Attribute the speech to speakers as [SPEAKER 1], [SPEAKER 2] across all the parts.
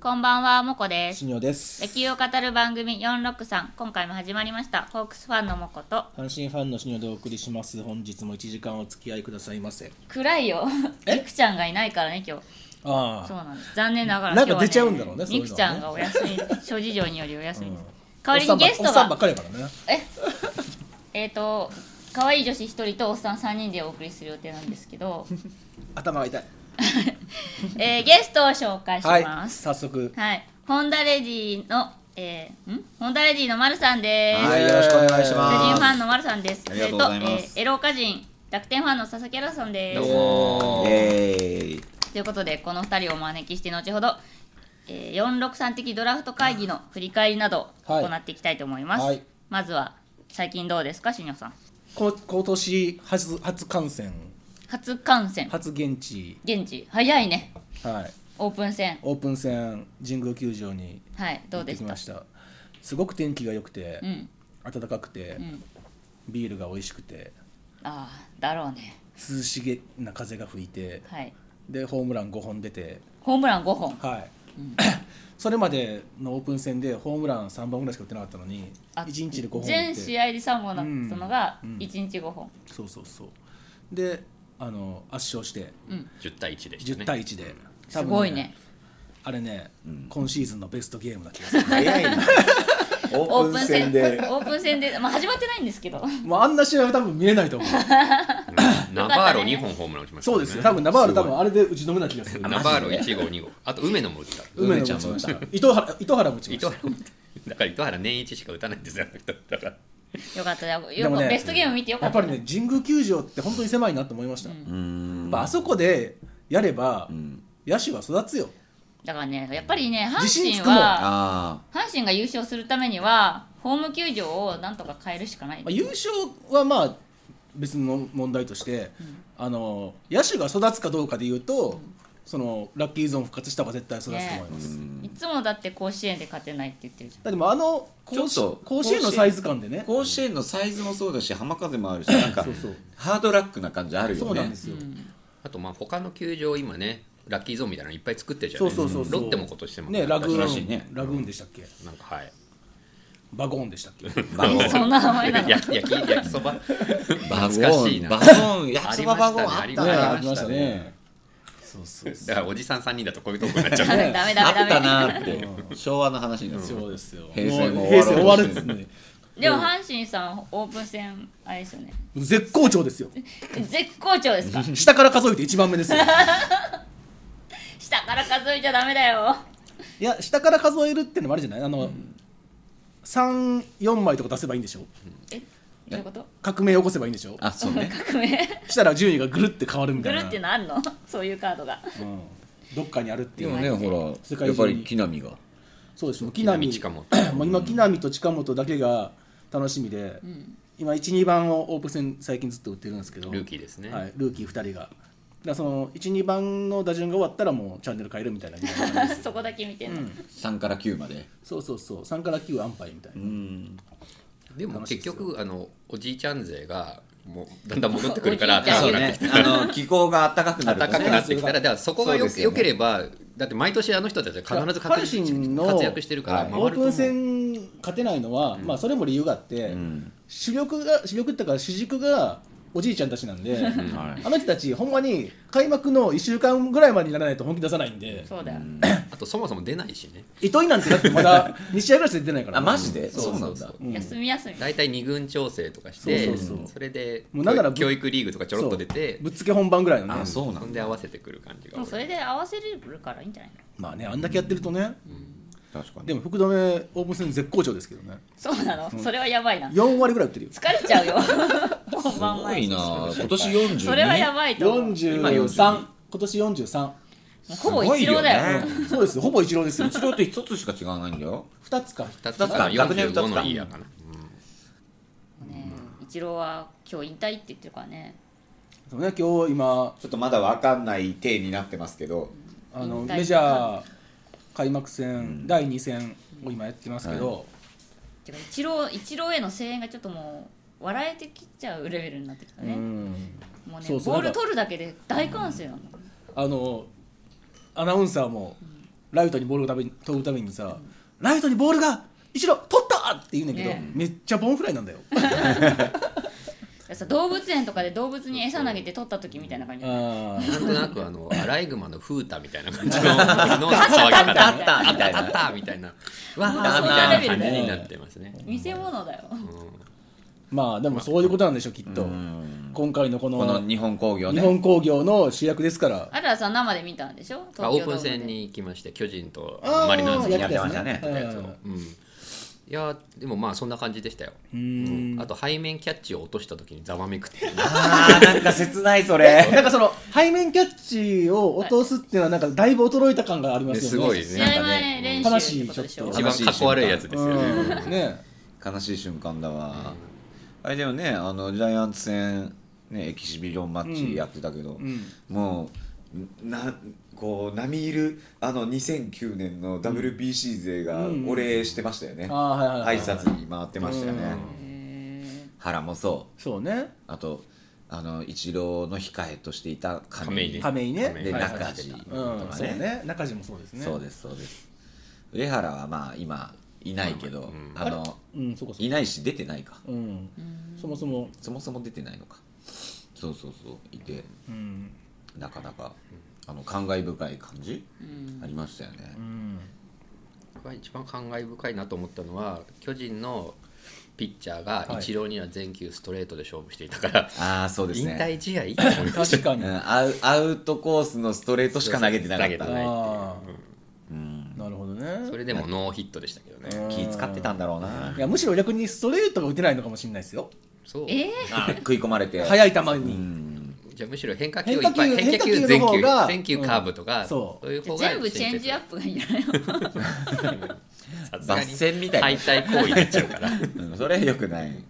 [SPEAKER 1] こんばんは、もこです。
[SPEAKER 2] しにょです
[SPEAKER 1] 野球を語る番組463、今回も始まりました。ホークスファンのもこと。
[SPEAKER 2] 阪神ファンのしにょでお送りします本日も1時間お付き合いくださいませ
[SPEAKER 1] 暗い よ。
[SPEAKER 2] え
[SPEAKER 1] みくちゃんがいないからね、今日。
[SPEAKER 2] あ
[SPEAKER 1] そう
[SPEAKER 2] あ
[SPEAKER 1] なんです。残念ながら
[SPEAKER 2] な
[SPEAKER 1] 今日
[SPEAKER 2] んか
[SPEAKER 1] は、
[SPEAKER 2] 出ちゃうんだろうねそういう
[SPEAKER 1] み
[SPEAKER 2] のはね
[SPEAKER 1] くちゃんがお休み、諸事情によりお休みです。
[SPEAKER 2] うん
[SPEAKER 1] 代わりにゲス
[SPEAKER 2] お
[SPEAKER 1] ト
[SPEAKER 2] っさんばおっさん
[SPEAKER 1] が
[SPEAKER 2] ばっ、かりだからね
[SPEAKER 1] え、えっと、可愛い女子一人とおっさん三人でお送りする予定なんですけど、
[SPEAKER 2] 頭が痛い
[SPEAKER 1] えー、ゲストを紹介し
[SPEAKER 2] はい
[SPEAKER 1] ます。
[SPEAKER 2] 早速
[SPEAKER 1] はい。ホンダレディの、えー、んホンダレディのまるさんです。
[SPEAKER 3] はい、よろしくお願い
[SPEAKER 1] 巨
[SPEAKER 3] し
[SPEAKER 1] 人
[SPEAKER 3] ま
[SPEAKER 1] フ
[SPEAKER 3] す。
[SPEAKER 1] ァンの丸さんです。
[SPEAKER 3] ありがとうございます
[SPEAKER 1] えっと、えーエロー歌人、楽天ファンの佐々木ラさんで
[SPEAKER 2] どう
[SPEAKER 1] す。
[SPEAKER 2] も
[SPEAKER 3] えー、
[SPEAKER 1] ということで、この二人をお招きして、後ほど、えー、463的ドラフト会議の振り返りなど
[SPEAKER 2] はい
[SPEAKER 1] 行っていきたいと思います。
[SPEAKER 2] はい
[SPEAKER 1] まずは、最近どうですか、しにょさん。
[SPEAKER 2] こ今年初初感染
[SPEAKER 1] 初観戦、
[SPEAKER 2] 初現地
[SPEAKER 1] 現地、早いね、
[SPEAKER 2] はい
[SPEAKER 1] オープン戦。
[SPEAKER 2] オープン戦神宮球場に
[SPEAKER 1] はい、ど
[SPEAKER 2] 行
[SPEAKER 1] う
[SPEAKER 2] っ
[SPEAKER 1] で
[SPEAKER 2] てき
[SPEAKER 1] し
[SPEAKER 2] ま
[SPEAKER 1] た
[SPEAKER 2] したすごく天気が良くて、
[SPEAKER 1] うん、
[SPEAKER 2] 暖かくて、
[SPEAKER 1] うん。
[SPEAKER 2] ビールが美味しくて
[SPEAKER 1] ああ、だろうね。
[SPEAKER 2] 涼しげな風が吹いて
[SPEAKER 1] はい。
[SPEAKER 2] でホームラン5本出て
[SPEAKER 1] ホームラン5本。
[SPEAKER 2] はい、それまでのオープン戦でホームラン3本ぐらいしか打ってなかったのに
[SPEAKER 1] あ
[SPEAKER 2] 1日で5本打って
[SPEAKER 1] 全試合で3本だったのが、
[SPEAKER 2] うんうん
[SPEAKER 1] 1日5本。
[SPEAKER 2] そうそうそうであの圧勝して
[SPEAKER 1] うん。
[SPEAKER 4] 10対1でしたね
[SPEAKER 2] 10対1で、多
[SPEAKER 1] す
[SPEAKER 2] 分
[SPEAKER 1] ごいね。
[SPEAKER 2] あれね、今シーズンのベストゲームだ気がする
[SPEAKER 3] 早いな。
[SPEAKER 1] オ
[SPEAKER 3] オ
[SPEAKER 1] ープ
[SPEAKER 3] ープ
[SPEAKER 1] ン戦
[SPEAKER 3] ン戦
[SPEAKER 1] で
[SPEAKER 3] で。
[SPEAKER 1] オープン戦で、まあ、始まってないんですけど
[SPEAKER 2] もうあんな試合は多分見れないと思う
[SPEAKER 4] うんナバーロ2本ホームラン打ちました
[SPEAKER 2] そ
[SPEAKER 4] も
[SPEAKER 2] うんで
[SPEAKER 4] ね
[SPEAKER 2] すよ多分ナバール
[SPEAKER 3] すご
[SPEAKER 2] 多
[SPEAKER 3] い
[SPEAKER 2] 分あれで打ちのめな気がする
[SPEAKER 4] ナバーロ1号2号あと梅野も打った
[SPEAKER 2] 梅野
[SPEAKER 3] 梅
[SPEAKER 2] も
[SPEAKER 3] ち
[SPEAKER 2] 打
[SPEAKER 3] ゃん
[SPEAKER 2] ち
[SPEAKER 3] も打
[SPEAKER 2] ま
[SPEAKER 3] っ
[SPEAKER 2] したた糸原糸原も打ちま
[SPEAKER 4] 伊
[SPEAKER 2] した
[SPEAKER 4] 藤原もだから糸原年一しか打たないんですよあの人だから
[SPEAKER 1] よかったよ
[SPEAKER 2] で
[SPEAKER 1] よ
[SPEAKER 2] も
[SPEAKER 1] く、
[SPEAKER 2] ね
[SPEAKER 1] ベストゲーム見てよか
[SPEAKER 2] や
[SPEAKER 1] っ
[SPEAKER 2] ったぱりね神宮球場って本当に狭いなと思いました、
[SPEAKER 3] うーん
[SPEAKER 2] まああそこでやれば、
[SPEAKER 3] うん
[SPEAKER 2] 野手は育つよ
[SPEAKER 1] だからねやっぱりね阪
[SPEAKER 2] 自信
[SPEAKER 1] 神
[SPEAKER 2] つくもん
[SPEAKER 1] は
[SPEAKER 3] あ
[SPEAKER 1] 阪神が優勝するためにはホーム球場をなんとか変えるしかない
[SPEAKER 2] まあ、優勝はまあ別の問題として、あの野手が育つかどうかでいうと、そのラッキーゾーン復活した方が絶対育つと思います、
[SPEAKER 3] ーうん
[SPEAKER 1] いつもだって甲子園で勝てないって言ってるじゃん
[SPEAKER 2] だってもうあの甲
[SPEAKER 3] ち
[SPEAKER 2] 子
[SPEAKER 3] ょっと
[SPEAKER 2] 甲子園のサイズ感でね
[SPEAKER 3] 甲子園のサイズもそうだし、浜風もあるし、なんか
[SPEAKER 2] そうそう
[SPEAKER 3] ハードラックな感じあるよね。
[SPEAKER 2] そうなんですよ、
[SPEAKER 4] あとまあ他の球場今ねラッキーゾーンみたいなのいっぱい作ってるじゃない
[SPEAKER 2] そうそうそうそう
[SPEAKER 4] ロッテも今年でも
[SPEAKER 2] ねラグ
[SPEAKER 3] 新
[SPEAKER 2] ー
[SPEAKER 3] しい
[SPEAKER 2] ン、
[SPEAKER 3] ね
[SPEAKER 2] ラグーンでしたっけ
[SPEAKER 4] なんかはい
[SPEAKER 2] バゴーンでしたっけ
[SPEAKER 3] バゴ
[SPEAKER 1] えそんな名前なの
[SPEAKER 4] や焼き焼きそば懐
[SPEAKER 3] ーン
[SPEAKER 4] かしいな
[SPEAKER 3] バゴーン、焼きそばバゴーンあ
[SPEAKER 4] あ
[SPEAKER 3] っ
[SPEAKER 4] り
[SPEAKER 3] た
[SPEAKER 4] ましたね
[SPEAKER 3] な。
[SPEAKER 4] ありましたね
[SPEAKER 2] そうそうそう
[SPEAKER 4] だからおじさん3人だとこういうとこになっちゃ う
[SPEAKER 1] ダメ
[SPEAKER 2] ね
[SPEAKER 1] ダメダメ
[SPEAKER 3] あっ
[SPEAKER 1] ダ
[SPEAKER 3] た
[SPEAKER 1] メ
[SPEAKER 3] なって、昭和の話になってる。
[SPEAKER 2] そうですよ
[SPEAKER 3] 平成も
[SPEAKER 2] う
[SPEAKER 3] 終わろうとしてる
[SPEAKER 2] 終わるんですね
[SPEAKER 1] でも阪神さんオープン戦あれですよね
[SPEAKER 2] 絶好調ですよ
[SPEAKER 1] 絶好調ですか
[SPEAKER 2] 下から数えて一番目ですよ
[SPEAKER 1] 下から数えちゃダメだよ
[SPEAKER 2] いや下から数えるってのもあるじゃないあの、三四34枚とか出せばいいんでしょ
[SPEAKER 1] えどういうこと
[SPEAKER 2] 革命起こせばいいんでしょ
[SPEAKER 3] あ、そうね。
[SPEAKER 1] 革命
[SPEAKER 2] したら順位がぐるって変わるみた
[SPEAKER 1] ぐ
[SPEAKER 2] い
[SPEAKER 1] る
[SPEAKER 2] な
[SPEAKER 1] ってなんの そういうカードが
[SPEAKER 2] うん、どっかにあるってい
[SPEAKER 3] で
[SPEAKER 2] う
[SPEAKER 3] もね、ほ
[SPEAKER 2] 世界
[SPEAKER 3] ら、
[SPEAKER 2] 中に
[SPEAKER 3] やっぱり木浪が。
[SPEAKER 2] そうですよ木浪
[SPEAKER 4] 木浪近本
[SPEAKER 2] もう今木浪と近本だけが楽しみで、今12番をオープン戦最近ずっと打ってるんですけど
[SPEAKER 4] ルーキーですね
[SPEAKER 2] はい、ルーキー2人がだからその12番の打順が終わったらもうチャンネル変えるみたいな
[SPEAKER 1] そこだけ見てんの、
[SPEAKER 3] 3から9まで。
[SPEAKER 2] そうそうそう3から9安牌みたいな、
[SPEAKER 3] うん。
[SPEAKER 4] でも
[SPEAKER 2] 楽しいで
[SPEAKER 4] 結
[SPEAKER 2] すよ
[SPEAKER 4] 局あのおじいちゃん勢がもうだんだん戻ってくるか
[SPEAKER 1] お
[SPEAKER 4] ら
[SPEAKER 1] じいちゃん
[SPEAKER 3] そ
[SPEAKER 1] 勢
[SPEAKER 3] うね。あの、気候が暖かくなると
[SPEAKER 4] 高くなってきたら、だからそこが
[SPEAKER 3] そう
[SPEAKER 4] よ,、
[SPEAKER 3] ですよね
[SPEAKER 4] ければ、だって毎年あの人たちは必ず確
[SPEAKER 2] 阪神の
[SPEAKER 4] 活躍してるから、
[SPEAKER 3] はい
[SPEAKER 4] 回
[SPEAKER 2] オー
[SPEAKER 4] ると
[SPEAKER 2] プ
[SPEAKER 4] 思
[SPEAKER 2] ン
[SPEAKER 4] う
[SPEAKER 2] 戦勝てないのは、まあそれも理由があって、
[SPEAKER 3] ん
[SPEAKER 2] 主力が主力ってか主軸がおじいちゃんたちなんで、
[SPEAKER 3] はい
[SPEAKER 2] あの人たちほんまに開幕の1週間ぐらいまでにならないと本気出さないんで
[SPEAKER 1] そうだよ、
[SPEAKER 4] あとそもそも出ないしね、
[SPEAKER 2] 糸井なんてだってまだ 2試合ぐらいしか出てないから
[SPEAKER 3] あ、マジで
[SPEAKER 4] そう
[SPEAKER 3] そうなん
[SPEAKER 4] そ
[SPEAKER 3] だ
[SPEAKER 4] う。
[SPEAKER 1] 休み休み
[SPEAKER 4] 大体二軍調整とかして、
[SPEAKER 2] そ
[SPEAKER 4] そう
[SPEAKER 2] そうそう
[SPEAKER 4] れで
[SPEAKER 2] もうなんなら
[SPEAKER 4] 教教育リーグとかちょろっと出て、
[SPEAKER 2] ぶっつけ本番ぐらいのね
[SPEAKER 3] あ、そうな
[SPEAKER 4] そ
[SPEAKER 3] ん
[SPEAKER 4] ん
[SPEAKER 3] だ。
[SPEAKER 4] で合わせてくる感じが
[SPEAKER 1] も
[SPEAKER 4] 多
[SPEAKER 1] う
[SPEAKER 4] い
[SPEAKER 1] それで合わせれるからいいんじゃないの
[SPEAKER 2] まあねあんだけやってるとね、
[SPEAKER 3] 確かに。
[SPEAKER 2] でも福留オープン戦絶好調ですけどね
[SPEAKER 1] そうなの、それはやばいな
[SPEAKER 2] 4割ぐらい打ってるよ
[SPEAKER 1] 疲れちゃうよ本
[SPEAKER 3] す
[SPEAKER 1] 番
[SPEAKER 3] ご
[SPEAKER 1] 前
[SPEAKER 3] いな今年 42
[SPEAKER 1] それはやばいと思うも
[SPEAKER 2] 43今年43
[SPEAKER 1] うほぼ一郎だよ
[SPEAKER 3] すごいね
[SPEAKER 2] そうですよほぼ一郎ですよ
[SPEAKER 3] 一郎って一つしか違わないんだよ
[SPEAKER 2] 2つか
[SPEAKER 4] 二つ
[SPEAKER 3] 二つか学年二つか
[SPEAKER 4] 45のいいやかな、
[SPEAKER 1] ね一郎は今日引退って言ってるからね
[SPEAKER 2] そうね今日今
[SPEAKER 3] ちょっとまだ分かんない体になってますけど
[SPEAKER 2] あの
[SPEAKER 1] 引退
[SPEAKER 2] メジャー開幕戦、第2戦を今やってますけど、
[SPEAKER 1] てか一郎一郎への声援がちょっともう笑えてきちゃうレベルになってきたね、
[SPEAKER 2] うん
[SPEAKER 1] もうね
[SPEAKER 2] そうそう
[SPEAKER 1] ボール
[SPEAKER 2] なんか
[SPEAKER 1] 取るだけで大歓声なの、
[SPEAKER 2] あのアナウンサーもライトにボールが飛ぶためにさ、ライトにボールが一度取ったって言うねんだけど、
[SPEAKER 1] ね
[SPEAKER 2] めっちゃボンフライなんだよ
[SPEAKER 1] らさ動物園とかで動物に餌投げて取った時みたいな感じ
[SPEAKER 2] あー
[SPEAKER 4] なんとなくあのアライグマのフータみたいな感じのの騒ぎ方
[SPEAKER 1] タッタ
[SPEAKER 4] あったあったみたいなわーみ
[SPEAKER 1] あそういうレベル
[SPEAKER 4] たいな感じ
[SPEAKER 1] だよ
[SPEAKER 4] になってますね。
[SPEAKER 1] 見せ物だよ
[SPEAKER 2] まあでもそういうことなんでしょうきっと、
[SPEAKER 3] うん
[SPEAKER 2] 今回のこの
[SPEAKER 3] この日本工業
[SPEAKER 2] 日
[SPEAKER 3] ね
[SPEAKER 2] 本工業の主役ですから
[SPEAKER 1] あらさん生で見たんでしょ
[SPEAKER 4] あ
[SPEAKER 1] 東
[SPEAKER 4] オ
[SPEAKER 1] 京ド
[SPEAKER 4] ープ
[SPEAKER 1] ー
[SPEAKER 4] ン
[SPEAKER 1] ムで
[SPEAKER 4] 戦に行きまして巨人と
[SPEAKER 2] あー
[SPEAKER 4] マリナーズに
[SPEAKER 3] やってましたね
[SPEAKER 2] やってました
[SPEAKER 4] やつをうん、いやーでもまあそんな感じでしたよ、
[SPEAKER 2] う
[SPEAKER 4] うん
[SPEAKER 2] ん
[SPEAKER 4] あと背面キャッチを落とした時にざわめくっていう
[SPEAKER 3] あーなんか切ない
[SPEAKER 2] な
[SPEAKER 3] それ
[SPEAKER 2] んかその背面キャッチを落とすっていうのはなんかだいぶ衰えた感があります
[SPEAKER 4] す
[SPEAKER 2] よ
[SPEAKER 4] ごい
[SPEAKER 2] ね。
[SPEAKER 4] です
[SPEAKER 1] 試
[SPEAKER 4] ね
[SPEAKER 1] 合前練
[SPEAKER 2] 悲
[SPEAKER 1] 習
[SPEAKER 2] し
[SPEAKER 1] って
[SPEAKER 2] い
[SPEAKER 1] ことでしょ
[SPEAKER 3] ちょっ
[SPEAKER 4] 一
[SPEAKER 3] と
[SPEAKER 4] 番かっこ悪いやつですよね、
[SPEAKER 2] うんね
[SPEAKER 3] 悲しい瞬間だわあれでもねあのジャイアンツ戦ねエキシビジョンマッチやってたけど
[SPEAKER 2] うん
[SPEAKER 3] もうなこう並みいるあの2009年の WBC 勢が
[SPEAKER 2] うん
[SPEAKER 3] お礼してましたよね、
[SPEAKER 2] あーはいはいはい
[SPEAKER 3] 挨拶に回ってましたよね、
[SPEAKER 2] うん
[SPEAKER 3] 原もそう
[SPEAKER 2] そうね。
[SPEAKER 3] あとあの一郎の控えとしていた亀井
[SPEAKER 4] 亀井
[SPEAKER 2] 亀井ね。
[SPEAKER 3] で
[SPEAKER 4] はいはい
[SPEAKER 3] 中地と
[SPEAKER 2] うん、
[SPEAKER 3] か
[SPEAKER 2] そう
[SPEAKER 3] ね,、
[SPEAKER 2] ね。中地もそうですね。
[SPEAKER 3] そうですそうです上原はまあ今いないけど、
[SPEAKER 4] うん
[SPEAKER 3] あの
[SPEAKER 2] うん、そうかそう
[SPEAKER 3] い
[SPEAKER 2] か。
[SPEAKER 3] ないし出てないか
[SPEAKER 2] うん。そもそも、
[SPEAKER 3] そもそも出てないのかそうそうそういて
[SPEAKER 2] うん。
[SPEAKER 3] なかなかあの感慨深い感じ、ありましたよね、
[SPEAKER 2] うん。
[SPEAKER 4] 僕は一番感慨深いなと思ったのは巨人のピッチャーが
[SPEAKER 2] はい
[SPEAKER 4] イチローには全球ストレートで勝負していたから、
[SPEAKER 3] ああそうです
[SPEAKER 4] 引
[SPEAKER 3] ね
[SPEAKER 4] 退試合って思いました
[SPEAKER 2] 確か
[SPEAKER 3] う
[SPEAKER 2] に。
[SPEAKER 3] んアウアウトコースのストレートしか投げてなかった
[SPEAKER 4] 投げて
[SPEAKER 3] ね
[SPEAKER 4] ないっていう
[SPEAKER 2] あ
[SPEAKER 3] うん
[SPEAKER 2] なるほど
[SPEAKER 4] そ
[SPEAKER 2] ね。
[SPEAKER 4] れでもノーヒットでしたけどね
[SPEAKER 3] 気使ってたんだろうない
[SPEAKER 2] や、むしろ逆にストレートが打てないのかもしれないですよ。
[SPEAKER 4] そう
[SPEAKER 1] えー
[SPEAKER 3] あー食い込まれて
[SPEAKER 2] 速い球
[SPEAKER 3] う
[SPEAKER 2] に。
[SPEAKER 3] ん
[SPEAKER 4] じゃあむしろ変化球をいっぱい
[SPEAKER 2] 変化
[SPEAKER 4] 変化
[SPEAKER 2] 球
[SPEAKER 4] 球全
[SPEAKER 2] 変化球の方
[SPEAKER 4] 球
[SPEAKER 2] が
[SPEAKER 4] 全球カーブとか、
[SPEAKER 2] うんそう
[SPEAKER 4] いう方が
[SPEAKER 1] 全部チェンジアップがいいんじゃないの
[SPEAKER 3] 脱線みたいな
[SPEAKER 4] 敗退行為になっちゃうから
[SPEAKER 3] うんそれよくない
[SPEAKER 1] だか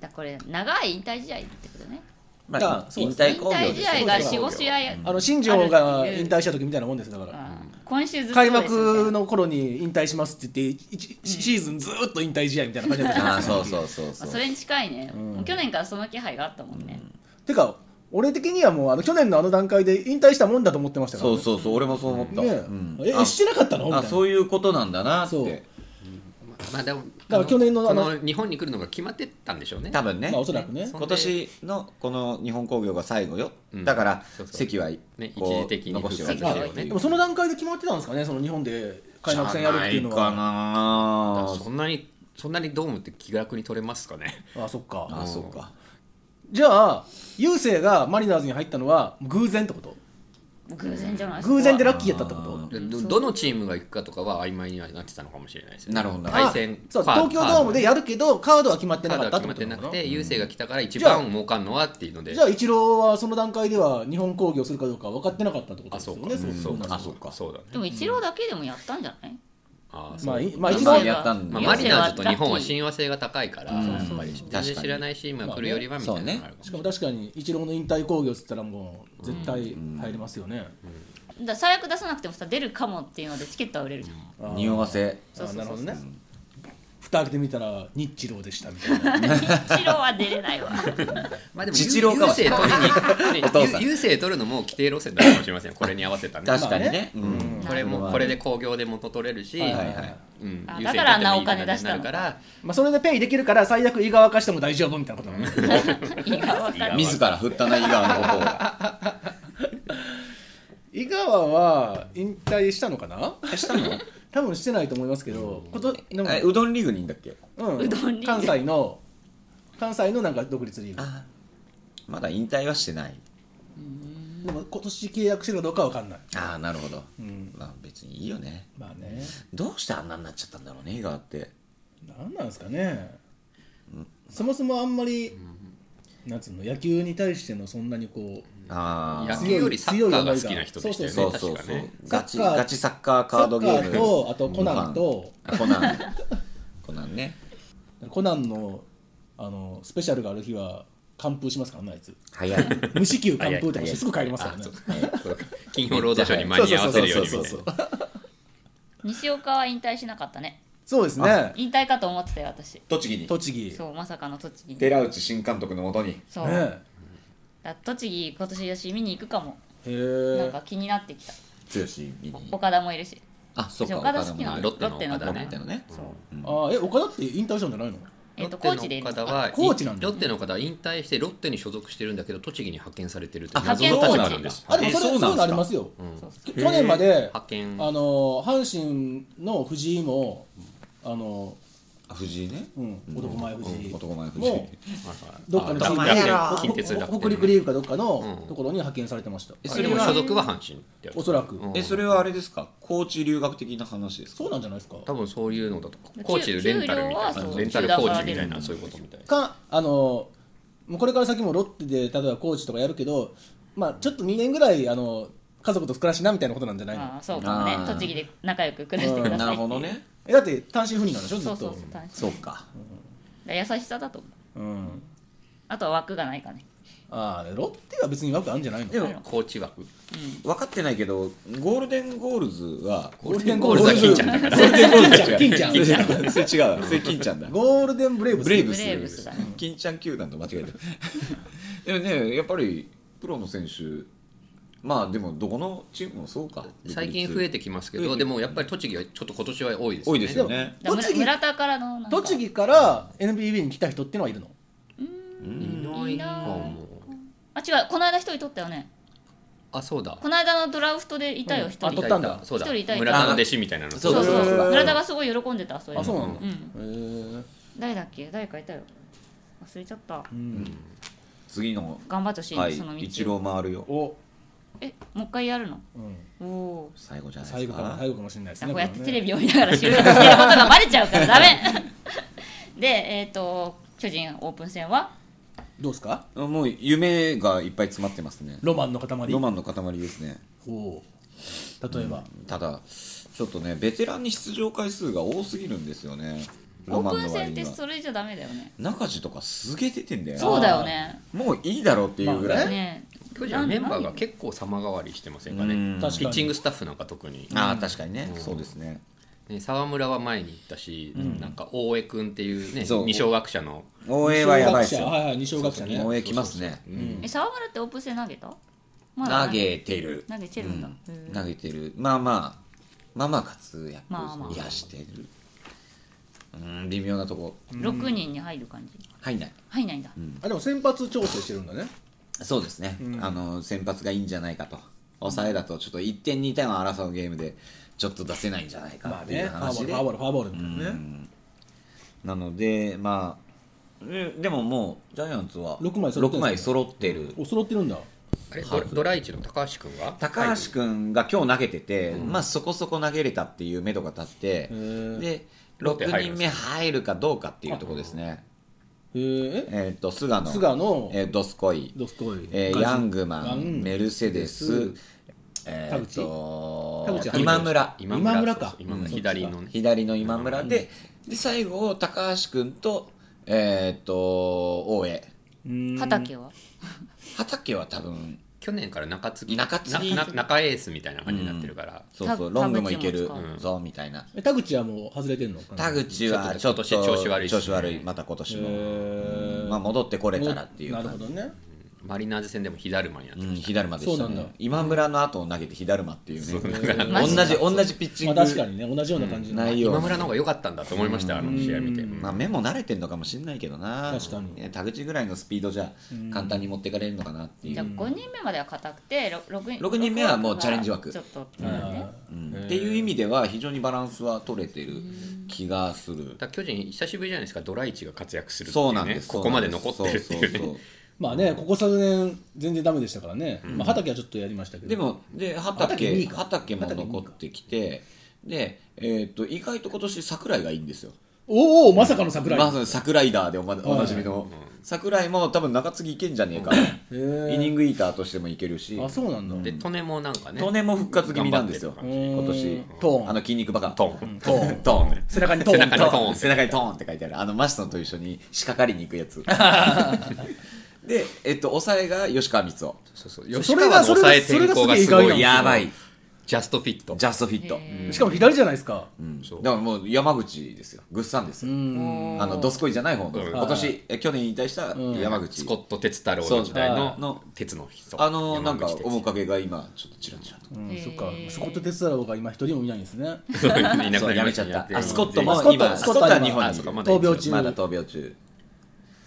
[SPEAKER 1] らこれ長い引退試合ってことね
[SPEAKER 3] ま
[SPEAKER 2] だか
[SPEAKER 3] あ
[SPEAKER 2] らそう
[SPEAKER 3] 引
[SPEAKER 2] です
[SPEAKER 3] 退
[SPEAKER 1] 引
[SPEAKER 3] 工業
[SPEAKER 1] 退
[SPEAKER 3] で
[SPEAKER 1] 試
[SPEAKER 3] す
[SPEAKER 1] 合
[SPEAKER 3] よ
[SPEAKER 1] が
[SPEAKER 4] そう
[SPEAKER 1] 45
[SPEAKER 4] そう
[SPEAKER 1] 試合ある
[SPEAKER 2] あの、新庄が引退した時みたいなもんですだから。
[SPEAKER 1] あー今週ずっと
[SPEAKER 2] 開
[SPEAKER 1] そうですよね
[SPEAKER 2] 幕の頃に引退しますって言って、一シーズンずーっと引退試合みたいな感じだったじゃ
[SPEAKER 3] あ
[SPEAKER 2] ん
[SPEAKER 3] あそうそうそう
[SPEAKER 1] ま
[SPEAKER 3] そ
[SPEAKER 1] あ
[SPEAKER 3] う
[SPEAKER 1] それに近いね、
[SPEAKER 2] ん
[SPEAKER 1] もう去年からその気配があったもんね、
[SPEAKER 2] てか、俺的にはもう、あの、去年のあの段階で引退したもんだと思ってましたから
[SPEAKER 3] そ
[SPEAKER 2] ね。
[SPEAKER 3] うそうそう俺もそう思った
[SPEAKER 2] ね
[SPEAKER 3] うん
[SPEAKER 2] え、えしてなかったのみ
[SPEAKER 3] あ
[SPEAKER 2] たい
[SPEAKER 3] あ
[SPEAKER 2] な
[SPEAKER 3] そういうことなんだなっ
[SPEAKER 2] そう
[SPEAKER 3] て
[SPEAKER 4] まあでも
[SPEAKER 2] だから去年のあ
[SPEAKER 4] こ
[SPEAKER 2] の
[SPEAKER 4] の日本に来るのが決まってたんでしょうね
[SPEAKER 3] 多分ね
[SPEAKER 2] まあおそらくね
[SPEAKER 4] そ
[SPEAKER 3] 今年のこの日本工業が最後よ
[SPEAKER 4] うん
[SPEAKER 3] だから
[SPEAKER 4] そうそう
[SPEAKER 3] 席は
[SPEAKER 4] ね
[SPEAKER 3] こう
[SPEAKER 4] 一時的に
[SPEAKER 3] 残してお
[SPEAKER 1] 席は置い
[SPEAKER 3] く
[SPEAKER 1] て
[SPEAKER 2] でもその段階で決まってたんですかねその日本で開幕戦やるっていうの
[SPEAKER 3] じゃ
[SPEAKER 2] は
[SPEAKER 4] だ
[SPEAKER 3] な
[SPEAKER 4] か
[SPEAKER 3] い
[SPEAKER 4] ら
[SPEAKER 3] かな
[SPEAKER 4] そんなにそんなにドームって気楽に取れますかね
[SPEAKER 2] あそっか
[SPEAKER 3] あそうか
[SPEAKER 2] じゃあ雄星がマリナーズに入ったのは偶然ってこと
[SPEAKER 1] 偶然じゃないですか
[SPEAKER 2] 偶然でラッキーやったってこ
[SPEAKER 3] あー
[SPEAKER 2] と
[SPEAKER 4] でどどのチームが行くかとかは曖昧にはなってたのかもしれないですよね
[SPEAKER 3] なるほど
[SPEAKER 4] 対戦
[SPEAKER 2] そう
[SPEAKER 4] カード
[SPEAKER 2] 東京ドームでやるけどカードは決まって
[SPEAKER 4] カ
[SPEAKER 2] な
[SPEAKER 4] ード
[SPEAKER 2] か
[SPEAKER 4] は
[SPEAKER 2] ったって
[SPEAKER 4] 決ま
[SPEAKER 2] ことな
[SPEAKER 4] ってなく
[SPEAKER 2] の
[SPEAKER 4] て優勢が来たから一
[SPEAKER 2] じゃ
[SPEAKER 4] 番儲かんのはっていうので
[SPEAKER 2] じゃあイチローはその段階では日本工業するかどうか分かってなかったってこと
[SPEAKER 4] あ
[SPEAKER 2] ですよ
[SPEAKER 4] そうか
[SPEAKER 2] ね
[SPEAKER 4] ん
[SPEAKER 2] そう
[SPEAKER 4] あ
[SPEAKER 2] な
[SPEAKER 4] そうかそうだね
[SPEAKER 1] でもイチローだけでもやったんじゃない、
[SPEAKER 4] あーそう
[SPEAKER 2] まあいまあ一
[SPEAKER 1] 一
[SPEAKER 2] 度
[SPEAKER 1] 度
[SPEAKER 3] やったんだ
[SPEAKER 4] ま
[SPEAKER 3] ま
[SPEAKER 4] あ、
[SPEAKER 3] あ
[SPEAKER 4] マリナーズと日本は親和性が高いから、やっぱり
[SPEAKER 3] 確
[SPEAKER 4] 全然
[SPEAKER 3] かに
[SPEAKER 4] 知らないチームが来るよりはみたいなのがあるかも
[SPEAKER 2] しかも確かにイチローの引退工業っつったらもう絶対入れますよね
[SPEAKER 1] だから最悪出さなくてもさ出るかもっていうのでチケットは売れるじゃん、
[SPEAKER 2] あー
[SPEAKER 3] 匂わせ
[SPEAKER 1] そう
[SPEAKER 2] あ
[SPEAKER 1] そう
[SPEAKER 2] ー
[SPEAKER 1] そう
[SPEAKER 2] な
[SPEAKER 1] そ
[SPEAKER 2] るほ
[SPEAKER 1] う
[SPEAKER 2] どね蓋開けてみたら日チローでしたみたい な
[SPEAKER 1] イチローは出れないわ
[SPEAKER 4] まあでも
[SPEAKER 3] 父郎かもしれない
[SPEAKER 4] 優勢取りに
[SPEAKER 3] お父さん
[SPEAKER 4] 優勢取るのも規定路線だったかもしれませんこれに合わせたね
[SPEAKER 3] 確かにね
[SPEAKER 2] まあね
[SPEAKER 3] うん
[SPEAKER 1] うん
[SPEAKER 4] これもこれで興行で元取れるし、
[SPEAKER 2] はい
[SPEAKER 3] はいはい
[SPEAKER 4] うん
[SPEAKER 1] あ
[SPEAKER 4] 優
[SPEAKER 1] だ
[SPEAKER 4] 勢
[SPEAKER 1] から
[SPEAKER 4] 取ってもいい
[SPEAKER 1] お金出
[SPEAKER 4] 形
[SPEAKER 1] し
[SPEAKER 4] に
[SPEAKER 1] た
[SPEAKER 4] な
[SPEAKER 1] の
[SPEAKER 4] る
[SPEAKER 1] か
[SPEAKER 4] から
[SPEAKER 2] まあそれでペイできるから最悪井川化しても大丈夫みたいなことなの
[SPEAKER 1] 意外わかんない
[SPEAKER 3] 自ら振ったな井川のことを
[SPEAKER 2] 井川は引退したのかなしたの 多分してないと思いますけどこと でも
[SPEAKER 3] えうどんリーグにいんだっけ
[SPEAKER 2] うん
[SPEAKER 1] うどんリーグ
[SPEAKER 2] 関西の関西のなんか独立リーグ
[SPEAKER 3] あまだ引退はしてない
[SPEAKER 2] でも今年契約してるかどうかは分かんない、
[SPEAKER 3] ああなるほど
[SPEAKER 2] うん、
[SPEAKER 3] まあ別にいいよね
[SPEAKER 2] まあね
[SPEAKER 3] どうしてあんなになっちゃったんだろうね井川って
[SPEAKER 2] なんなんですかね、そもそもあんまり、なんつうの野球に対してのそんなにこう
[SPEAKER 3] ああ
[SPEAKER 4] 野球よりサッカーが好きな人でしたよね
[SPEAKER 3] そうそう
[SPEAKER 4] 確
[SPEAKER 3] そ
[SPEAKER 4] か
[SPEAKER 3] う
[SPEAKER 4] ね
[SPEAKER 3] ガチ
[SPEAKER 2] サッカー
[SPEAKER 3] ガチサッカーカードゲーム
[SPEAKER 2] サッカーとあとコナンと
[SPEAKER 3] あコナン コナンね
[SPEAKER 2] コナンのあのスペシャルがある日は完封しますからねあいつ
[SPEAKER 3] 早い
[SPEAKER 2] 無四球完封と
[SPEAKER 3] 早
[SPEAKER 2] か
[SPEAKER 3] い
[SPEAKER 2] してすぐ帰りますからね
[SPEAKER 4] あそうそうか金曜ロードショーに間に合わせるようにみたいな
[SPEAKER 3] そうそうそうそう
[SPEAKER 1] 西岡は引退しなかったね
[SPEAKER 2] そうですね
[SPEAKER 1] 引退かと思ってたよ私
[SPEAKER 3] 栃木に
[SPEAKER 2] 栃木
[SPEAKER 1] そうまさかの栃木に
[SPEAKER 3] 寺内新監督のもとに
[SPEAKER 1] そう、
[SPEAKER 2] ね
[SPEAKER 1] だ栃木今年だし見に行くかも
[SPEAKER 2] へ
[SPEAKER 1] なん
[SPEAKER 2] え
[SPEAKER 1] か気になってきた
[SPEAKER 3] 剛見に
[SPEAKER 1] 岡田もいるし
[SPEAKER 3] ああそうか
[SPEAKER 1] 岡田好きなの
[SPEAKER 3] 岡田もね
[SPEAKER 4] ロッテの岡田ね
[SPEAKER 1] ロッ
[SPEAKER 3] ロッテのね
[SPEAKER 1] そう
[SPEAKER 2] ああえ岡田って引退したんじゃないの
[SPEAKER 1] えっと
[SPEAKER 4] ロ
[SPEAKER 1] 高
[SPEAKER 4] ッ
[SPEAKER 1] 知
[SPEAKER 4] テ
[SPEAKER 1] で
[SPEAKER 4] の岡田は
[SPEAKER 2] あ高知なんだ
[SPEAKER 4] ロッテの岡田は引退してロッテに所属してるんだけど栃木に派遣されてるって
[SPEAKER 3] あ
[SPEAKER 4] 謎
[SPEAKER 1] 派遣
[SPEAKER 4] の
[SPEAKER 1] コーチ
[SPEAKER 4] 立場なんです
[SPEAKER 2] あでもそれ
[SPEAKER 3] えそ
[SPEAKER 2] そ
[SPEAKER 3] う
[SPEAKER 2] う
[SPEAKER 3] なん
[SPEAKER 2] いう
[SPEAKER 3] すか
[SPEAKER 2] のありますよ
[SPEAKER 4] うん
[SPEAKER 2] 去年まであ
[SPEAKER 4] 派遣
[SPEAKER 2] の阪神の藤井もあの、
[SPEAKER 3] あ藤井ね
[SPEAKER 2] うん、男前藤井、
[SPEAKER 3] うん男前藤井
[SPEAKER 2] もうどっかのチーム
[SPEAKER 3] あ
[SPEAKER 2] で
[SPEAKER 3] や
[SPEAKER 2] ほ
[SPEAKER 3] ろ
[SPEAKER 4] 近鉄楽天
[SPEAKER 2] 北陸リーグかどっかの
[SPEAKER 4] うん
[SPEAKER 2] ところに派遣されてました、
[SPEAKER 3] え
[SPEAKER 4] あ
[SPEAKER 3] それ
[SPEAKER 4] で
[SPEAKER 3] は
[SPEAKER 4] も所属は阪神ってやつ
[SPEAKER 2] おそらく、
[SPEAKER 4] うん
[SPEAKER 3] えそれはあれですか高知留学的な話ですか
[SPEAKER 2] そうなんじゃないですか
[SPEAKER 4] 多分そういうのだとコーチでレンタル
[SPEAKER 1] 給
[SPEAKER 4] みたい
[SPEAKER 1] 料はそ
[SPEAKER 4] な
[SPEAKER 1] う
[SPEAKER 4] レンタルコーチみたいなそういうことみたいな
[SPEAKER 2] かあのもうこれから先もロッテで例えばコーチとかやるけど、まあ、ちょっと2年ぐらいあの家族と暮らしなみたいなことなんじゃないの
[SPEAKER 1] ああそうかもね
[SPEAKER 3] あー
[SPEAKER 1] 栃木で仲良く暮らしてください って
[SPEAKER 3] なる
[SPEAKER 1] いう
[SPEAKER 3] ほどね
[SPEAKER 2] えだって単身赴任なんでしょずっ
[SPEAKER 1] そ
[SPEAKER 2] と
[SPEAKER 1] うそうそう単身
[SPEAKER 3] そうか
[SPEAKER 1] だから優しさだと思う
[SPEAKER 2] うん、
[SPEAKER 1] あとは枠がないかね
[SPEAKER 2] ああロッテは別に枠あるんじゃないの
[SPEAKER 3] でも
[SPEAKER 4] コーチ枠
[SPEAKER 3] 分かってないけどゴールデンゴールズは
[SPEAKER 4] ゴールデンゴールズは金ちゃんだから
[SPEAKER 2] ゴールデンゴールズは金ちゃん
[SPEAKER 3] 金ちゃんそれ違うそれ金ちゃんだ
[SPEAKER 2] ゴールデンブレイブス
[SPEAKER 3] ブレイ
[SPEAKER 1] ブ
[SPEAKER 3] ブス
[SPEAKER 1] レーブスだね
[SPEAKER 3] 金ちゃん球団と間違えたでもねやっぱりプロの選手まあでもどこのチームもそうか
[SPEAKER 4] 最近増えてきますけ
[SPEAKER 3] 増え
[SPEAKER 4] ど
[SPEAKER 3] て
[SPEAKER 4] でもやっぱり栃木はちょっと今年は多いです
[SPEAKER 3] 多いですよね
[SPEAKER 1] だから
[SPEAKER 2] 栃木
[SPEAKER 1] 村田からのなんか
[SPEAKER 2] 栃木から NBB に来た人ってのはいるの
[SPEAKER 4] いないかも
[SPEAKER 1] あ違うこの間一人取ったよね
[SPEAKER 4] あそうだ
[SPEAKER 1] この間のドラフトでいたよ一
[SPEAKER 2] あ
[SPEAKER 1] 人
[SPEAKER 2] 取ったんだ
[SPEAKER 4] そうだ
[SPEAKER 1] 一人いたいた
[SPEAKER 4] 村田の弟子みたいなの
[SPEAKER 1] そうそう
[SPEAKER 3] そうだ
[SPEAKER 1] 村田がすごい喜んでたそれ
[SPEAKER 2] あそうなんだ、
[SPEAKER 1] う
[SPEAKER 2] へ
[SPEAKER 1] ん
[SPEAKER 2] え
[SPEAKER 1] 誰だっけ誰かいたよ忘れちゃった
[SPEAKER 2] うん、
[SPEAKER 3] 次の
[SPEAKER 1] 頑張ってほしいね
[SPEAKER 3] はい
[SPEAKER 1] その道
[SPEAKER 3] 一郎回るよ
[SPEAKER 2] お、
[SPEAKER 1] えもう一回やるの
[SPEAKER 2] うん、
[SPEAKER 1] おおー
[SPEAKER 3] 最後じゃないで
[SPEAKER 2] 最
[SPEAKER 3] す
[SPEAKER 2] 後かも
[SPEAKER 3] か
[SPEAKER 2] 最後かもしれないです
[SPEAKER 1] あ
[SPEAKER 2] ね
[SPEAKER 1] こうやって
[SPEAKER 2] れね
[SPEAKER 1] テレビを見ながら収録してることがバレちゃうからダメ でえっ、と巨人オープン戦は
[SPEAKER 2] どうですか
[SPEAKER 3] もう夢がいっぱい詰まってますね
[SPEAKER 2] ロマンの塊
[SPEAKER 3] ロマンの塊ですね
[SPEAKER 2] おー例えば、
[SPEAKER 3] ただちょっとねベテランに出場回数が多すぎるんですよねロ
[SPEAKER 1] オー
[SPEAKER 3] マン
[SPEAKER 1] プン
[SPEAKER 3] の割
[SPEAKER 1] 戦っ
[SPEAKER 3] に
[SPEAKER 1] て
[SPEAKER 3] は
[SPEAKER 1] それじゃダメだよね
[SPEAKER 3] 中地とかすげえ出てんだよな
[SPEAKER 1] そうだよね
[SPEAKER 3] もういいだろうっていうぐらい、
[SPEAKER 1] ね
[SPEAKER 4] 巨人はメンバーが結構様変わりしてませんかね
[SPEAKER 3] うん
[SPEAKER 2] 確か
[SPEAKER 4] ピ
[SPEAKER 2] に
[SPEAKER 4] ッチングスタッフなんか特に
[SPEAKER 3] ああ確かにね、
[SPEAKER 4] うん
[SPEAKER 3] そうですね
[SPEAKER 4] ね沢村は前に行ったしなんか大江君っていうね
[SPEAKER 3] そう
[SPEAKER 4] 二小学者の
[SPEAKER 3] 応援はやばいです
[SPEAKER 2] 二小学
[SPEAKER 3] よ
[SPEAKER 2] 者はいはい二小学者
[SPEAKER 3] 応
[SPEAKER 2] ね
[SPEAKER 3] 援きますね
[SPEAKER 1] え沢村ってオープン戦投げたまだ
[SPEAKER 3] 投げてる
[SPEAKER 1] 投げてるんだへー
[SPEAKER 3] 投げてるまあまあまあまあ活躍
[SPEAKER 1] まあまあ
[SPEAKER 3] いやしてるうん微妙なとこ
[SPEAKER 1] 6人に入る感じ
[SPEAKER 3] 入んない
[SPEAKER 1] 入んないんだ
[SPEAKER 2] あでも先発調整してるんだね
[SPEAKER 3] そうですね、
[SPEAKER 2] うん
[SPEAKER 3] あの先発がいいんじゃないかと抑えだとちょっと1点2点を争うゲームでちょっと出せないんじゃないか
[SPEAKER 2] まあ
[SPEAKER 3] っていう
[SPEAKER 2] ねファーボー
[SPEAKER 3] 話
[SPEAKER 2] ル
[SPEAKER 3] で、
[SPEAKER 2] ファーボールファーボールみたいな
[SPEAKER 3] う
[SPEAKER 2] ね
[SPEAKER 3] んなのでまあででももうジャイアンツは
[SPEAKER 2] 六枚揃ってるんですね
[SPEAKER 3] 六枚揃ってる
[SPEAKER 2] お揃ってるんだ
[SPEAKER 4] あれドドライチの高橋君は
[SPEAKER 3] 高橋君が今日投げてて、まあそこそこ投げれたっていう目処が立って、
[SPEAKER 2] ー
[SPEAKER 3] で
[SPEAKER 4] ロッテ
[SPEAKER 3] 6
[SPEAKER 4] 入る
[SPEAKER 3] 人目入るかどうかっていうところですね、
[SPEAKER 2] へえ
[SPEAKER 3] えっ、と菅野
[SPEAKER 2] 菅野
[SPEAKER 3] えードスコイ、
[SPEAKER 2] どすこい
[SPEAKER 3] えーヤングマン、メルセデス、え
[SPEAKER 2] 田
[SPEAKER 3] ー、
[SPEAKER 2] 口
[SPEAKER 3] と
[SPEAKER 2] 田口は入る
[SPEAKER 3] 今村
[SPEAKER 4] 今
[SPEAKER 2] 今
[SPEAKER 4] 村
[SPEAKER 2] 村
[SPEAKER 4] そう
[SPEAKER 2] か
[SPEAKER 4] そう今村
[SPEAKER 2] うん
[SPEAKER 4] 左のね
[SPEAKER 3] 左の今村で,、で最後高橋君と,、えー、と大江
[SPEAKER 1] 畑は
[SPEAKER 3] 畑は多分
[SPEAKER 4] 去年から中継ぎ
[SPEAKER 3] 中継ぎ
[SPEAKER 4] なな中エースみたいな感じになってるから、
[SPEAKER 3] そうそう
[SPEAKER 1] 田
[SPEAKER 3] ロングもいける
[SPEAKER 1] 田口も使
[SPEAKER 3] ぞみたいな、
[SPEAKER 2] え田口はもう外れてんの
[SPEAKER 3] 田口はち
[SPEAKER 4] ち
[SPEAKER 3] ょ
[SPEAKER 4] ょ
[SPEAKER 3] っ
[SPEAKER 4] っ
[SPEAKER 3] と
[SPEAKER 4] と今年調子悪いし
[SPEAKER 3] 調子悪いまた今年も、
[SPEAKER 2] へー
[SPEAKER 3] まあ、戻ってこれたらっていう
[SPEAKER 2] な
[SPEAKER 3] 感
[SPEAKER 2] る
[SPEAKER 3] じ
[SPEAKER 2] ほどね
[SPEAKER 4] マリナーズ戦でも火だるまになって
[SPEAKER 3] う
[SPEAKER 4] る、
[SPEAKER 3] ん、火だるまでし
[SPEAKER 2] そ
[SPEAKER 3] た
[SPEAKER 2] うなん
[SPEAKER 3] ね
[SPEAKER 2] だ
[SPEAKER 3] 今村の後を投げて火だるまっていうね
[SPEAKER 1] マジ
[SPEAKER 3] 同じ同じピッチン
[SPEAKER 2] ま
[SPEAKER 3] グ、
[SPEAKER 2] あ確かにね同じような感じの
[SPEAKER 3] 内容
[SPEAKER 4] 今村の方が良かったんだと思いました、あの試合見て、うん
[SPEAKER 3] まあ、目も慣れてるのかもしれないけどな
[SPEAKER 2] 確かに
[SPEAKER 3] ね田口ぐらいのスピードじゃ簡単に持っていかれるのかなってい
[SPEAKER 1] じゃ
[SPEAKER 3] う、
[SPEAKER 1] あ
[SPEAKER 3] うん
[SPEAKER 1] 5人目までは硬くてろ六人
[SPEAKER 3] 六人目はもうチャレンジ枠
[SPEAKER 1] ちょっと
[SPEAKER 2] あ
[SPEAKER 1] ね
[SPEAKER 2] ーへー
[SPEAKER 3] っていう意味では非常にバランスは取れてる気がする、
[SPEAKER 4] だから巨人久しぶりじゃないですかドライチが活躍するってい
[SPEAKER 3] そううなん
[SPEAKER 4] ね
[SPEAKER 3] です
[SPEAKER 4] ここまで残ってるっていう
[SPEAKER 3] そ
[SPEAKER 4] ね
[SPEAKER 3] うそうそう
[SPEAKER 2] まあねここ3年全然ダメでしたからねまあ畑はちょっとやりましたけど
[SPEAKER 3] でもで
[SPEAKER 2] 畑二
[SPEAKER 3] 畑
[SPEAKER 2] 位か
[SPEAKER 3] 畑も
[SPEAKER 2] 畑二位か
[SPEAKER 3] 残ってきてで、えー、と意外と今年桜井がいいんですよ
[SPEAKER 2] おおまさかの桜井
[SPEAKER 3] まず桜井ダーでおまおなじみの、桜井も多分中継ぎいけんじゃねえか、
[SPEAKER 2] へー
[SPEAKER 3] イニングイーターとしてもいけるし
[SPEAKER 2] あそうなんだ
[SPEAKER 4] で利根もなんかね
[SPEAKER 3] トネも復活気味なんですよ
[SPEAKER 4] 頑
[SPEAKER 3] 今年
[SPEAKER 2] トーン
[SPEAKER 3] あの筋肉バカ
[SPEAKER 4] トーン
[SPEAKER 2] トーン
[SPEAKER 3] トーン
[SPEAKER 2] 背中にトーン
[SPEAKER 4] 背中にトーン
[SPEAKER 3] 背中にトーンって書いてあるあのマシソンと一緒に仕掛かりに行くや つでえっと抑えが吉川光雄
[SPEAKER 4] そうそう
[SPEAKER 2] そ
[SPEAKER 4] 吉
[SPEAKER 2] れ
[SPEAKER 4] 川の
[SPEAKER 2] が
[SPEAKER 4] 抑え
[SPEAKER 2] それ
[SPEAKER 4] 転
[SPEAKER 2] が
[SPEAKER 4] 向が
[SPEAKER 2] それがす
[SPEAKER 4] す
[SPEAKER 2] げえ意外
[SPEAKER 4] ご
[SPEAKER 2] なんです
[SPEAKER 4] い
[SPEAKER 2] よ
[SPEAKER 3] やばい
[SPEAKER 4] ジャストフィット
[SPEAKER 3] ジャストフィット、
[SPEAKER 1] へ
[SPEAKER 2] しかも左じゃないですか。
[SPEAKER 3] うん、
[SPEAKER 4] そう
[SPEAKER 3] だからもう山口ですよぐっさんです
[SPEAKER 2] う
[SPEAKER 3] よ、
[SPEAKER 2] ん。
[SPEAKER 3] あのどすこいじゃない方の、
[SPEAKER 4] うん
[SPEAKER 3] 今年え去年引退した山口、
[SPEAKER 4] スコット哲太郎の時代の
[SPEAKER 3] そうの
[SPEAKER 4] 鉄の人
[SPEAKER 3] あのな
[SPEAKER 4] 山
[SPEAKER 3] んか
[SPEAKER 4] 口
[SPEAKER 3] 面影が今ちょっとちらちらと
[SPEAKER 2] うん
[SPEAKER 1] へー
[SPEAKER 2] そっか。スコット・テスラが今一人もいないんですね。
[SPEAKER 4] 哲太 いなく
[SPEAKER 3] そ
[SPEAKER 4] な
[SPEAKER 3] う
[SPEAKER 4] り
[SPEAKER 3] や
[SPEAKER 4] ま
[SPEAKER 3] め
[SPEAKER 4] し
[SPEAKER 3] ちゃ
[SPEAKER 4] た
[SPEAKER 3] った
[SPEAKER 4] ね
[SPEAKER 3] あスコット
[SPEAKER 2] あ
[SPEAKER 3] も
[SPEAKER 2] スコット
[SPEAKER 3] 今
[SPEAKER 2] は
[SPEAKER 3] スコットは日
[SPEAKER 4] あ
[SPEAKER 3] 本に
[SPEAKER 4] そ
[SPEAKER 3] い
[SPEAKER 4] っかま
[SPEAKER 3] る
[SPEAKER 4] だいる
[SPEAKER 2] 闘病中
[SPEAKER 3] まだ闘病中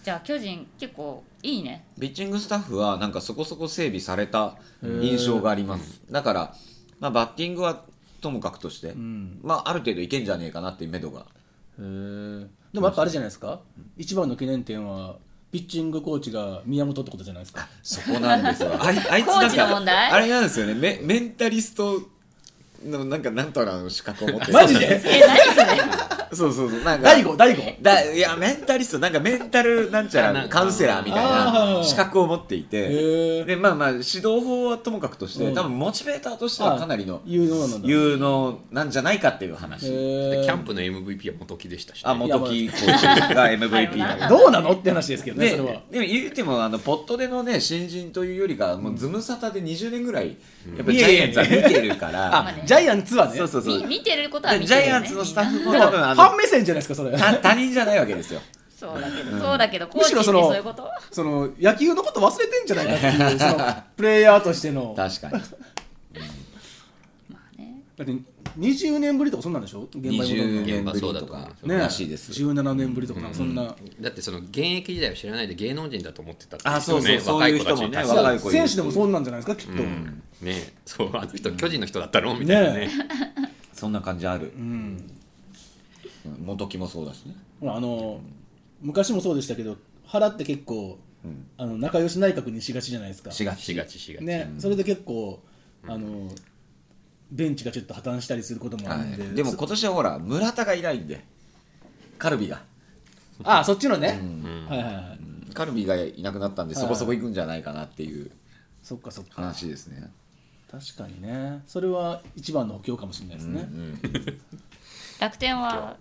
[SPEAKER 1] じゃあ巨人結構いいね
[SPEAKER 3] ピッチングスタッフはなんかそこそこ整備された印象がありますだから、まあ、バッティングはともかくとして、
[SPEAKER 2] ん
[SPEAKER 3] まあ、ある程度いけんじゃねえかなっていう目処が
[SPEAKER 2] へーでもやっぱあれじゃないですか。一番の懸念点は、ピッチングコーチが宮本ってことじゃないですか。
[SPEAKER 3] そこなんですよあいあいつ
[SPEAKER 1] コ
[SPEAKER 3] な
[SPEAKER 1] ー
[SPEAKER 3] ん
[SPEAKER 1] チの
[SPEAKER 3] か
[SPEAKER 1] 問題
[SPEAKER 3] あれなんですよねメメンタリストのなんかなんとかの資格を持ってる
[SPEAKER 2] マ ジで
[SPEAKER 1] え何それ
[SPEAKER 3] そうそうそうなんか
[SPEAKER 2] 大悟、大悟。
[SPEAKER 3] だいやメンタリストなんかメンタルなんちゃ
[SPEAKER 4] あな
[SPEAKER 3] ら
[SPEAKER 4] んか
[SPEAKER 3] カウンセラーみたい
[SPEAKER 2] あー
[SPEAKER 3] な資格を持ってい
[SPEAKER 2] へー
[SPEAKER 3] てでまあまあ指導法はともかくとして、
[SPEAKER 2] うん
[SPEAKER 3] 多分モチベーターとしてはかなりの
[SPEAKER 2] 有能なんだ。
[SPEAKER 3] 有能なんじゃないかっていう話、
[SPEAKER 2] へー
[SPEAKER 4] キャンプの MVP は元木でしたしね、
[SPEAKER 3] あ元木コーチが MVP
[SPEAKER 1] いやま
[SPEAKER 3] な
[SPEAKER 1] あ
[SPEAKER 3] の
[SPEAKER 2] どうなのって話ですけどね、
[SPEAKER 3] で
[SPEAKER 2] それは。
[SPEAKER 3] でも言うてもあのポットでのね新人というよりかもうズムサタで20年ぐらい、やっぱジャイアンツは見てるか
[SPEAKER 1] まあ
[SPEAKER 3] ら
[SPEAKER 1] ね
[SPEAKER 2] ジャイアンツはね。
[SPEAKER 3] そうそうそう
[SPEAKER 1] み見てることは見
[SPEAKER 3] で
[SPEAKER 1] て
[SPEAKER 3] ジ
[SPEAKER 1] るよ、ね、
[SPEAKER 3] ャイアンツのスタッフも
[SPEAKER 2] でも
[SPEAKER 3] 多分あ
[SPEAKER 2] 半
[SPEAKER 3] の
[SPEAKER 2] 目線じゃないですか、それ。
[SPEAKER 3] 他他人じゃないわけですよ
[SPEAKER 1] そうだけど、そうだけどコー
[SPEAKER 2] む
[SPEAKER 1] チ
[SPEAKER 2] し
[SPEAKER 1] っ
[SPEAKER 2] ろ
[SPEAKER 1] てそ
[SPEAKER 2] その
[SPEAKER 1] ういうこと
[SPEAKER 2] その野球のこと忘れてんじゃないかっていうそのプレイヤーとしてのだ
[SPEAKER 3] 確かに
[SPEAKER 2] って20年ぶりとかそんなんでしょ現場に戻るの
[SPEAKER 3] 20年ぶり
[SPEAKER 4] 現場
[SPEAKER 3] と
[SPEAKER 4] そうだと
[SPEAKER 3] か
[SPEAKER 4] 思
[SPEAKER 2] ね
[SPEAKER 3] らしいですよ
[SPEAKER 2] 17年ぶりとかなんかそんな、
[SPEAKER 4] だってその現役時代を知らないで芸能人だと思ってたって
[SPEAKER 3] あそうそう
[SPEAKER 4] ね
[SPEAKER 3] そう
[SPEAKER 4] 若
[SPEAKER 3] い
[SPEAKER 4] いう子
[SPEAKER 3] 人
[SPEAKER 4] たち
[SPEAKER 3] も
[SPEAKER 4] に
[SPEAKER 3] ね
[SPEAKER 4] 対して
[SPEAKER 3] 若い子いる
[SPEAKER 2] 選手でもそうなんじゃないですかきっと、
[SPEAKER 4] うんねそうあの人巨人の人だったのみたいなね
[SPEAKER 2] ね
[SPEAKER 3] そんな感じある
[SPEAKER 2] うん
[SPEAKER 3] 元木もそうだしね
[SPEAKER 2] ほらあの昔もそうでしたけど原って結構、あの仲良し内閣にしがちじゃないですか
[SPEAKER 3] しが
[SPEAKER 4] しがちしがち、
[SPEAKER 2] ね、それで結構あのベンチがちょっと破綻したりすることもあ
[SPEAKER 3] は
[SPEAKER 2] るんで、
[SPEAKER 3] いでも今年はほら村田がいないんでカルビが
[SPEAKER 2] あそっちのね、はいはいはい
[SPEAKER 3] カルビがいなくなったんで
[SPEAKER 2] はい
[SPEAKER 3] そこそこ行くんじゃないかなっていう
[SPEAKER 2] そっかそっか
[SPEAKER 3] 話ですね
[SPEAKER 2] 確かにねそれは一番の補強かもしれないですね、
[SPEAKER 1] 楽天は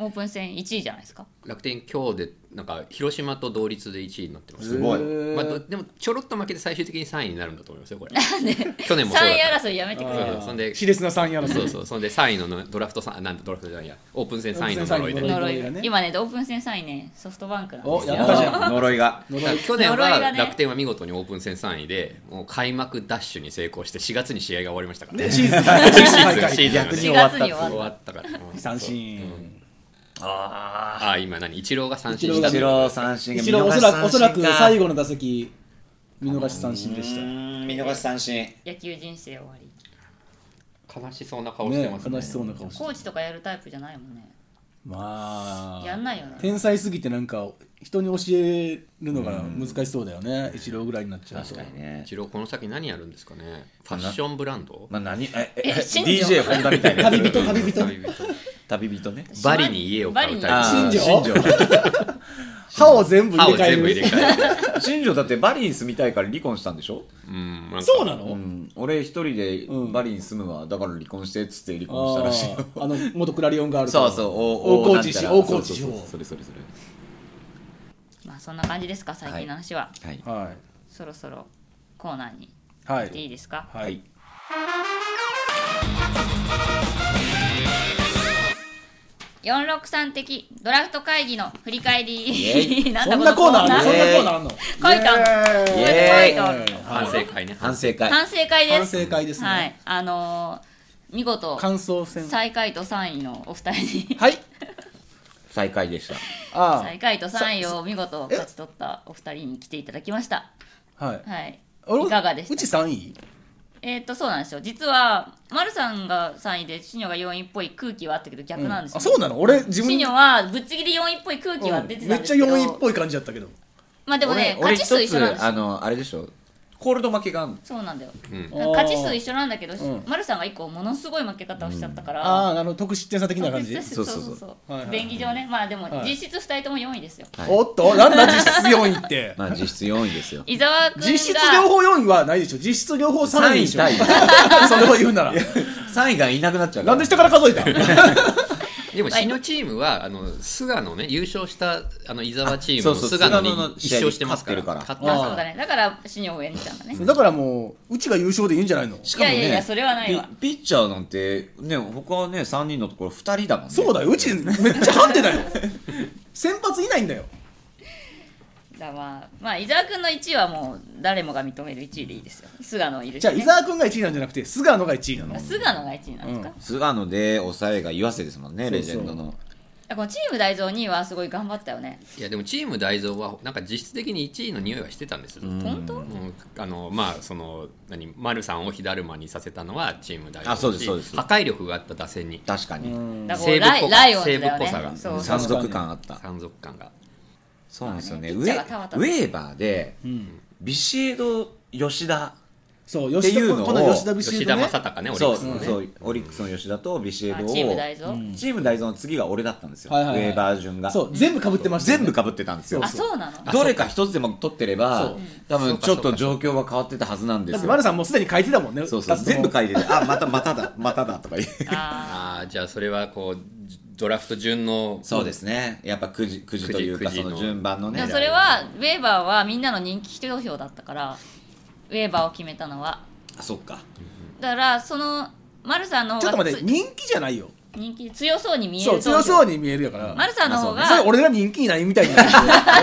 [SPEAKER 1] オープン戦1位じゃないですか
[SPEAKER 4] 楽天今日でなんか広島と同率で1位になってます、
[SPEAKER 3] すごい
[SPEAKER 2] へー
[SPEAKER 4] まあ、どでもちょろっと負けて最終的に3位になるんだと思いますよこれ去年もそう
[SPEAKER 1] 3
[SPEAKER 4] だっ
[SPEAKER 1] 位
[SPEAKER 4] た
[SPEAKER 1] 争いやめてくれ
[SPEAKER 4] そう
[SPEAKER 1] よ
[SPEAKER 4] そうそんで
[SPEAKER 2] 熾烈な3位争い
[SPEAKER 4] そうそうそんで3位ののドラフトさんあなんだドラフトじゃないやオープン戦3位の呪い
[SPEAKER 2] オープン戦三位の
[SPEAKER 4] で
[SPEAKER 1] 呪
[SPEAKER 2] 呪い
[SPEAKER 1] い
[SPEAKER 2] 呪いがね
[SPEAKER 1] 今ねオープン戦3位ねソフトバンクなんで
[SPEAKER 2] お
[SPEAKER 1] す
[SPEAKER 2] や
[SPEAKER 1] よ
[SPEAKER 2] ったじゃん
[SPEAKER 3] 呪いが
[SPEAKER 4] だから去年
[SPEAKER 1] 呪い
[SPEAKER 4] は
[SPEAKER 1] がね
[SPEAKER 4] 楽天は見事にオープン戦3位でもう開幕ダッシュに成功して4月に試合が終わりましたからね
[SPEAKER 2] シーズン最
[SPEAKER 4] シーズン
[SPEAKER 2] 下
[SPEAKER 4] シーズン
[SPEAKER 3] 逆
[SPEAKER 1] 4
[SPEAKER 3] に終わっ
[SPEAKER 1] 月
[SPEAKER 3] た
[SPEAKER 1] に終わ
[SPEAKER 4] 終
[SPEAKER 1] っ
[SPEAKER 4] わったから
[SPEAKER 2] 三振
[SPEAKER 3] あ
[SPEAKER 4] ああ今何イチローが三振
[SPEAKER 2] イチロー
[SPEAKER 4] した
[SPEAKER 3] 一
[SPEAKER 2] が
[SPEAKER 3] 郎三振
[SPEAKER 2] 一郎おそらくおそらく最
[SPEAKER 3] 後
[SPEAKER 2] 後の打席見逃し三振でした
[SPEAKER 3] 見逃し三振
[SPEAKER 1] た野球人生終わり
[SPEAKER 4] 悲しそうな顔して
[SPEAKER 2] ね
[SPEAKER 4] ますね
[SPEAKER 2] 悲しそうな顔して
[SPEAKER 1] コーチとかやるタイプじゃないもんね
[SPEAKER 2] ま
[SPEAKER 1] やん
[SPEAKER 2] あ
[SPEAKER 1] ないよね
[SPEAKER 2] 天才すぎてなんか人に教えるのが難しそうだよね一郎ぐらいになっちゃうと
[SPEAKER 3] 確かにね
[SPEAKER 4] イチローこの先何やるんですかねファッションブランド
[SPEAKER 3] まあ何えええ
[SPEAKER 1] え新庄
[SPEAKER 3] DJ 本田みたいなやつ
[SPEAKER 2] 旅人旅 人
[SPEAKER 4] 旅人
[SPEAKER 3] 旅人ね
[SPEAKER 4] バリに家を買うタイ
[SPEAKER 1] バ
[SPEAKER 4] プ
[SPEAKER 2] 新庄
[SPEAKER 3] あー新庄
[SPEAKER 2] 歯を全部
[SPEAKER 4] 歯
[SPEAKER 2] 入
[SPEAKER 4] を
[SPEAKER 2] れ替え
[SPEAKER 4] 全部
[SPEAKER 2] る
[SPEAKER 4] 入れ替える
[SPEAKER 3] 新庄だってバリに住みたいから離婚したんでしょ
[SPEAKER 4] うんなんか
[SPEAKER 2] そうな
[SPEAKER 3] う
[SPEAKER 2] の
[SPEAKER 3] ん俺一人で
[SPEAKER 2] うん
[SPEAKER 3] バリに住むわだから離婚してっつって離
[SPEAKER 2] あ
[SPEAKER 3] 婚したらしいよ
[SPEAKER 2] ーあの元クラリオンガール
[SPEAKER 3] そうそう
[SPEAKER 2] 大河内市大河内市
[SPEAKER 3] そうそ
[SPEAKER 2] 方
[SPEAKER 3] うそうそれそれそれ
[SPEAKER 1] まあそんな感じですか最近の話は、
[SPEAKER 3] はい
[SPEAKER 2] は
[SPEAKER 1] そろそろコーナーに
[SPEAKER 2] いは
[SPEAKER 1] 行っていい
[SPEAKER 2] い
[SPEAKER 1] ですか
[SPEAKER 2] はい
[SPEAKER 1] 463的ドラフト会議の振り返
[SPEAKER 3] イ
[SPEAKER 1] り
[SPEAKER 2] そんなコーナーある
[SPEAKER 1] 書
[SPEAKER 2] そ
[SPEAKER 1] い
[SPEAKER 2] ん
[SPEAKER 1] て
[SPEAKER 2] なコーナーあるの
[SPEAKER 1] ある書い
[SPEAKER 3] イエーイ
[SPEAKER 1] てある
[SPEAKER 4] 反省会ね
[SPEAKER 3] 反省会
[SPEAKER 1] 反省会です
[SPEAKER 2] 反省会ですね
[SPEAKER 1] はいあのー見事
[SPEAKER 2] 感想戦
[SPEAKER 1] 最下位と3位のお二人に
[SPEAKER 2] はい
[SPEAKER 3] 再会でした
[SPEAKER 2] あ
[SPEAKER 1] 最下位と3位を見事勝ち取ったお二人に来ていただきました
[SPEAKER 2] あはい
[SPEAKER 1] はい
[SPEAKER 2] あれ
[SPEAKER 1] いかがでした
[SPEAKER 2] うち3位
[SPEAKER 1] えっ、とそうなんですよ実は丸さんが3位でシニョが4位っぽい空気はあったけど逆なんですよ、
[SPEAKER 2] あそうなの俺自分
[SPEAKER 1] シニョはぶっちぎり4位っぽい空気は出て
[SPEAKER 2] め
[SPEAKER 1] たん
[SPEAKER 2] っ
[SPEAKER 1] で
[SPEAKER 2] ち
[SPEAKER 1] す
[SPEAKER 2] ゃ
[SPEAKER 1] けど、
[SPEAKER 2] 4位っぽい感じだったけど
[SPEAKER 1] まあでもね
[SPEAKER 3] 俺
[SPEAKER 1] 勝ち数
[SPEAKER 3] 俺
[SPEAKER 1] 一緒なん
[SPEAKER 3] 一
[SPEAKER 1] で
[SPEAKER 3] つ
[SPEAKER 1] す
[SPEAKER 3] あ
[SPEAKER 1] よ
[SPEAKER 3] のあれでしょコールド負けがあんの
[SPEAKER 1] そうなんだよ、
[SPEAKER 4] ん
[SPEAKER 1] 勝ち数一緒なんだけど、
[SPEAKER 2] ん
[SPEAKER 1] 丸さんが1個ものすごい負け方をしちゃったから、
[SPEAKER 2] あああの得失点差的な感じ
[SPEAKER 1] そうそう
[SPEAKER 3] そ
[SPEAKER 1] そうう
[SPEAKER 3] そ
[SPEAKER 1] そう、
[SPEAKER 2] はいはい
[SPEAKER 1] 便宜上ねまあでも
[SPEAKER 2] はい
[SPEAKER 1] 実質2人とも4位ですよ、
[SPEAKER 3] はい
[SPEAKER 2] おっとなんだ実質 4位って
[SPEAKER 3] まあ実質4位です よ
[SPEAKER 1] 伊沢君が
[SPEAKER 2] 実質両方4位はないでしょ実質両方3位でしょ
[SPEAKER 3] 三位
[SPEAKER 2] それを言うなら
[SPEAKER 3] 3位がいなくなっちゃう
[SPEAKER 2] なんで下から数えた
[SPEAKER 3] い
[SPEAKER 4] でも、死のチームは、あの、菅野ね、優勝した、あの、伊沢チーム
[SPEAKER 3] そ
[SPEAKER 4] の
[SPEAKER 3] うそう
[SPEAKER 4] 菅野に
[SPEAKER 3] 菅野の
[SPEAKER 4] 一勝してますから。
[SPEAKER 3] 勝ってるか
[SPEAKER 4] 勝って
[SPEAKER 1] あ
[SPEAKER 4] ます
[SPEAKER 1] そうだねだから新庄を応にしたんだね
[SPEAKER 2] だからもううちが優勝でいいんじゃないの
[SPEAKER 3] し
[SPEAKER 1] いやいやいやそれはないわ
[SPEAKER 3] ピピッチャーなんてね他はね3人のところ2人だもんね
[SPEAKER 2] そうだようちめっちゃハンデだよ先発いないんだよ
[SPEAKER 1] だわまあ伊沢君の1位はもう誰もが認める1位でいいですよ菅野いるし、ね、
[SPEAKER 2] じゃあ伊沢君が1位なんじゃなくて菅野が1位なの
[SPEAKER 1] あ菅野が1位なんですか、
[SPEAKER 2] うん
[SPEAKER 3] 菅野で抑えが岩瀬ですもんね
[SPEAKER 2] そうそう
[SPEAKER 3] レジェンドの
[SPEAKER 1] あこのチーム大蔵2位はすごい頑張ったよね
[SPEAKER 4] いやでもチーム大蔵はなんか実質的に1位の匂いはしてたんですよ、
[SPEAKER 3] うん
[SPEAKER 1] 本当
[SPEAKER 4] もうあのまあその何丸さんを火だるまにさせたのはチーム大蔵
[SPEAKER 3] あそうですそうです
[SPEAKER 4] 破壊力があった打線に
[SPEAKER 3] 確かに、
[SPEAKER 2] うん
[SPEAKER 1] だからこ
[SPEAKER 4] 西
[SPEAKER 1] う
[SPEAKER 4] 武っ
[SPEAKER 1] ラ
[SPEAKER 4] ぽ
[SPEAKER 1] イ
[SPEAKER 4] さ
[SPEAKER 1] ライオンズだよねそう
[SPEAKER 4] 西武っぽさが
[SPEAKER 1] そう
[SPEAKER 3] 山賊感あった
[SPEAKER 4] 山賊感が
[SPEAKER 3] そうなんですよね
[SPEAKER 1] まあね
[SPEAKER 3] ウ
[SPEAKER 1] ピッチ
[SPEAKER 3] ェ
[SPEAKER 1] ャーが田
[SPEAKER 3] ウ
[SPEAKER 1] 畑
[SPEAKER 3] ェーバーで
[SPEAKER 2] うん
[SPEAKER 3] ビシエド吉田
[SPEAKER 2] そう
[SPEAKER 3] って
[SPEAKER 2] 吉
[SPEAKER 3] いう
[SPEAKER 2] 田
[SPEAKER 3] のを
[SPEAKER 2] この吉田ビシ
[SPEAKER 4] 吉
[SPEAKER 2] エド
[SPEAKER 4] 田
[SPEAKER 2] ね
[SPEAKER 4] 正尚ねオリッ
[SPEAKER 3] そう
[SPEAKER 4] クスのね
[SPEAKER 3] そうオリックスの吉田とビシエド
[SPEAKER 1] あ
[SPEAKER 3] を
[SPEAKER 1] チーム大蔵、
[SPEAKER 2] うん
[SPEAKER 3] チーム大蔵の次が俺だったんですよ、
[SPEAKER 2] はいはいはい
[SPEAKER 3] ウェーバー順が
[SPEAKER 2] そう全部被ってましたよ
[SPEAKER 3] 全
[SPEAKER 2] ね
[SPEAKER 3] 部かぶってたんですよ
[SPEAKER 1] あそうなの
[SPEAKER 3] どれか一つでも取ってれば多分ちょっと状況は変わってたはずなんで
[SPEAKER 2] だっ
[SPEAKER 3] す
[SPEAKER 2] て
[SPEAKER 3] よ
[SPEAKER 2] 丸さんもうすでに書いてたもんね
[SPEAKER 3] そうそう
[SPEAKER 2] 二つとも
[SPEAKER 3] 全部書いててあまたまただまただとか言う
[SPEAKER 1] あ
[SPEAKER 4] ああじゃあそれはこうドラフト順の
[SPEAKER 3] そうですねやっぱくじくじというか
[SPEAKER 4] くじ
[SPEAKER 3] そ
[SPEAKER 4] くじの
[SPEAKER 3] の順番の
[SPEAKER 1] ー
[SPEAKER 3] ね
[SPEAKER 1] でもそれはウェーバーはみんなの人気投票だったからウェーバーを決めたのは
[SPEAKER 3] あそっか
[SPEAKER 1] だからその丸さんの
[SPEAKER 2] ちょっ
[SPEAKER 1] 方が
[SPEAKER 2] と待って
[SPEAKER 1] つ
[SPEAKER 2] 人気じゃないよ
[SPEAKER 1] 人気強そうに見える
[SPEAKER 2] そう強そううに見えるやから
[SPEAKER 1] 丸さんの方が、
[SPEAKER 2] それ俺が人気にないみたいになる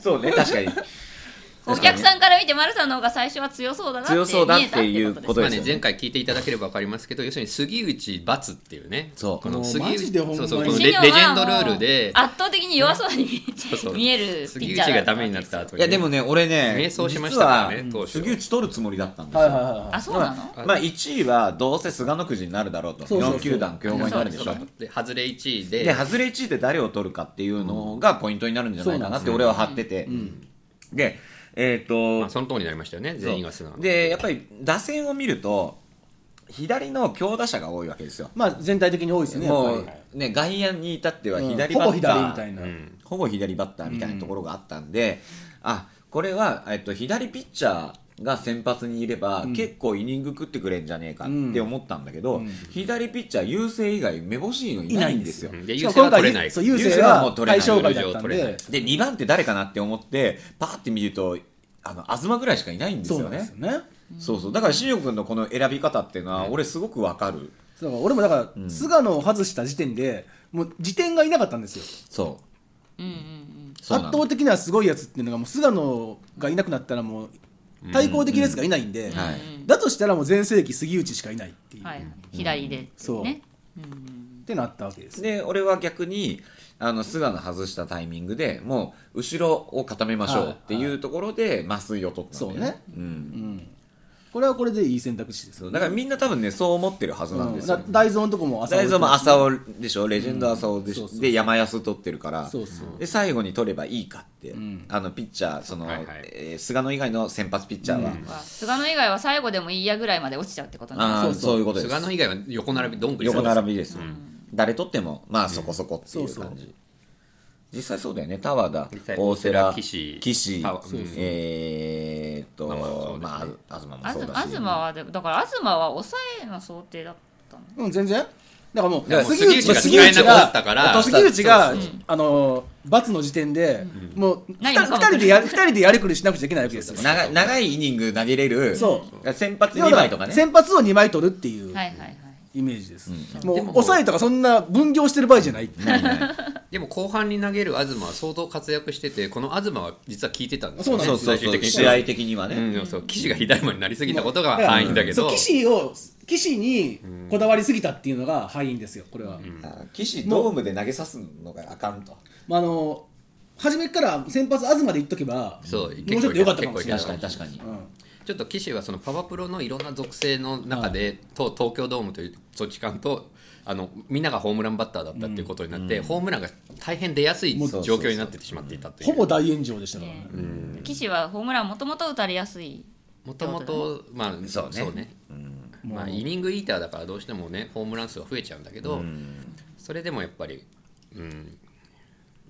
[SPEAKER 3] そうね確かに
[SPEAKER 1] お客さんから見て丸さんの方が最初は強そうだなって
[SPEAKER 3] 強そうだって
[SPEAKER 1] 見
[SPEAKER 3] い
[SPEAKER 1] え
[SPEAKER 3] う
[SPEAKER 1] たって
[SPEAKER 3] こ
[SPEAKER 1] ことと
[SPEAKER 3] で
[SPEAKER 1] です
[SPEAKER 3] すよ、、
[SPEAKER 4] まあね
[SPEAKER 3] ね
[SPEAKER 4] 前回聞いていただければ分かりますけど要するに杉内×っていうね
[SPEAKER 3] そう
[SPEAKER 4] こ
[SPEAKER 2] も
[SPEAKER 4] の
[SPEAKER 2] う
[SPEAKER 4] 杉
[SPEAKER 2] マ
[SPEAKER 4] 内
[SPEAKER 2] ジでほんまに
[SPEAKER 4] そうそうこの
[SPEAKER 1] す
[SPEAKER 4] レレジ
[SPEAKER 1] 新庄は
[SPEAKER 4] ェンドルールで
[SPEAKER 1] もう圧倒的に弱そうに見え
[SPEAKER 4] そうそう
[SPEAKER 1] 見えるピ
[SPEAKER 4] 杉
[SPEAKER 1] ッ
[SPEAKER 4] 内
[SPEAKER 1] チャー
[SPEAKER 4] がダメになった後に
[SPEAKER 3] いやでもね俺ね
[SPEAKER 4] 迷走しましたからね
[SPEAKER 3] 実は
[SPEAKER 4] 当初
[SPEAKER 3] 杉内取るつもりだったんですよ、
[SPEAKER 2] はいはいはいはい
[SPEAKER 1] あそうなの
[SPEAKER 3] まあ1位はどうせ菅野くじになるだろうと
[SPEAKER 2] そうそうそう
[SPEAKER 3] 4球団競合になるでし
[SPEAKER 1] そ
[SPEAKER 3] ょ
[SPEAKER 1] うそう
[SPEAKER 4] で外れ1位
[SPEAKER 3] で外れ1位で誰を取るかっていうのがポイントになるんじゃないかなって俺は張ってて、でえっ、
[SPEAKER 4] まあ、
[SPEAKER 3] と
[SPEAKER 4] その通りになりましたよね、全員が素直
[SPEAKER 3] でやっぱり打線を見ると左の強打者が多いわけですよ
[SPEAKER 2] まあ全体的に多いですよね
[SPEAKER 3] も
[SPEAKER 2] やっ
[SPEAKER 3] う
[SPEAKER 2] ぱ
[SPEAKER 3] ね外野に至っては
[SPEAKER 2] りうん
[SPEAKER 3] 左バ
[SPEAKER 2] ほぼ
[SPEAKER 3] ッター、
[SPEAKER 2] 左みたいな、
[SPEAKER 4] うん
[SPEAKER 3] ほぼ左バッターみたいなところがあったんで、あこれは、えっと、左ピッチャーが先発にいれば、結構イニング食ってくれんじゃねえかって思ったんだけど、
[SPEAKER 2] うん
[SPEAKER 3] 左ピッチャー優勢以外めぼしいのい
[SPEAKER 2] い
[SPEAKER 3] な
[SPEAKER 2] ないい
[SPEAKER 3] ん
[SPEAKER 2] ん
[SPEAKER 3] で
[SPEAKER 2] ですす
[SPEAKER 3] よ
[SPEAKER 2] よ。
[SPEAKER 4] で
[SPEAKER 2] し
[SPEAKER 4] 優
[SPEAKER 2] かも
[SPEAKER 4] 勢
[SPEAKER 2] 今
[SPEAKER 4] は取れない
[SPEAKER 2] 回、そう優
[SPEAKER 3] 優
[SPEAKER 2] 勢
[SPEAKER 3] 勢はも
[SPEAKER 2] は
[SPEAKER 3] う取れない
[SPEAKER 2] 対象外だったん
[SPEAKER 4] 取れない
[SPEAKER 2] で、
[SPEAKER 3] で2番って誰かなって思ってパーって見るとあの東ぐらいしかいないんです
[SPEAKER 2] そう
[SPEAKER 3] よ
[SPEAKER 2] なんです
[SPEAKER 3] ね
[SPEAKER 2] よね。だか
[SPEAKER 3] そうそうだから新く君のこの選び方っていうのは俺すごくわかる
[SPEAKER 2] ら俺もだから、菅野を外した時点で、もう時点がいなかったんですよ。
[SPEAKER 3] そう
[SPEAKER 1] うんうんうん
[SPEAKER 3] そう
[SPEAKER 2] 圧
[SPEAKER 3] なの
[SPEAKER 2] 倒的にはすごいやつっていうのが、もう菅野がいなくなったら、もう対抗できるやつがいないんで、
[SPEAKER 3] んはい
[SPEAKER 2] だとしたらもう全盛期、杉内しかいないっていう、
[SPEAKER 1] はい
[SPEAKER 2] っ
[SPEAKER 1] はい左で
[SPEAKER 2] そう
[SPEAKER 1] ねうん
[SPEAKER 2] てなったわけです。
[SPEAKER 3] で俺は逆にあの菅野外したタイミングでもう後ろを固めましょうっていうところで麻酔を取ったんだよねう
[SPEAKER 2] うんん、これはこれでいい選択肢です
[SPEAKER 3] そ
[SPEAKER 2] よ
[SPEAKER 3] うだからみんな多分ねそう思ってるはずなんですよ
[SPEAKER 2] うんだ大蔵のとこも朝
[SPEAKER 3] 大蔵も浅
[SPEAKER 2] 尾
[SPEAKER 3] 尾でしょレジェンド浅尾で
[SPEAKER 2] うん
[SPEAKER 3] し
[SPEAKER 2] そうそうそう
[SPEAKER 3] で山安取ってるから
[SPEAKER 2] そうそう
[SPEAKER 3] で最後に取ればいいかって、
[SPEAKER 2] ん
[SPEAKER 3] あのピッチャーその、
[SPEAKER 4] はいはい
[SPEAKER 3] えー菅野以外の先発ピッチャーは、
[SPEAKER 2] うん
[SPEAKER 1] は菅野以外は最後でもいいやぐらいまで落ちちゃうってことなん
[SPEAKER 3] あー
[SPEAKER 2] そうそう
[SPEAKER 3] そういうことです
[SPEAKER 4] 菅野以外は横並び、どんぐり
[SPEAKER 3] 横並
[SPEAKER 4] び
[SPEAKER 3] びです、誰取ってもまあそこそこってい
[SPEAKER 2] そううそう
[SPEAKER 3] 感じ、実際そうだよね田和田
[SPEAKER 4] 実際
[SPEAKER 3] 大瀬良
[SPEAKER 4] 大瀬良岸
[SPEAKER 3] 岸
[SPEAKER 4] 田和うん
[SPEAKER 3] えーっと
[SPEAKER 4] まあまあそうですね
[SPEAKER 3] ま
[SPEAKER 1] あず
[SPEAKER 3] あ東もそうだし
[SPEAKER 1] 東はでだから東は抑えの想定だったの
[SPEAKER 2] うん全然だからも
[SPEAKER 4] や
[SPEAKER 2] う杉内
[SPEAKER 4] もう
[SPEAKER 2] が
[SPEAKER 4] 杉
[SPEAKER 2] が
[SPEAKER 4] 内が使えなくなったから
[SPEAKER 2] 杉内が
[SPEAKER 3] そう
[SPEAKER 2] あの罰の時点でもう
[SPEAKER 1] な
[SPEAKER 2] 二
[SPEAKER 1] いのかも
[SPEAKER 2] 人二人でや二人でやりくりしなくちゃいけないわけですよ
[SPEAKER 3] 長い長いイニング投げれる
[SPEAKER 2] そ
[SPEAKER 3] 先発
[SPEAKER 2] 要
[SPEAKER 3] 2枚とか
[SPEAKER 2] は
[SPEAKER 3] ね
[SPEAKER 2] 先発を2枚取るっていう
[SPEAKER 1] はいはいはい
[SPEAKER 2] イメージです
[SPEAKER 3] う
[SPEAKER 2] もう
[SPEAKER 4] でも
[SPEAKER 2] 抑えとかそんな分業してる場合じゃない
[SPEAKER 3] ないない
[SPEAKER 4] でも後半に投げる東は相当活躍してて、この東は実は効いてたんですよね、
[SPEAKER 3] そうそうそう試合的にはね、
[SPEAKER 4] うん、そう岸が左前になりすぎたこと
[SPEAKER 2] だ
[SPEAKER 4] が
[SPEAKER 2] から
[SPEAKER 4] 敗因だけ
[SPEAKER 2] そ
[SPEAKER 4] ど、
[SPEAKER 2] う岸を岸にこだわりすぎたっていうのが敗因ですよこれは
[SPEAKER 3] あ岸ドームで投げさすのがあかんと
[SPEAKER 2] まああの初めから先発東でいっとけば
[SPEAKER 4] そ
[SPEAKER 2] も
[SPEAKER 4] う
[SPEAKER 2] うち
[SPEAKER 4] 結構
[SPEAKER 2] ょっと良かったかもしれない
[SPEAKER 3] 確かに確か
[SPEAKER 2] う
[SPEAKER 3] に
[SPEAKER 2] ん
[SPEAKER 4] ちょっと岸はそのパワプロのいろんな属性の中で、と東京ドームという土地勘とあのみんながホームランバッターだったっていうことになって、ホームランが大変出やすい
[SPEAKER 2] もう
[SPEAKER 4] 状況になってしまっていたという
[SPEAKER 2] ほぼ大炎上でしたからね
[SPEAKER 1] ね岸はホームランもともと打たれやすい
[SPEAKER 4] もともとまあ
[SPEAKER 3] そうね
[SPEAKER 4] そうねまあ、イニングイーターだからどうしてもねホームラン数は増えちゃうんだけど、それでもやっぱり、うん、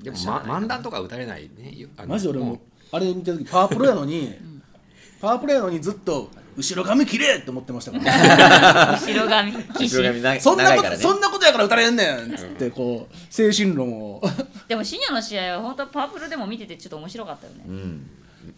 [SPEAKER 4] でも、ま、漫談とか打たれないねあの
[SPEAKER 2] マジで俺
[SPEAKER 4] も
[SPEAKER 2] もあれ見た時パワープロやのにパワープロやのにずっと後ろ髪切れって思ってました から、
[SPEAKER 1] 後ろ髪騎士
[SPEAKER 3] 後ろ髪な
[SPEAKER 2] そん
[SPEAKER 3] 長
[SPEAKER 2] ないこ
[SPEAKER 3] か
[SPEAKER 2] と、
[SPEAKER 3] らね
[SPEAKER 2] そんなことやから打たれんねんっつってこう精神論を
[SPEAKER 1] でも深夜の試合は本当パープルでも見ててちょっと面白かったよね、
[SPEAKER 3] うん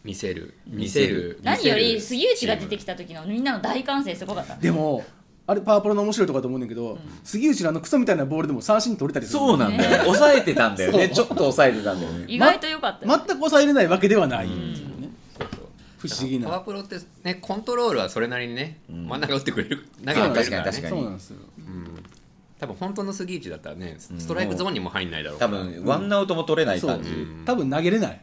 [SPEAKER 4] 見せる見せる
[SPEAKER 1] 何より杉内が出て
[SPEAKER 4] き
[SPEAKER 1] きた時のみんなの大歓声すごかった
[SPEAKER 2] でもあれパワープロの面白いとこだと思うねんだけど、杉内のあのクソみたいなボールでも三振取れたりする
[SPEAKER 3] そうなんだよ抑えてたんだよねちょっと抑えてたんだよね
[SPEAKER 1] 意外と良かったよ、
[SPEAKER 2] 全く抑えれないわけではない、ね不思議
[SPEAKER 4] パワ
[SPEAKER 2] な
[SPEAKER 4] ープロってねコントロールはそれなりにね、真ん中打ってくれる投げて
[SPEAKER 2] そうな
[SPEAKER 4] くれ
[SPEAKER 2] ん
[SPEAKER 4] る
[SPEAKER 2] です
[SPEAKER 4] か
[SPEAKER 2] よ
[SPEAKER 4] らね
[SPEAKER 3] 確かに確か
[SPEAKER 2] そ
[SPEAKER 3] に
[SPEAKER 2] うなんですよ
[SPEAKER 4] 多分本当の杉内だったらねストライクゾーンにも入んないだろう
[SPEAKER 3] 多分ワンアウトも取れない
[SPEAKER 2] そう
[SPEAKER 3] 感じ
[SPEAKER 2] 多分投げれない、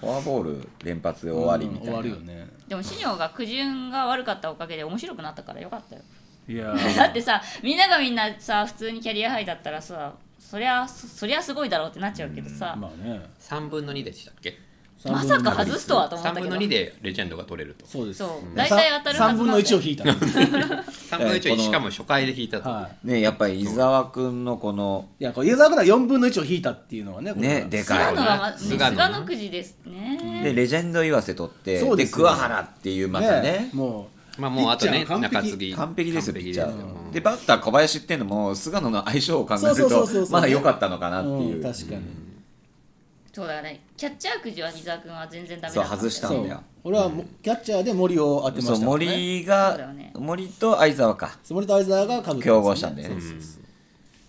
[SPEAKER 3] フォアボール連発で終わりみたいな
[SPEAKER 2] うん終わるよね
[SPEAKER 1] でも新庄が苦順が悪かったおかげで面白くなったから良かったよ
[SPEAKER 2] いや
[SPEAKER 1] だってさみんながみんなさ普通にキャリアハイだったらさそりゃそそりゃすごいだろうってなっちゃうけどさ、
[SPEAKER 2] まあね
[SPEAKER 4] 3分の2でしたっけ
[SPEAKER 1] まさか外すとはと思った
[SPEAKER 4] 3
[SPEAKER 1] けど
[SPEAKER 4] 分の2でレジェンドが取れると
[SPEAKER 2] そうです
[SPEAKER 1] そう大体当たるはずな
[SPEAKER 2] 3
[SPEAKER 1] ん
[SPEAKER 2] 分
[SPEAKER 1] だ
[SPEAKER 2] の
[SPEAKER 1] よ
[SPEAKER 2] 1を引いたの
[SPEAKER 4] 3分の1をしかも初回で引いたと、
[SPEAKER 2] はい
[SPEAKER 3] ねやっぱり伊沢君のこの
[SPEAKER 2] いやこう湯沢君は4分の1を引いたっていうのはねこれ
[SPEAKER 3] ねでか
[SPEAKER 1] 菅
[SPEAKER 3] い
[SPEAKER 1] 野は、まね、
[SPEAKER 4] 菅野ね
[SPEAKER 1] 菅野くじですね
[SPEAKER 3] でレジェンド岩瀬取って
[SPEAKER 2] そうですよ
[SPEAKER 3] 桑原っていうま
[SPEAKER 2] ね
[SPEAKER 3] たね
[SPEAKER 2] も
[SPEAKER 4] まあもうあと
[SPEAKER 2] ピ
[SPEAKER 4] ね
[SPEAKER 2] ッチャー完璧
[SPEAKER 4] 中継ぎ
[SPEAKER 3] 完璧ですよピッチャ
[SPEAKER 4] 完璧ですよ
[SPEAKER 3] ーでバッター小林っていうのも菅野の相性を考え
[SPEAKER 2] そう
[SPEAKER 3] る
[SPEAKER 2] そうそうそう
[SPEAKER 3] とまだ良かったのか
[SPEAKER 2] う、
[SPEAKER 3] なって
[SPEAKER 2] う
[SPEAKER 3] い
[SPEAKER 2] ん、
[SPEAKER 3] う
[SPEAKER 2] 確かに、
[SPEAKER 1] そうだねキャッチャーくじは伊沢君は全然ダメだ
[SPEAKER 3] そ
[SPEAKER 1] った
[SPEAKER 3] う
[SPEAKER 1] んだよ
[SPEAKER 3] 外した
[SPEAKER 2] そ
[SPEAKER 3] んだ
[SPEAKER 2] う
[SPEAKER 3] よ
[SPEAKER 2] 俺はもうキャッチャーで森を当てました
[SPEAKER 3] そう
[SPEAKER 2] からね
[SPEAKER 3] 森
[SPEAKER 1] そうだよ
[SPEAKER 3] が
[SPEAKER 1] ね
[SPEAKER 3] 森と相沢か
[SPEAKER 2] そう森と相沢がかぶ
[SPEAKER 3] 競合したんでね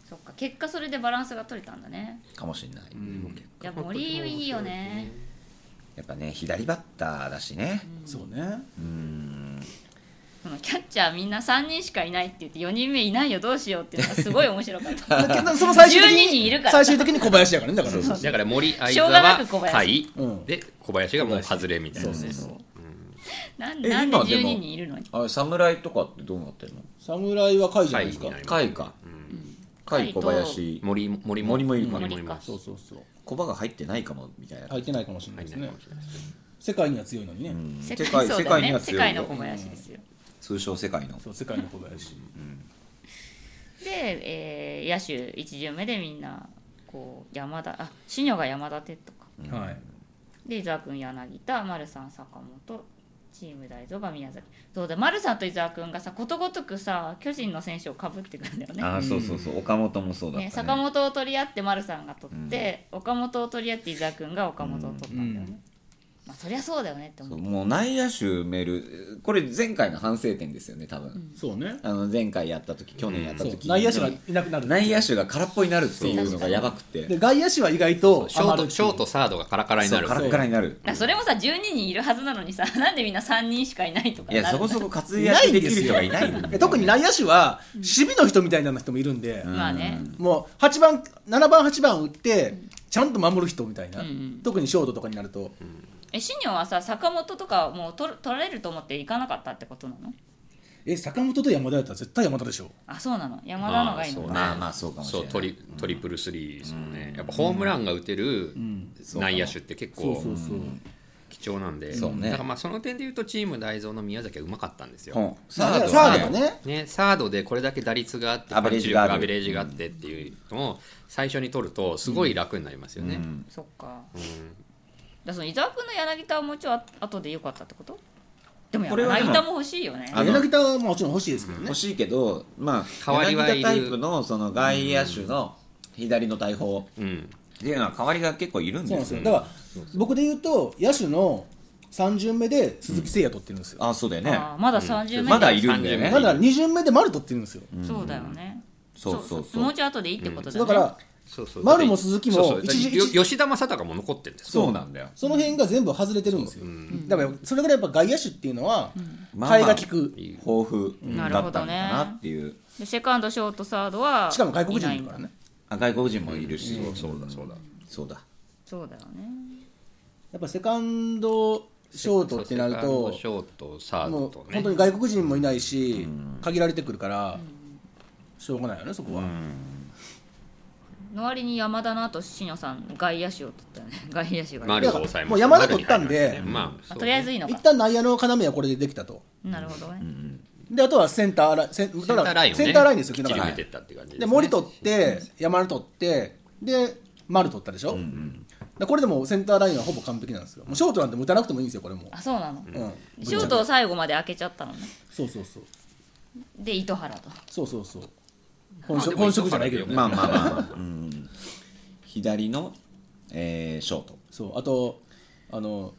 [SPEAKER 1] そっか結果それでバランスが取れたんだね
[SPEAKER 3] かもしれない
[SPEAKER 1] いや森いいよね
[SPEAKER 3] やっぱね左バッターだしね
[SPEAKER 2] そうね
[SPEAKER 1] このキャッチャーみんな3人しかいないって言って4人目いないよどうしようっていうの がすごい面白かった
[SPEAKER 2] だけどその最終的
[SPEAKER 1] 12人いる
[SPEAKER 2] に
[SPEAKER 1] から
[SPEAKER 2] 最終的に小林やからねだから
[SPEAKER 4] だから森相
[SPEAKER 1] しょうがなく小
[SPEAKER 4] 沢
[SPEAKER 1] 林
[SPEAKER 4] 対
[SPEAKER 2] うん
[SPEAKER 4] で小林がもう外れみたいなね
[SPEAKER 1] なん
[SPEAKER 3] え
[SPEAKER 1] なんで
[SPEAKER 3] 今で
[SPEAKER 1] 12
[SPEAKER 3] も
[SPEAKER 1] 人いるのに
[SPEAKER 3] あれ侍とかってどうなってるの
[SPEAKER 2] 侍は甲斐じゃない
[SPEAKER 4] 対
[SPEAKER 2] で
[SPEAKER 4] に
[SPEAKER 2] すか
[SPEAKER 4] なります
[SPEAKER 3] 甲斐か甲斐小林
[SPEAKER 4] 森森
[SPEAKER 3] 森もいるか
[SPEAKER 4] 森
[SPEAKER 1] 森
[SPEAKER 4] もい
[SPEAKER 1] か
[SPEAKER 4] ます
[SPEAKER 2] そうそうそう
[SPEAKER 3] 小バが入ってないかもみたいな
[SPEAKER 2] 入ってないかもしれな
[SPEAKER 4] 入
[SPEAKER 2] い
[SPEAKER 4] ん
[SPEAKER 2] ですね
[SPEAKER 4] ないかもしれないですね
[SPEAKER 2] 世界には強いのにね、
[SPEAKER 3] うん
[SPEAKER 1] 世
[SPEAKER 3] 世
[SPEAKER 1] 界
[SPEAKER 3] 界
[SPEAKER 1] そう
[SPEAKER 3] 世
[SPEAKER 1] だよ
[SPEAKER 3] 界に
[SPEAKER 1] ね
[SPEAKER 3] は
[SPEAKER 1] 世
[SPEAKER 3] 強い
[SPEAKER 1] 界の
[SPEAKER 3] よ
[SPEAKER 1] 小林ですよ
[SPEAKER 3] 通称世界の
[SPEAKER 2] そう世界の小林
[SPEAKER 1] で、えー野手1巡目でみんなこう山田あ新庄が山田哲とか
[SPEAKER 2] はい
[SPEAKER 1] で伊沢君柳田丸さん坂本チーム大蔵が宮崎そうだ丸さんと伊沢君がさことごとくさ巨人の選手をかぶってくるんだよね
[SPEAKER 3] あーそうそうそう岡本もそうだ
[SPEAKER 1] ね
[SPEAKER 3] った
[SPEAKER 1] 坂
[SPEAKER 3] ね
[SPEAKER 1] 本を取り合って丸さんが取って、岡本を取り合って伊沢君が岡本を取ったんだよね、まあそりゃそうだよねって思
[SPEAKER 3] そう
[SPEAKER 1] う
[SPEAKER 3] もう内野手埋めるこれ前回の反省点ですよね多分
[SPEAKER 2] そうね
[SPEAKER 3] あの前回やった時去年やった
[SPEAKER 2] そう
[SPEAKER 3] 時
[SPEAKER 2] 内野手がいなくなる
[SPEAKER 3] 内野手が空っぽになるっていうのがやばく
[SPEAKER 2] で
[SPEAKER 3] て
[SPEAKER 2] 外野手は意外と
[SPEAKER 4] ショー
[SPEAKER 2] 余
[SPEAKER 4] ト
[SPEAKER 2] る
[SPEAKER 4] ショートサードがカラカラに
[SPEAKER 3] そ
[SPEAKER 4] な
[SPEAKER 3] う
[SPEAKER 4] る
[SPEAKER 3] カラッカラになる
[SPEAKER 1] だからそれもさ12人いるはずなのにさなんでみんな3人しかいないとか
[SPEAKER 3] い
[SPEAKER 1] なる
[SPEAKER 3] やそ
[SPEAKER 1] の
[SPEAKER 3] こそこ活
[SPEAKER 2] いない
[SPEAKER 3] 躍
[SPEAKER 2] ん
[SPEAKER 3] で
[SPEAKER 2] で
[SPEAKER 3] きる
[SPEAKER 2] す
[SPEAKER 3] 人
[SPEAKER 2] よ
[SPEAKER 3] がいないんだよね
[SPEAKER 2] 特に内野手は守備の人みたいな人もいるんで、
[SPEAKER 1] まあね、
[SPEAKER 2] もう8番7番8番打ってちゃんと守る人みたいな、
[SPEAKER 1] うんうん
[SPEAKER 2] 特にショートとかになると、
[SPEAKER 1] え新庄はさ坂本とかもう取取られると思って行かなかったってことなの
[SPEAKER 2] え坂本と山田だったら絶対山田でしょ
[SPEAKER 1] あそうなの山田のがいいの
[SPEAKER 4] あーそう
[SPEAKER 1] か
[SPEAKER 4] ね
[SPEAKER 3] まあまあそうかもしれ
[SPEAKER 4] そう
[SPEAKER 3] ない
[SPEAKER 4] トリトリプルスリーですよね、やっぱホームランが打てる内野手って結構
[SPEAKER 2] そう、
[SPEAKER 4] 貴重なんで、
[SPEAKER 3] そうね
[SPEAKER 4] だからまあその点でいうとチーム大蔵の宮崎はうまかったんですよ、
[SPEAKER 3] うん
[SPEAKER 2] サード
[SPEAKER 3] は
[SPEAKER 2] がね
[SPEAKER 4] ね、サードでこれだけ打率があって
[SPEAKER 3] アベレージがある
[SPEAKER 4] パンチ力アベレージがあってっていうのを最初に取るとすごい楽になりますよね、
[SPEAKER 1] そっか,、だからその伊沢君の柳田はもうちょい後でよかったってことでも
[SPEAKER 3] これはでも
[SPEAKER 1] 柳田も欲しいよね
[SPEAKER 3] あの
[SPEAKER 2] 柳田はもちろん欲しいですけどね
[SPEAKER 3] 欲、しいけどまあ
[SPEAKER 4] 代わり
[SPEAKER 3] 柳
[SPEAKER 4] はい
[SPEAKER 3] 田タ
[SPEAKER 4] る
[SPEAKER 3] イプのその外野手の左の大砲
[SPEAKER 4] うん
[SPEAKER 3] っていうのは代わりが結構いるん
[SPEAKER 2] そうなんで
[SPEAKER 3] で
[SPEAKER 2] すす
[SPEAKER 3] よ
[SPEAKER 2] よだから僕で言うと野手の3巡目で鈴木誠也取ってるんですよ、
[SPEAKER 3] あそうだよね
[SPEAKER 1] あーまだ30名、
[SPEAKER 3] まだいるんだよね
[SPEAKER 2] まだ2巡目で丸取ってるんですよ、
[SPEAKER 1] そうだよね、
[SPEAKER 3] そうそうそう
[SPEAKER 1] もうちょい後でいいってことだ
[SPEAKER 2] だ
[SPEAKER 1] よ
[SPEAKER 2] か
[SPEAKER 1] ね、
[SPEAKER 2] ら
[SPEAKER 4] そうそう
[SPEAKER 2] 丸も鈴木も
[SPEAKER 4] そうそう
[SPEAKER 2] 一時
[SPEAKER 4] よ
[SPEAKER 2] 一時
[SPEAKER 4] 吉田正尚も残ってるんですよ
[SPEAKER 3] そうなんだよ
[SPEAKER 2] その辺が全部外れてるんですよ、だからそれぐらいやっぱ外野手っていうのは
[SPEAKER 3] まあまあ
[SPEAKER 2] 替えが利く、
[SPEAKER 3] 豊富だったのかなっていう
[SPEAKER 1] でセカンドショートサードは
[SPEAKER 2] しかも外国人いるから
[SPEAKER 1] いないんだ
[SPEAKER 2] ね
[SPEAKER 3] あ外国人もいるし
[SPEAKER 4] そうだそうだ
[SPEAKER 3] そうだ
[SPEAKER 1] そうだよね
[SPEAKER 2] やっぱセカンドショートってなる
[SPEAKER 4] そう
[SPEAKER 2] と
[SPEAKER 4] セカンドショートサー
[SPEAKER 2] も
[SPEAKER 4] ド
[SPEAKER 2] う
[SPEAKER 4] とね
[SPEAKER 2] 本当に外国人もいないし限られてくるからしょうがないよねそこは
[SPEAKER 1] の割に山田の後新野さん外野手を取ったよね 外野手が、
[SPEAKER 4] 丸を抑えま
[SPEAKER 2] もう
[SPEAKER 4] す
[SPEAKER 2] 山田取ったんで
[SPEAKER 4] 丸に入りましたねまあ
[SPEAKER 1] あとりあえずいいの
[SPEAKER 2] 一
[SPEAKER 1] か
[SPEAKER 2] 旦内野の要はこれでできたと
[SPEAKER 1] なるほどね、
[SPEAKER 2] であとはセンターラインセン
[SPEAKER 4] センターラインをね
[SPEAKER 2] センターラインですよ
[SPEAKER 4] き
[SPEAKER 2] だ
[SPEAKER 4] っち
[SPEAKER 2] から
[SPEAKER 4] り見てったっていう感じ
[SPEAKER 2] で森取って山田取ってで丸取ったでしょらこれでもセンターラインはほぼ完璧なんですよもうショートなんても打たなくてもいいんですよこれも、
[SPEAKER 1] あそうなの、
[SPEAKER 2] うん、
[SPEAKER 1] ショートを最後まで開けちゃったのね
[SPEAKER 2] そうそうそう
[SPEAKER 1] で糸原と
[SPEAKER 2] そうそうそう本
[SPEAKER 4] で
[SPEAKER 2] 職
[SPEAKER 4] も
[SPEAKER 2] 本職じゃないけどね、
[SPEAKER 3] まあまあまあ、まあ、うん左の、えーショート
[SPEAKER 2] そうあとあの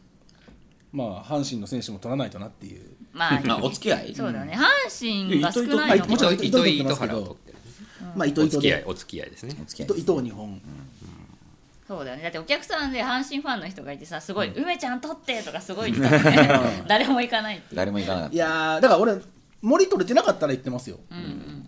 [SPEAKER 2] まあ阪神の選手も取らないとなっていう
[SPEAKER 1] ま あ
[SPEAKER 3] あお付き合い
[SPEAKER 1] そうだね阪神が少ないの
[SPEAKER 2] もちろん
[SPEAKER 4] 糸井糸原を取ってる
[SPEAKER 2] まあ糸
[SPEAKER 4] お
[SPEAKER 2] 糸
[SPEAKER 4] 付き合い
[SPEAKER 2] で
[SPEAKER 4] お付き合いですね
[SPEAKER 3] お付き
[SPEAKER 2] 糸
[SPEAKER 3] 合い
[SPEAKER 2] 糸2本
[SPEAKER 1] そうだよねだってお客さんで阪神ファンの人がいてさすごい「梅ちゃん取って」とかすごい言ってたもん ね誰も行かないっていう
[SPEAKER 3] 誰も行かなかっ
[SPEAKER 2] いやーだから俺森取れてなかったら言ってますよ、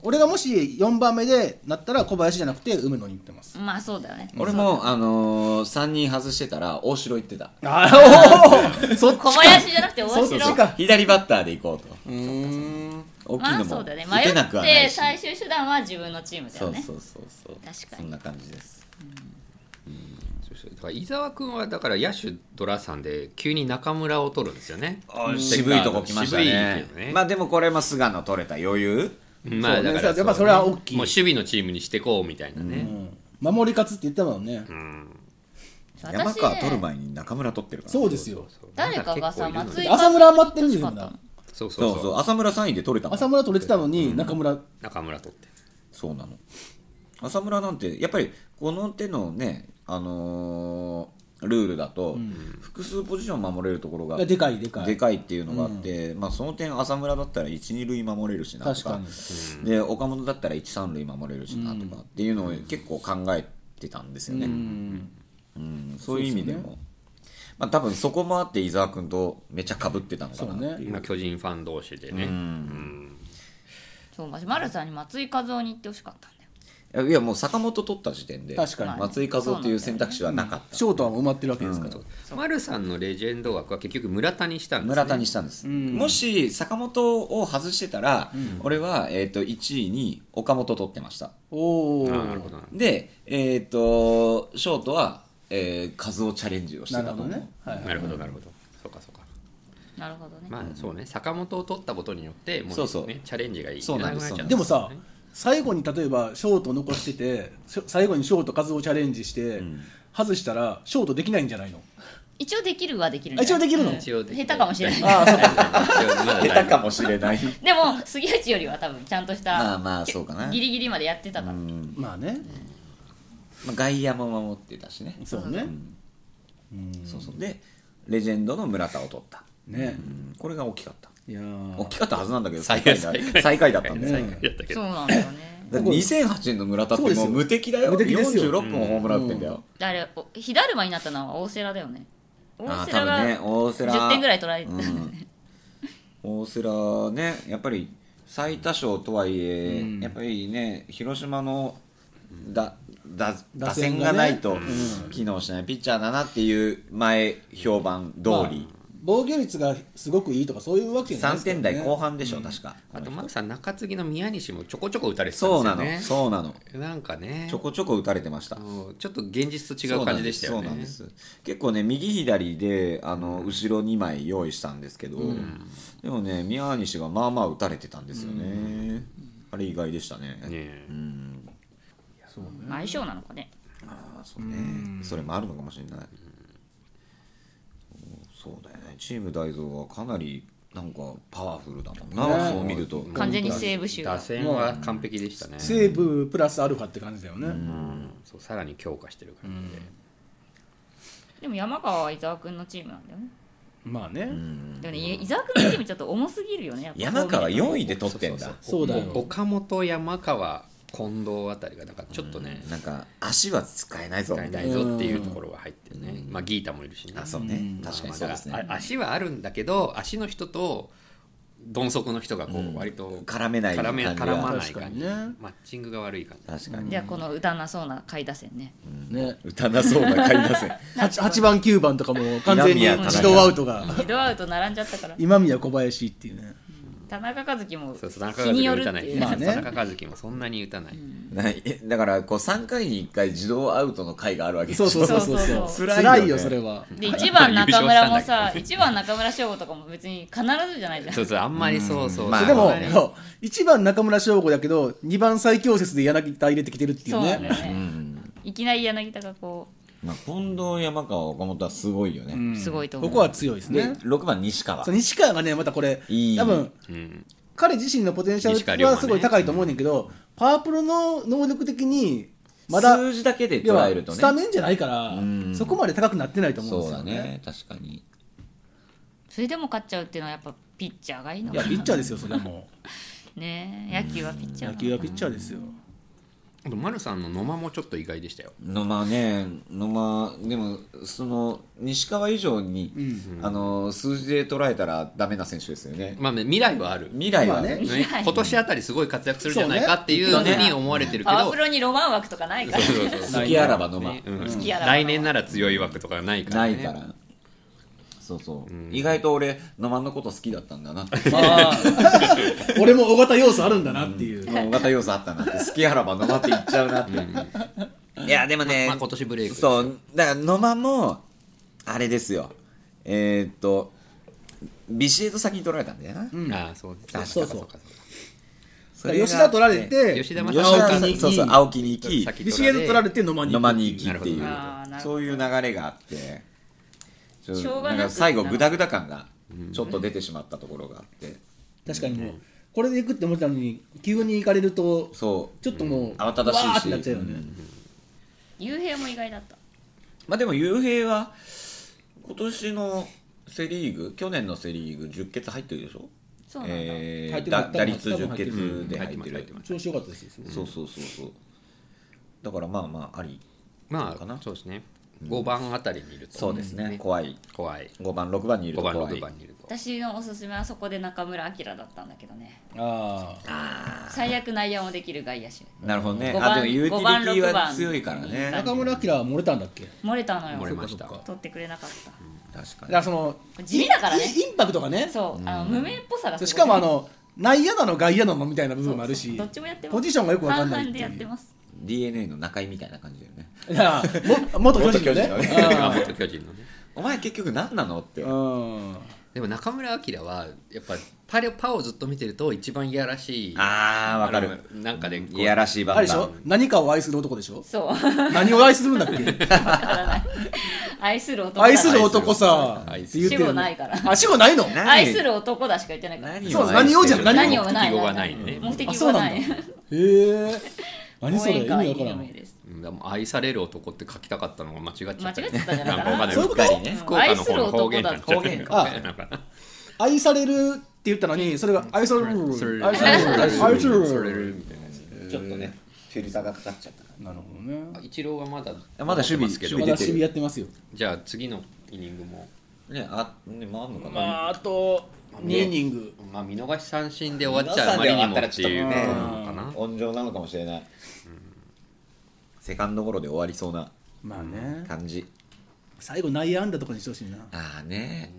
[SPEAKER 2] 俺がもし4番目でなったら小林じゃなくて梅野に言ってます
[SPEAKER 1] まあそうだよね
[SPEAKER 3] た俺も、あのー、3人外してたら大城行ってた
[SPEAKER 2] ああおお そっち
[SPEAKER 1] 小林じゃなくて大
[SPEAKER 2] そ
[SPEAKER 1] 城
[SPEAKER 2] っちか
[SPEAKER 3] 左バッターで行こうと
[SPEAKER 2] うーん
[SPEAKER 3] 大きい
[SPEAKER 1] ま
[SPEAKER 3] の
[SPEAKER 1] あ
[SPEAKER 3] も
[SPEAKER 1] そう
[SPEAKER 3] 打
[SPEAKER 1] だよね
[SPEAKER 3] てなくは
[SPEAKER 1] 迷
[SPEAKER 3] な
[SPEAKER 1] って
[SPEAKER 3] いし、
[SPEAKER 1] 最終手段は自分のチームだ
[SPEAKER 3] そ
[SPEAKER 1] よ
[SPEAKER 3] う
[SPEAKER 1] ね
[SPEAKER 3] そうそうそう
[SPEAKER 1] 確かに
[SPEAKER 3] そんな感じです
[SPEAKER 4] そうそうだから伊沢君はだから野手ドラさんで急に中村を取るんですよね
[SPEAKER 3] 渋いとこ来ましたね
[SPEAKER 4] 渋いけどね
[SPEAKER 3] まあでもこれも菅野取れた余裕
[SPEAKER 4] ま
[SPEAKER 2] そ
[SPEAKER 4] あ
[SPEAKER 2] うね
[SPEAKER 4] だから
[SPEAKER 2] やっぱそれは大きい
[SPEAKER 4] もう守備のチームにしてこうみたいなね、
[SPEAKER 2] 守り勝つって言ってたもんね、
[SPEAKER 1] 私ね
[SPEAKER 3] 山川取る前に中村取ってるから
[SPEAKER 2] そうですよ
[SPEAKER 4] そう
[SPEAKER 1] 誰かがさ
[SPEAKER 4] なん結構い
[SPEAKER 1] 松井
[SPEAKER 4] るのよ
[SPEAKER 2] だって浅村余ってるんですよみんな
[SPEAKER 4] そう
[SPEAKER 3] そ
[SPEAKER 4] そうう
[SPEAKER 3] そう
[SPEAKER 4] そう
[SPEAKER 3] 浅村3位で取れたもん
[SPEAKER 2] 浅村取れてたのに中村、
[SPEAKER 4] 中村取って
[SPEAKER 3] そうなの浅村なんてやっぱりこの手のねあのールールだと、複数ポジション守れるところが
[SPEAKER 2] いやでかいでかい
[SPEAKER 3] でかいっていうのがあって、まあ、その点浅村だったら1、2塁守れるしなとか
[SPEAKER 2] 確かに
[SPEAKER 3] で岡本だったら1、3塁守れるしなとかっていうのを結構考えてたんですよね、
[SPEAKER 2] うん
[SPEAKER 3] うんそういう意味でもまあ、多分そこもあって伊沢君とめちゃかぶってたのか
[SPEAKER 2] そう
[SPEAKER 3] な
[SPEAKER 2] ね
[SPEAKER 4] 今巨人ファン同士でね、
[SPEAKER 1] そう丸さんに松井一夫に行ってほしかったんだよ
[SPEAKER 3] いやいやもう坂本取った時点で
[SPEAKER 2] 確かに
[SPEAKER 3] 松井稼働という選択肢はなかった、
[SPEAKER 2] ショートはもう埋まってるわけですから、
[SPEAKER 4] 丸さんのレジェンド枠は結局村田にしたんです、ね、
[SPEAKER 3] 村田にしたんです、もし坂本を外してたら、俺は、えー、と1位に岡本取ってました
[SPEAKER 2] おお
[SPEAKER 4] ああなるほどな
[SPEAKER 3] で、えー、とショートは、えー、数をチャレンジをして
[SPEAKER 2] な
[SPEAKER 3] た
[SPEAKER 2] る
[SPEAKER 3] と
[SPEAKER 2] ほ
[SPEAKER 3] 思
[SPEAKER 2] ど
[SPEAKER 3] う、
[SPEAKER 2] ね、はい
[SPEAKER 4] なるほどなるほどそうかそうか
[SPEAKER 1] なるほどね
[SPEAKER 4] まあそうね坂本を取ったことによってもう、ね、
[SPEAKER 3] そうそう
[SPEAKER 4] チャレンジがいい
[SPEAKER 3] そうなんです
[SPEAKER 4] いら
[SPEAKER 2] で
[SPEAKER 4] く
[SPEAKER 2] も
[SPEAKER 4] っちゃ
[SPEAKER 2] さ
[SPEAKER 4] う
[SPEAKER 2] 最後に例えばショート残しててしょ最後にショート数をチャレンジして、外したらショートできないんじゃないの
[SPEAKER 1] 一応できるはできるん
[SPEAKER 2] あ
[SPEAKER 1] じ
[SPEAKER 2] 一
[SPEAKER 1] ゃ
[SPEAKER 2] 応
[SPEAKER 1] ない
[SPEAKER 2] できるの、
[SPEAKER 4] 一応でき
[SPEAKER 1] 下手かもしれない
[SPEAKER 2] ああそうか
[SPEAKER 4] ん
[SPEAKER 3] 下手かもし れな い
[SPEAKER 1] でも杉内よりは多分ちゃんとした
[SPEAKER 3] まあまあそうかな
[SPEAKER 1] ギリギリまでやってたから、
[SPEAKER 2] まあね
[SPEAKER 3] まあ外野も守ってたしね、
[SPEAKER 2] そうね
[SPEAKER 3] そうそうでレジェンドの村田を取った、
[SPEAKER 2] ね
[SPEAKER 3] うんこれが大きかった
[SPEAKER 2] いやー
[SPEAKER 3] 大きかったはずなんだけど最
[SPEAKER 4] 最
[SPEAKER 3] 下
[SPEAKER 4] 下位
[SPEAKER 3] 位だ最下位だったんだよ
[SPEAKER 4] 最下位だったけ
[SPEAKER 1] そう
[SPEAKER 4] ど
[SPEAKER 1] なんだよね
[SPEAKER 3] だって2008年の村田っ
[SPEAKER 2] そうで
[SPEAKER 3] て
[SPEAKER 2] す
[SPEAKER 3] も
[SPEAKER 2] よ
[SPEAKER 3] う無敵だよ
[SPEAKER 2] 無敵ですよ
[SPEAKER 3] 46本ホームラン打ってんだよ、
[SPEAKER 1] あれお火だるまになったのは大瀬良だよね
[SPEAKER 3] あ
[SPEAKER 1] 大
[SPEAKER 3] ー
[SPEAKER 1] 瀬
[SPEAKER 3] 多
[SPEAKER 1] 良が
[SPEAKER 3] 分ね大瀬良
[SPEAKER 1] 10点ぐらい取られてたんだよね、
[SPEAKER 3] 大瀬良ねやっぱり最多勝とはいえ、やっぱりね広島のだだ打
[SPEAKER 2] 打
[SPEAKER 3] 線
[SPEAKER 2] 線
[SPEAKER 3] が
[SPEAKER 2] がね
[SPEAKER 3] ないと機能しない、ピッチャーだなっていう前評判通り、
[SPEAKER 2] 防御率がすごくいいとかそういうわけじゃないで
[SPEAKER 3] 3
[SPEAKER 2] すけど
[SPEAKER 3] 点
[SPEAKER 2] ね
[SPEAKER 3] 台後半でしょ、確か
[SPEAKER 4] あとマクさん中継ぎの宮西もちょこちょこ打たれてたん
[SPEAKER 3] そうなの、
[SPEAKER 4] ですよね
[SPEAKER 3] そうなの
[SPEAKER 4] そうなんかね
[SPEAKER 3] ちょこちょこ打たれてました
[SPEAKER 4] あのちょっと現実と違う感じでしたよね
[SPEAKER 3] そうなんですそうなんです結構ね右左であの後ろ2枚用意したんですけど、でもね宮西がまあまあ打たれてたんですよね、あれ意外でしたね
[SPEAKER 4] ねえ
[SPEAKER 1] 相性なのかね
[SPEAKER 3] ああそうね、それもあるのかもしれない、そうそうだよねチーム大蔵はかなりなんかパワフルだもんな、そう見ると
[SPEAKER 1] 完全にセーブ集
[SPEAKER 4] 打線は完璧でしたね、
[SPEAKER 2] 西武プラスアルファって感じだよね、
[SPEAKER 4] そうさらに強化してる感じで、
[SPEAKER 1] でも山川は伊沢君のチームなんだよね
[SPEAKER 2] まあね、
[SPEAKER 1] でもね伊沢君のチームちょっと重すぎるよねやっぱ
[SPEAKER 3] 山川
[SPEAKER 1] こう見ると
[SPEAKER 3] 4位で取ってんだ
[SPEAKER 2] そうだよ
[SPEAKER 4] お岡本山川近藤あたりがなんかちょっとね、
[SPEAKER 3] なんか足は使えないぞ
[SPEAKER 4] 使い
[SPEAKER 3] みた
[SPEAKER 4] た
[SPEAKER 3] いない
[SPEAKER 4] ぞっていうところが入ってるね、まあギータもいるしね
[SPEAKER 3] あそうね、確かにそうですね、
[SPEAKER 4] まああ足はあるんだけど足の人と鈍足の人がこう割と
[SPEAKER 3] 絡めない
[SPEAKER 4] 絡め
[SPEAKER 3] 感じが
[SPEAKER 4] 絡まない
[SPEAKER 2] 確か
[SPEAKER 4] 感
[SPEAKER 2] に
[SPEAKER 4] じ、
[SPEAKER 2] ね
[SPEAKER 4] マッチングが悪い感じ
[SPEAKER 3] 確かに、
[SPEAKER 1] じゃあこの歌なそうな下位打線ね
[SPEAKER 2] ね
[SPEAKER 3] 打たなそうな感じだせ
[SPEAKER 2] 8, 番9番とかも完全に
[SPEAKER 3] 今宮
[SPEAKER 2] 自動アウトが
[SPEAKER 1] ヘドアウト並んじゃったから
[SPEAKER 2] 今宮小林っていうね
[SPEAKER 1] 田中和樹も
[SPEAKER 4] そうそう田中
[SPEAKER 1] 日
[SPEAKER 4] 和
[SPEAKER 1] に
[SPEAKER 4] 樹
[SPEAKER 1] よ
[SPEAKER 4] も
[SPEAKER 1] る
[SPEAKER 4] 打
[SPEAKER 1] って
[SPEAKER 4] たない、
[SPEAKER 1] いう、
[SPEAKER 2] まあね
[SPEAKER 4] 田中和樹もそんなに打たない、
[SPEAKER 3] ないだからこう3回に1回自動アウトの回があるわけでし
[SPEAKER 2] そ
[SPEAKER 3] ょ
[SPEAKER 2] うそうそうそう
[SPEAKER 1] そうそう
[SPEAKER 2] そ
[SPEAKER 1] そう
[SPEAKER 3] う
[SPEAKER 2] 辛い
[SPEAKER 3] 辛いよ
[SPEAKER 2] よ
[SPEAKER 3] ね
[SPEAKER 2] それは
[SPEAKER 1] で1番中村も
[SPEAKER 4] 優勝したんだ
[SPEAKER 1] さ
[SPEAKER 4] け
[SPEAKER 1] 1番中村翔吾とかも別に必ずじゃないじゃん
[SPEAKER 4] そうそうあんまりそうそう、
[SPEAKER 3] まあ
[SPEAKER 2] でも、
[SPEAKER 3] ね
[SPEAKER 2] そう1番中村翔吾だけど2番最強説で柳田入れてきてるっていう
[SPEAKER 1] そうなんだ
[SPEAKER 2] ね
[SPEAKER 1] よねいきなり柳田がこう
[SPEAKER 3] まあ、近藤、山川、岡本はすごいよね。
[SPEAKER 2] うん
[SPEAKER 1] すごいと思う
[SPEAKER 2] ここは強いです
[SPEAKER 3] で、
[SPEAKER 2] ね
[SPEAKER 3] 6番、西川
[SPEAKER 2] そ。う西川がねまたこれ
[SPEAKER 3] いい
[SPEAKER 2] 多分
[SPEAKER 4] うん
[SPEAKER 2] 彼自身のポテンシ
[SPEAKER 4] 西川
[SPEAKER 2] ャル
[SPEAKER 4] 龍馬
[SPEAKER 2] は
[SPEAKER 4] ね
[SPEAKER 2] すごい高いと思うねんけど、パワープロの能力的にまだ
[SPEAKER 3] 数字だけで
[SPEAKER 2] 要は
[SPEAKER 3] 捉えるとね。
[SPEAKER 2] スタメンじゃないから、
[SPEAKER 3] ん
[SPEAKER 2] そこまで高くなってないと思うんで
[SPEAKER 3] そう
[SPEAKER 2] す
[SPEAKER 3] だ
[SPEAKER 2] よね
[SPEAKER 3] ね、確かに。
[SPEAKER 1] それでも勝っちゃうっていうのはやっぱピッチャーがいいのか
[SPEAKER 2] いや
[SPEAKER 1] な
[SPEAKER 2] ピッチャーですよそれはも
[SPEAKER 1] ねえ野球はピッチ
[SPEAKER 2] う
[SPEAKER 1] ャーな
[SPEAKER 2] 野
[SPEAKER 1] の
[SPEAKER 2] 球はピッチャーですよ
[SPEAKER 4] あと丸さんの野間もちょっと意外でしたよ
[SPEAKER 3] 野間ね、野間、でも、その、西川以上に、あの、数字で捉えたらダメな選手ですよね。
[SPEAKER 4] まあね未来はある、ね、
[SPEAKER 3] 未来は
[SPEAKER 2] まあ
[SPEAKER 3] ね
[SPEAKER 2] ね、
[SPEAKER 4] 今年あたりすごい活躍するじゃないかっていう
[SPEAKER 3] そう
[SPEAKER 4] ふ
[SPEAKER 3] ね
[SPEAKER 4] うに思われてるけ
[SPEAKER 1] パ
[SPEAKER 4] ど
[SPEAKER 1] ワープロにロマン枠とかないから
[SPEAKER 4] そうそうそう
[SPEAKER 3] 好きあらば野間。
[SPEAKER 4] ねうん
[SPEAKER 1] 好きやら
[SPEAKER 4] 来年なら強い枠とかないから、
[SPEAKER 3] な
[SPEAKER 4] ね、
[SPEAKER 3] いから。そうそう。意外と俺、野間のこと好きだったんだな。
[SPEAKER 2] 俺も大型要素あるんだなっていう、
[SPEAKER 3] 大型要素あったなって、好きあらば野間って言っちゃうな って。いや、でもね、
[SPEAKER 4] まあ、今年ブレイク
[SPEAKER 3] そう、だから野間も、あれですよ。えーっと、ビシエド先に取られたんだよな。
[SPEAKER 2] うん
[SPEAKER 4] ああそうです
[SPEAKER 3] そう
[SPEAKER 2] そう
[SPEAKER 4] そうかそうか
[SPEAKER 3] そ
[SPEAKER 2] だから
[SPEAKER 3] れが
[SPEAKER 2] 吉田取られて、
[SPEAKER 4] 吉田
[SPEAKER 3] ね
[SPEAKER 4] 正
[SPEAKER 3] 吉
[SPEAKER 4] 尚
[SPEAKER 3] 田
[SPEAKER 4] さん
[SPEAKER 2] に
[SPEAKER 3] そうそう、青木に行き、
[SPEAKER 4] 先
[SPEAKER 2] ビシエド取られて野間に
[SPEAKER 3] 野間に行きってい
[SPEAKER 4] なるほど
[SPEAKER 1] あーな
[SPEAKER 3] う
[SPEAKER 1] るほ
[SPEAKER 3] そういう流れがあってちょ
[SPEAKER 1] しょうがな
[SPEAKER 3] な
[SPEAKER 1] んく
[SPEAKER 3] か最後グダグダ感がちょっと出てしまったところがあって
[SPEAKER 2] 確かにもうこれで行くって思ってたのに急に行かれると
[SPEAKER 3] そう
[SPEAKER 2] ちょっともう、
[SPEAKER 3] 慌ただしいし
[SPEAKER 2] わーってなっちゃうよね、
[SPEAKER 1] 幽閉も意外だった
[SPEAKER 3] まあでも雄平は今年のセ・リーグ去年のセ・リーグ10決入ってるでしょ
[SPEAKER 1] そうなんだ、
[SPEAKER 3] え
[SPEAKER 2] 入っ
[SPEAKER 3] ー
[SPEAKER 2] てます
[SPEAKER 3] だ打率
[SPEAKER 2] 多分
[SPEAKER 3] 10
[SPEAKER 2] 入ってる
[SPEAKER 3] 決で入って
[SPEAKER 4] うん入って
[SPEAKER 3] る
[SPEAKER 4] ま
[SPEAKER 2] 調子良かったですよすごい
[SPEAKER 3] そうそうそうそうだからまあまああり
[SPEAKER 4] ま
[SPEAKER 3] かな
[SPEAKER 4] あそうですね5番あたりにいると
[SPEAKER 3] そうですね怖い
[SPEAKER 4] 怖い
[SPEAKER 3] 5番6番にいる
[SPEAKER 4] 5
[SPEAKER 3] と
[SPEAKER 4] 番
[SPEAKER 3] 怖
[SPEAKER 4] 6
[SPEAKER 3] い
[SPEAKER 4] 番にいると
[SPEAKER 1] 私のおすすめはそこで中村晃だったんだけどね
[SPEAKER 2] ああ
[SPEAKER 1] 最悪内野もできる外野手
[SPEAKER 3] なるほどね
[SPEAKER 1] 五番
[SPEAKER 3] あでもユーテ
[SPEAKER 1] 五番
[SPEAKER 3] ィリティ
[SPEAKER 1] 六
[SPEAKER 3] は
[SPEAKER 1] 番
[SPEAKER 3] 強いからね
[SPEAKER 2] 中村晃は漏れたんだっけ
[SPEAKER 1] 漏れたの
[SPEAKER 4] 漏れ
[SPEAKER 1] よ
[SPEAKER 4] ました
[SPEAKER 2] そっかそっか
[SPEAKER 1] 取ってくれなかっ
[SPEAKER 3] 確
[SPEAKER 2] だ
[SPEAKER 3] かに
[SPEAKER 2] からその
[SPEAKER 1] 地味だからね
[SPEAKER 2] インインパクトがね
[SPEAKER 1] たそうあの無名っぽさがすごい
[SPEAKER 2] しかもあの内野なの外野なのみたいな部分もあるし
[SPEAKER 1] どっちもやってます
[SPEAKER 2] ポジションがよくわかんない
[SPEAKER 1] 半々
[SPEAKER 2] っ
[SPEAKER 1] で
[SPEAKER 2] てい
[SPEAKER 1] や
[SPEAKER 2] う
[SPEAKER 1] ってます
[SPEAKER 3] DNA の中井みたいな感じだよね
[SPEAKER 2] いやも元巨人ね
[SPEAKER 3] 元巨人
[SPEAKER 4] あ
[SPEAKER 2] あ
[SPEAKER 4] 元巨人のね
[SPEAKER 3] お前結局何なのって
[SPEAKER 2] ーうん
[SPEAKER 4] でも中村晃はやっぱパレパをずっと見てると一番いやらしい
[SPEAKER 3] あーわかる
[SPEAKER 4] あのなんかねこう
[SPEAKER 3] いやらしいバ
[SPEAKER 2] あれで
[SPEAKER 3] ッ
[SPEAKER 2] し
[SPEAKER 3] タ
[SPEAKER 2] ょ
[SPEAKER 3] ー
[SPEAKER 2] 何かを愛する男でしょ
[SPEAKER 1] そう
[SPEAKER 2] 何を愛するんだっけ
[SPEAKER 1] 愛する男だ
[SPEAKER 2] 愛する男さ
[SPEAKER 4] 愛す
[SPEAKER 2] って言
[SPEAKER 4] る
[SPEAKER 2] ってる
[SPEAKER 1] 死後ないから
[SPEAKER 2] あ死後ないの
[SPEAKER 3] 何
[SPEAKER 1] 愛する男だしか言ってないから
[SPEAKER 3] 何
[SPEAKER 2] そう
[SPEAKER 3] を愛してる
[SPEAKER 2] 何をじゃない
[SPEAKER 1] 何をない
[SPEAKER 4] 目的語がないね
[SPEAKER 1] 目的
[SPEAKER 2] あ
[SPEAKER 1] 語
[SPEAKER 2] そ
[SPEAKER 1] が
[SPEAKER 2] うな
[SPEAKER 1] なんい
[SPEAKER 2] だへえ何そ
[SPEAKER 1] 応
[SPEAKER 2] れ意
[SPEAKER 1] 援
[SPEAKER 2] 味
[SPEAKER 1] 歌は有
[SPEAKER 2] わからん
[SPEAKER 1] 名です
[SPEAKER 4] うんでも愛される男って書きたかったのが間違っちゃった
[SPEAKER 1] 間違えてたんじゃない
[SPEAKER 4] な
[SPEAKER 1] か
[SPEAKER 4] んかわか
[SPEAKER 1] な
[SPEAKER 4] んない
[SPEAKER 2] そういうこと
[SPEAKER 3] ね
[SPEAKER 4] 福岡の方の方言になっちゃっ
[SPEAKER 3] 愛す
[SPEAKER 4] て
[SPEAKER 3] る
[SPEAKER 4] る
[SPEAKER 3] 男
[SPEAKER 2] だ
[SPEAKER 4] 方言なんかな
[SPEAKER 2] 愛されるって言ったのにそれが愛される愛
[SPEAKER 4] そ
[SPEAKER 2] さ
[SPEAKER 4] れ
[SPEAKER 2] れ
[SPEAKER 4] る
[SPEAKER 2] る愛される
[SPEAKER 4] みたいな
[SPEAKER 3] ちょっとねフィルターがかかっちゃった
[SPEAKER 2] なるほどね
[SPEAKER 4] イチローはまだ
[SPEAKER 3] まだ守備
[SPEAKER 4] 守ってますけど
[SPEAKER 2] ま
[SPEAKER 3] 守
[SPEAKER 2] だ
[SPEAKER 3] 備
[SPEAKER 2] 守備やってますよ
[SPEAKER 4] じゃあ次のイニングも
[SPEAKER 3] ねあね回るのかな、
[SPEAKER 2] まああと2イニング
[SPEAKER 4] まあ見逃し三振で終わっちゃうあまりにもっていうことなのかな
[SPEAKER 3] 温情なのかもしれない、セカンドゴロで終わりそうな
[SPEAKER 2] まあね
[SPEAKER 3] 感じ
[SPEAKER 2] 最後内野安打とかにしてほしいな
[SPEAKER 3] ああね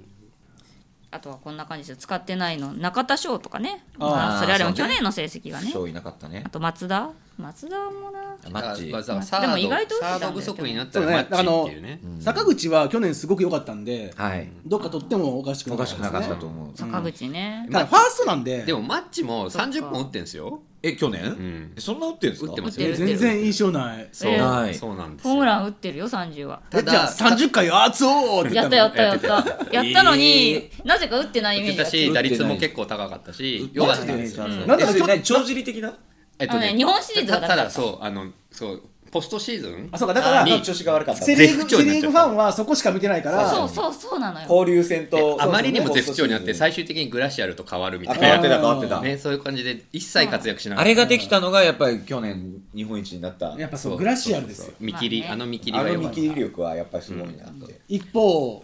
[SPEAKER 1] あとはこんな感じです使ってないの中田翔とかね
[SPEAKER 2] あー
[SPEAKER 1] まあそれはでも
[SPEAKER 3] そう
[SPEAKER 1] 去
[SPEAKER 3] ね
[SPEAKER 1] 年の成績がね
[SPEAKER 3] 勝いなかったね
[SPEAKER 1] あと松田松田もな
[SPEAKER 3] マッチ
[SPEAKER 4] だからサー
[SPEAKER 1] で
[SPEAKER 4] ド
[SPEAKER 1] も意外と打ってた
[SPEAKER 4] サ
[SPEAKER 1] んだ
[SPEAKER 4] ー
[SPEAKER 1] よ
[SPEAKER 4] ド不足になった
[SPEAKER 2] そう
[SPEAKER 4] ら
[SPEAKER 2] ね
[SPEAKER 4] マ
[SPEAKER 2] あ
[SPEAKER 4] ッチっ
[SPEAKER 2] の
[SPEAKER 4] ていうね
[SPEAKER 2] 坂口は去年すごく良かったんで
[SPEAKER 3] はい
[SPEAKER 2] どっか取ってもおかしく
[SPEAKER 3] お
[SPEAKER 2] な
[SPEAKER 3] か
[SPEAKER 2] かっ
[SPEAKER 3] しく
[SPEAKER 2] た
[SPEAKER 3] なかっ
[SPEAKER 2] で
[SPEAKER 3] たと思う、
[SPEAKER 1] 坂口ね
[SPEAKER 2] すねただファーストなんで
[SPEAKER 4] でもマッチも30本打ってんすよ
[SPEAKER 3] え去年、
[SPEAKER 4] ん
[SPEAKER 3] そんな打ってるんですか
[SPEAKER 4] 打ってます
[SPEAKER 1] 打ってる
[SPEAKER 2] 全然印象ない
[SPEAKER 4] そう
[SPEAKER 3] はい
[SPEAKER 4] そうなんですよ
[SPEAKER 1] ホームラン打ってるよ30は
[SPEAKER 2] えじゃあ30回あーつおーって言
[SPEAKER 1] や
[SPEAKER 2] っ
[SPEAKER 1] った
[SPEAKER 2] た
[SPEAKER 1] や
[SPEAKER 2] の
[SPEAKER 1] ったやったやったのになぜか打ってないイ
[SPEAKER 4] 打っ
[SPEAKER 1] メー
[SPEAKER 4] て
[SPEAKER 1] ジだ
[SPEAKER 4] た
[SPEAKER 1] った
[SPEAKER 4] し打率も結構高かったしよかったんですよ
[SPEAKER 2] なんだろう
[SPEAKER 3] えそれ何帳尻的な
[SPEAKER 4] えっ
[SPEAKER 1] あのね日本シリーズは
[SPEAKER 4] た
[SPEAKER 1] ダ
[SPEAKER 4] た
[SPEAKER 1] メだ
[SPEAKER 4] だそうあのそうポストシーズン
[SPEAKER 2] あそうかだから
[SPEAKER 4] あに
[SPEAKER 3] 調子が悪かった
[SPEAKER 2] セ・リー
[SPEAKER 4] 絶不
[SPEAKER 2] グ
[SPEAKER 4] 調
[SPEAKER 2] セ・
[SPEAKER 4] になっちゃ
[SPEAKER 2] リ
[SPEAKER 4] った
[SPEAKER 2] ーグファンはそこしか見てないから
[SPEAKER 1] そうそうそうなのよ
[SPEAKER 3] 交流戦と
[SPEAKER 4] あまりにも絶不調になって最終的にグラシアルと変わるみた
[SPEAKER 3] あ
[SPEAKER 4] い
[SPEAKER 3] 変わっ
[SPEAKER 4] な
[SPEAKER 3] てた変わってた、
[SPEAKER 4] ね、そういう感じで一切活躍しなか
[SPEAKER 3] あ
[SPEAKER 4] った
[SPEAKER 3] れができたのがやっぱり去年日本一になった
[SPEAKER 2] やっぱそうグラシアルですよ
[SPEAKER 4] 見切り、
[SPEAKER 1] まあね
[SPEAKER 4] あの見切り
[SPEAKER 3] あ
[SPEAKER 4] が
[SPEAKER 3] の
[SPEAKER 4] 良か
[SPEAKER 3] 見
[SPEAKER 4] った
[SPEAKER 3] 切り力はやっぱりすごいなって、
[SPEAKER 2] 一方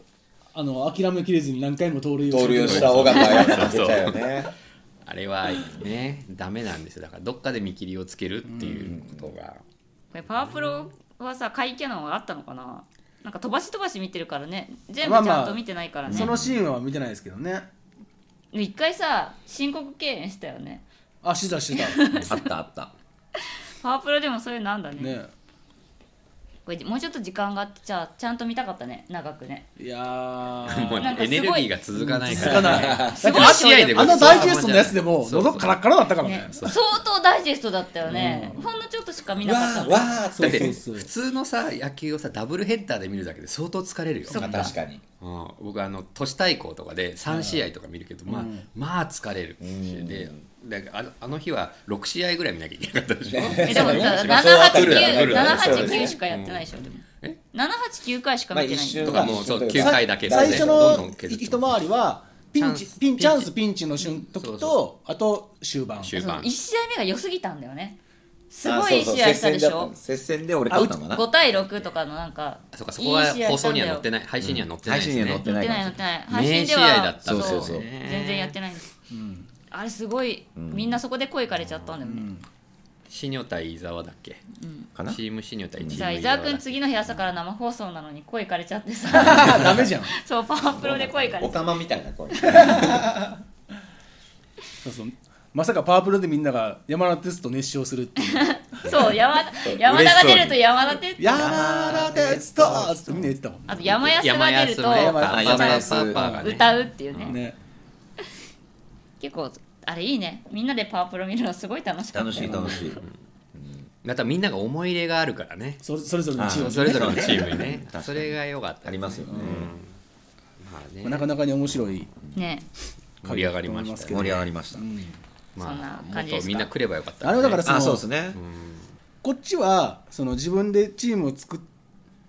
[SPEAKER 2] あの諦めきれずに何回も盗塁を
[SPEAKER 3] 盗塁を
[SPEAKER 2] し
[SPEAKER 3] したた尾形はやっぱ負けたよね
[SPEAKER 4] あれはねダメなんですよだからどっかで見切りをつけるっていうことが、
[SPEAKER 1] これパワープロはさ会見のがあったのかななんか飛ばし飛ばし見てるからね全
[SPEAKER 2] ま
[SPEAKER 1] 部
[SPEAKER 2] あ
[SPEAKER 1] ち
[SPEAKER 2] まあ
[SPEAKER 1] ゃんと見てないからね
[SPEAKER 2] そのシーンは見てないですけどね
[SPEAKER 1] で一回さ申告敬遠したよね
[SPEAKER 2] あしてたしてた
[SPEAKER 3] あったあった
[SPEAKER 1] パワープロでもそういうのあんだね
[SPEAKER 2] ね
[SPEAKER 1] これもうちょっと時間があってじゃあちゃんと見たかったね長くね
[SPEAKER 2] いやー
[SPEAKER 4] もう
[SPEAKER 1] なんかすごい
[SPEAKER 4] エネルギーが続かない
[SPEAKER 2] つ
[SPEAKER 4] か、
[SPEAKER 2] から ない
[SPEAKER 1] すごい
[SPEAKER 4] 8試合で
[SPEAKER 2] あのダイジェストのやつでも
[SPEAKER 4] そうそう
[SPEAKER 2] 喉カラッカラだったから
[SPEAKER 1] ね
[SPEAKER 2] ね
[SPEAKER 1] 相当ダイジェストだったよね、ほんのちょっとしか見なかった
[SPEAKER 3] わ
[SPEAKER 1] も
[SPEAKER 3] ー
[SPEAKER 1] ん
[SPEAKER 3] わー
[SPEAKER 2] そ
[SPEAKER 4] だ
[SPEAKER 2] う
[SPEAKER 4] って
[SPEAKER 2] そうそう
[SPEAKER 4] 普通のさ野球をさダブルヘッダーで見るだけで相当疲れるよ、
[SPEAKER 1] そっ
[SPEAKER 3] まあ確かに
[SPEAKER 4] うん、僕あの都市対抗とかで3試合とか見るけど、まあまあ疲れる
[SPEAKER 3] ん
[SPEAKER 4] でだからあのあの日は6試合ぐらい見なきゃいけなかったでしょ
[SPEAKER 1] えでも
[SPEAKER 3] そうだ
[SPEAKER 1] さ
[SPEAKER 3] ね
[SPEAKER 1] 789 789
[SPEAKER 3] 789
[SPEAKER 1] しかやってないでしょでも789回しか見てないんだよ
[SPEAKER 4] とかもうそう
[SPEAKER 3] まあ一瞬
[SPEAKER 4] 9回だけ
[SPEAKER 2] 最初
[SPEAKER 4] どんど
[SPEAKER 2] の
[SPEAKER 4] ん削って
[SPEAKER 2] 一回りはピンチ
[SPEAKER 4] チ
[SPEAKER 2] ピ
[SPEAKER 4] ャンス
[SPEAKER 2] ンチャンスピンチの瞬時
[SPEAKER 4] そう
[SPEAKER 2] とあと終盤
[SPEAKER 4] 終盤
[SPEAKER 1] 1試合目が良すぎたんだよねす
[SPEAKER 3] あ
[SPEAKER 1] ご
[SPEAKER 3] そ
[SPEAKER 1] いういい
[SPEAKER 3] そう
[SPEAKER 1] 試合したでしょ
[SPEAKER 3] 接戦で俺勝ったのかな
[SPEAKER 1] 5対6とかのなんか
[SPEAKER 4] あそうかそこはい
[SPEAKER 1] い試合
[SPEAKER 4] 放送には載って
[SPEAKER 1] や
[SPEAKER 4] ない配信には載ってないですね、
[SPEAKER 3] うん配信には載って
[SPEAKER 1] っ
[SPEAKER 3] な
[SPEAKER 1] て
[SPEAKER 3] い
[SPEAKER 1] ないやってない配信
[SPEAKER 4] 名
[SPEAKER 1] で
[SPEAKER 4] 試
[SPEAKER 1] は
[SPEAKER 4] 合だった
[SPEAKER 3] そ
[SPEAKER 4] ん
[SPEAKER 3] う
[SPEAKER 4] です
[SPEAKER 3] そう
[SPEAKER 4] よ
[SPEAKER 3] そう
[SPEAKER 4] ね
[SPEAKER 1] 全然やってないんですあれすごいみんなそこで声かれちゃったんだよね
[SPEAKER 4] シニョ対伊沢だっけ
[SPEAKER 3] かな
[SPEAKER 4] チームシニョ対チーム伊
[SPEAKER 1] さあ
[SPEAKER 4] 沢
[SPEAKER 1] 伊沢
[SPEAKER 4] だっ
[SPEAKER 1] 君
[SPEAKER 4] け
[SPEAKER 1] 次の日朝から生放送なのに声かれちゃってさ
[SPEAKER 2] あダメじゃん
[SPEAKER 1] そうパワープロで声かれ
[SPEAKER 3] お
[SPEAKER 1] ちゃっ
[SPEAKER 3] かまみたいな声
[SPEAKER 2] そうそうまさかパワープロでみんなが山田哲人熱唱するっていう
[SPEAKER 1] てそう山田山田が出ると山田って
[SPEAKER 2] 山田哲人っつってみんな言ってたもん
[SPEAKER 1] あと山安が
[SPEAKER 4] 山
[SPEAKER 1] 出る
[SPEAKER 4] 安
[SPEAKER 1] と
[SPEAKER 4] はね
[SPEAKER 2] 山
[SPEAKER 4] パ
[SPEAKER 2] 安
[SPEAKER 4] ー
[SPEAKER 3] 山安
[SPEAKER 4] パーパーがね
[SPEAKER 1] 歌うっていうね
[SPEAKER 2] ね
[SPEAKER 1] 結構あれいいねみんなでパワープロ見るのすごい楽しかった
[SPEAKER 3] 楽しい楽しい
[SPEAKER 4] またみんなが思い入れがあるからね
[SPEAKER 2] それそれぞれのチーム
[SPEAKER 4] それぞれのチームにね
[SPEAKER 3] 確かに
[SPEAKER 4] それが良かった
[SPEAKER 3] ありますよね
[SPEAKER 4] まあね
[SPEAKER 2] まあなかなかに面白い
[SPEAKER 1] ね
[SPEAKER 4] 盛り上がりましたよ
[SPEAKER 3] 盛り上がりました
[SPEAKER 1] そん
[SPEAKER 4] ま
[SPEAKER 1] な
[SPEAKER 4] あも
[SPEAKER 1] 感
[SPEAKER 4] っ
[SPEAKER 1] じで
[SPEAKER 4] と
[SPEAKER 1] すか
[SPEAKER 4] みんな来ればよかった
[SPEAKER 2] あれはだから
[SPEAKER 3] あ
[SPEAKER 2] そ
[SPEAKER 3] そう
[SPEAKER 2] の
[SPEAKER 3] ですね
[SPEAKER 2] こっちはその自分でチームを作っ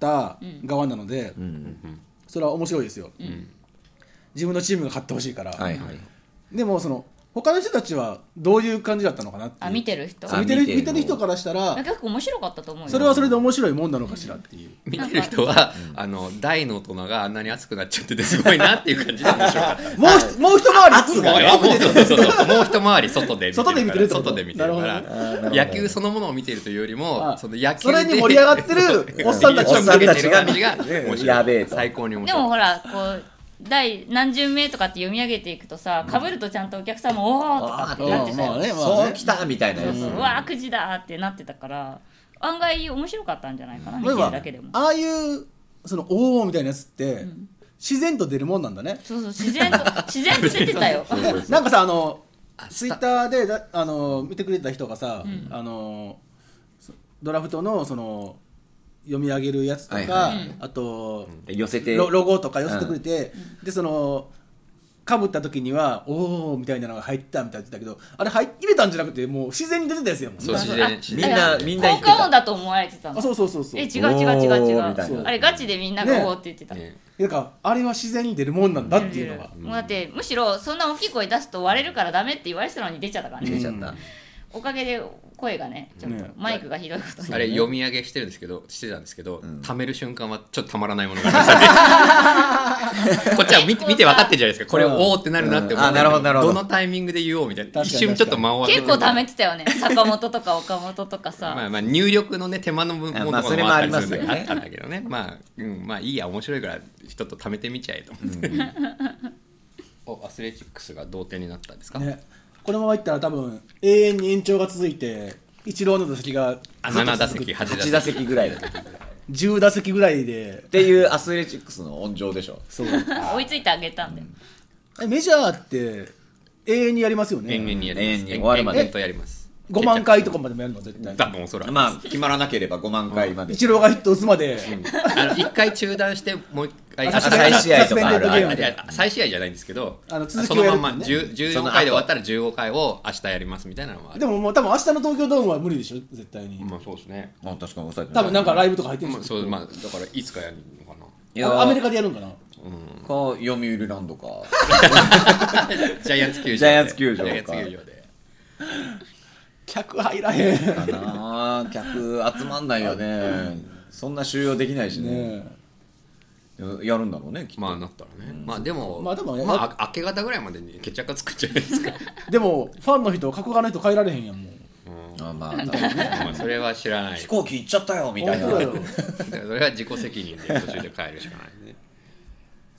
[SPEAKER 2] た側なので、
[SPEAKER 3] うん
[SPEAKER 2] それは面白いですよ、自分のチームが勝ってほしいから、
[SPEAKER 3] はいはい
[SPEAKER 2] でもその他の人たちはどういう感じだったのかなっていう
[SPEAKER 1] あ見てる人
[SPEAKER 2] そう見てる
[SPEAKER 3] あ見てる
[SPEAKER 2] 見てる人からしたら
[SPEAKER 1] 結構面白かったと思うよ
[SPEAKER 2] それはそれで面白いもんなのかしらっていう、
[SPEAKER 4] 見てる人は、あの大の大人があんなに熱くなっちゃっててすごいなっていう感じで面白かった。
[SPEAKER 2] もうひもう一回り
[SPEAKER 4] もうもうそうそうそうもう一回り外で見てるか
[SPEAKER 2] 外
[SPEAKER 4] ら
[SPEAKER 2] で見てるってこと
[SPEAKER 4] 外で見てるか
[SPEAKER 2] な
[SPEAKER 4] ら
[SPEAKER 2] る
[SPEAKER 3] どね
[SPEAKER 4] 野球そのものを見てるというよりも
[SPEAKER 2] あ
[SPEAKER 4] その野球
[SPEAKER 2] それに盛り上がって るおっさんたち
[SPEAKER 3] おっさん
[SPEAKER 2] が
[SPEAKER 3] たちが
[SPEAKER 4] 見てる感じが面白い
[SPEAKER 3] やべえと
[SPEAKER 4] 最高に面
[SPEAKER 1] で
[SPEAKER 4] 白い
[SPEAKER 1] もほらこう第何十名とかって読み上げていくとさかぶるとちゃんとお客さんも「おお!」とかってなってたよ、
[SPEAKER 2] まあねまあ
[SPEAKER 3] そう
[SPEAKER 2] ね
[SPEAKER 3] 来たみたいな
[SPEAKER 1] そ
[SPEAKER 3] や
[SPEAKER 1] う
[SPEAKER 3] つ
[SPEAKER 1] そううわーくじだーってなってたから案外面白かったんじゃないかな見て
[SPEAKER 2] 例え
[SPEAKER 1] る
[SPEAKER 2] ば
[SPEAKER 1] だけでも
[SPEAKER 2] ああいうそのおおみたいなやつって、自然と出るもんなんだね
[SPEAKER 1] そうそう自 然と自然と出てたよ
[SPEAKER 2] なんかさあの
[SPEAKER 4] あ
[SPEAKER 2] ツイッターでだあの見てくれた人がさ、あのそドラフトのその読み上げるやつとか、
[SPEAKER 3] はいはいはい
[SPEAKER 2] あと、
[SPEAKER 3] 寄せて
[SPEAKER 2] ロロゴとか寄せてくれて、でそのかぶった時には「おお」みたいなのが入ったみたいな言ってたけどあれ入入れたんじゃなくてもう自然に出てたやつやもん
[SPEAKER 4] そう
[SPEAKER 2] ね
[SPEAKER 4] 自然自
[SPEAKER 3] み
[SPEAKER 4] 然
[SPEAKER 3] んなみんな言っ
[SPEAKER 1] 効
[SPEAKER 3] てた
[SPEAKER 1] 果音だと思われてたの
[SPEAKER 2] あそうそうそうそう
[SPEAKER 1] え違う違う違う違
[SPEAKER 3] おーみた
[SPEAKER 2] いな
[SPEAKER 1] うあれガチでみんなが「おお」って言ってた、
[SPEAKER 4] ね
[SPEAKER 2] だからあれは自然に出るもんなんだっていうのが
[SPEAKER 1] もうだってむしろそんな大きい声出すと割れるからダメって言われてたのに出ちゃったからね
[SPEAKER 3] 出ちゃった
[SPEAKER 1] おかげで声がねちょっと
[SPEAKER 2] ね
[SPEAKER 1] マイクがひどいことに
[SPEAKER 4] あれ読み上げしてるんですけどしてたんですけど、
[SPEAKER 3] ん
[SPEAKER 4] 貯める瞬間はちょっとたまらないものがあ りましたねこっちは見て見て分かってるじゃないですかこれ
[SPEAKER 2] うん
[SPEAKER 4] おおってなるなって思う、
[SPEAKER 3] うんあなるほどなるほど
[SPEAKER 4] のタイミングで言おうみたいな
[SPEAKER 2] 確
[SPEAKER 4] 一
[SPEAKER 2] かに
[SPEAKER 4] 瞬ちょっと間を空け
[SPEAKER 1] 結
[SPEAKER 4] て
[SPEAKER 1] 構ダメってたよね坂本とか岡本とかさ、
[SPEAKER 4] まあまあ入力のね手間の部分
[SPEAKER 3] あ
[SPEAKER 4] も
[SPEAKER 3] まあ
[SPEAKER 4] とかもあったりす
[SPEAKER 3] そ
[SPEAKER 4] る
[SPEAKER 3] れ
[SPEAKER 4] ん
[SPEAKER 3] もあ
[SPEAKER 4] だ
[SPEAKER 3] り
[SPEAKER 4] あ
[SPEAKER 3] ますよね
[SPEAKER 4] ったんだけどねまあ、うん、まあいいや面白いからちょっと貯めてみちゃえと思って、 おアスレチックスが同点になったんですか、
[SPEAKER 2] ねこのままいったら多分永遠に延長が続いてイチローの打席が
[SPEAKER 4] あ7打席8打席
[SPEAKER 3] 8打席ぐらいだったっ
[SPEAKER 2] 10打席ぐらいで
[SPEAKER 3] ていうアスレチックスの温情でしょ
[SPEAKER 2] そう
[SPEAKER 1] 追いついてあげたんだよ、
[SPEAKER 2] えメジャーって永遠にやりますよ
[SPEAKER 4] 延々
[SPEAKER 2] ね
[SPEAKER 4] にやります
[SPEAKER 3] 延々に終わるまで
[SPEAKER 4] 延々とやります
[SPEAKER 2] 5万回とかまでもやるの絶対
[SPEAKER 4] 多分おそらく、
[SPEAKER 3] まあ決まらなければ5万回まで
[SPEAKER 2] イチローがヒット打つまで、
[SPEAKER 4] あ の1回中断してもう1回
[SPEAKER 2] あ
[SPEAKER 3] 再試合とかあるあ
[SPEAKER 4] あ
[SPEAKER 2] サスペンデッドゲー
[SPEAKER 3] る
[SPEAKER 2] ム
[SPEAKER 3] あ
[SPEAKER 4] い
[SPEAKER 3] る
[SPEAKER 4] や再試合じゃないんですけど
[SPEAKER 2] あの続
[SPEAKER 4] そ
[SPEAKER 2] きを
[SPEAKER 4] の
[SPEAKER 2] や
[SPEAKER 4] ま
[SPEAKER 2] る
[SPEAKER 4] ん
[SPEAKER 2] ね
[SPEAKER 4] ま10 14回で終わったら15回を明日やりますみたいなのはあ
[SPEAKER 2] で
[SPEAKER 4] る
[SPEAKER 2] ももう多分明日の東京ドームは無理でしょ絶対に、
[SPEAKER 4] まあそうですね
[SPEAKER 3] あ確かに抑えて
[SPEAKER 2] 多分なんかラ
[SPEAKER 3] イ
[SPEAKER 2] イブとか入ってるん
[SPEAKER 4] まあ
[SPEAKER 2] です
[SPEAKER 4] そ
[SPEAKER 2] よ、
[SPEAKER 4] うまあだからいつかやるのかな
[SPEAKER 3] ブいや
[SPEAKER 2] あアメ
[SPEAKER 3] ー
[SPEAKER 2] リカでやるんかな
[SPEAKER 3] か読売ランドか
[SPEAKER 4] ジャイアンツ球場で
[SPEAKER 3] ジャイアンツ球場か
[SPEAKER 4] ジャイアンツ球場で
[SPEAKER 2] 客入らへんね
[SPEAKER 3] かなあ客集まんないよねそんな収容できないしね
[SPEAKER 2] え
[SPEAKER 3] やるんだろうねきっと
[SPEAKER 4] まあなったらね、まあでも、
[SPEAKER 2] まあでもね
[SPEAKER 4] まああ明け方ぐらいまでに決着がつくんじゃないですか、
[SPEAKER 2] でもファンの人角側の人帰られへんやんもう
[SPEAKER 3] あまあ多分ね
[SPEAKER 4] まあそれは知らない
[SPEAKER 3] 飛行機行っちゃったよみたいな
[SPEAKER 2] 本当だよ
[SPEAKER 4] それは自己責任で途中で帰るしかないね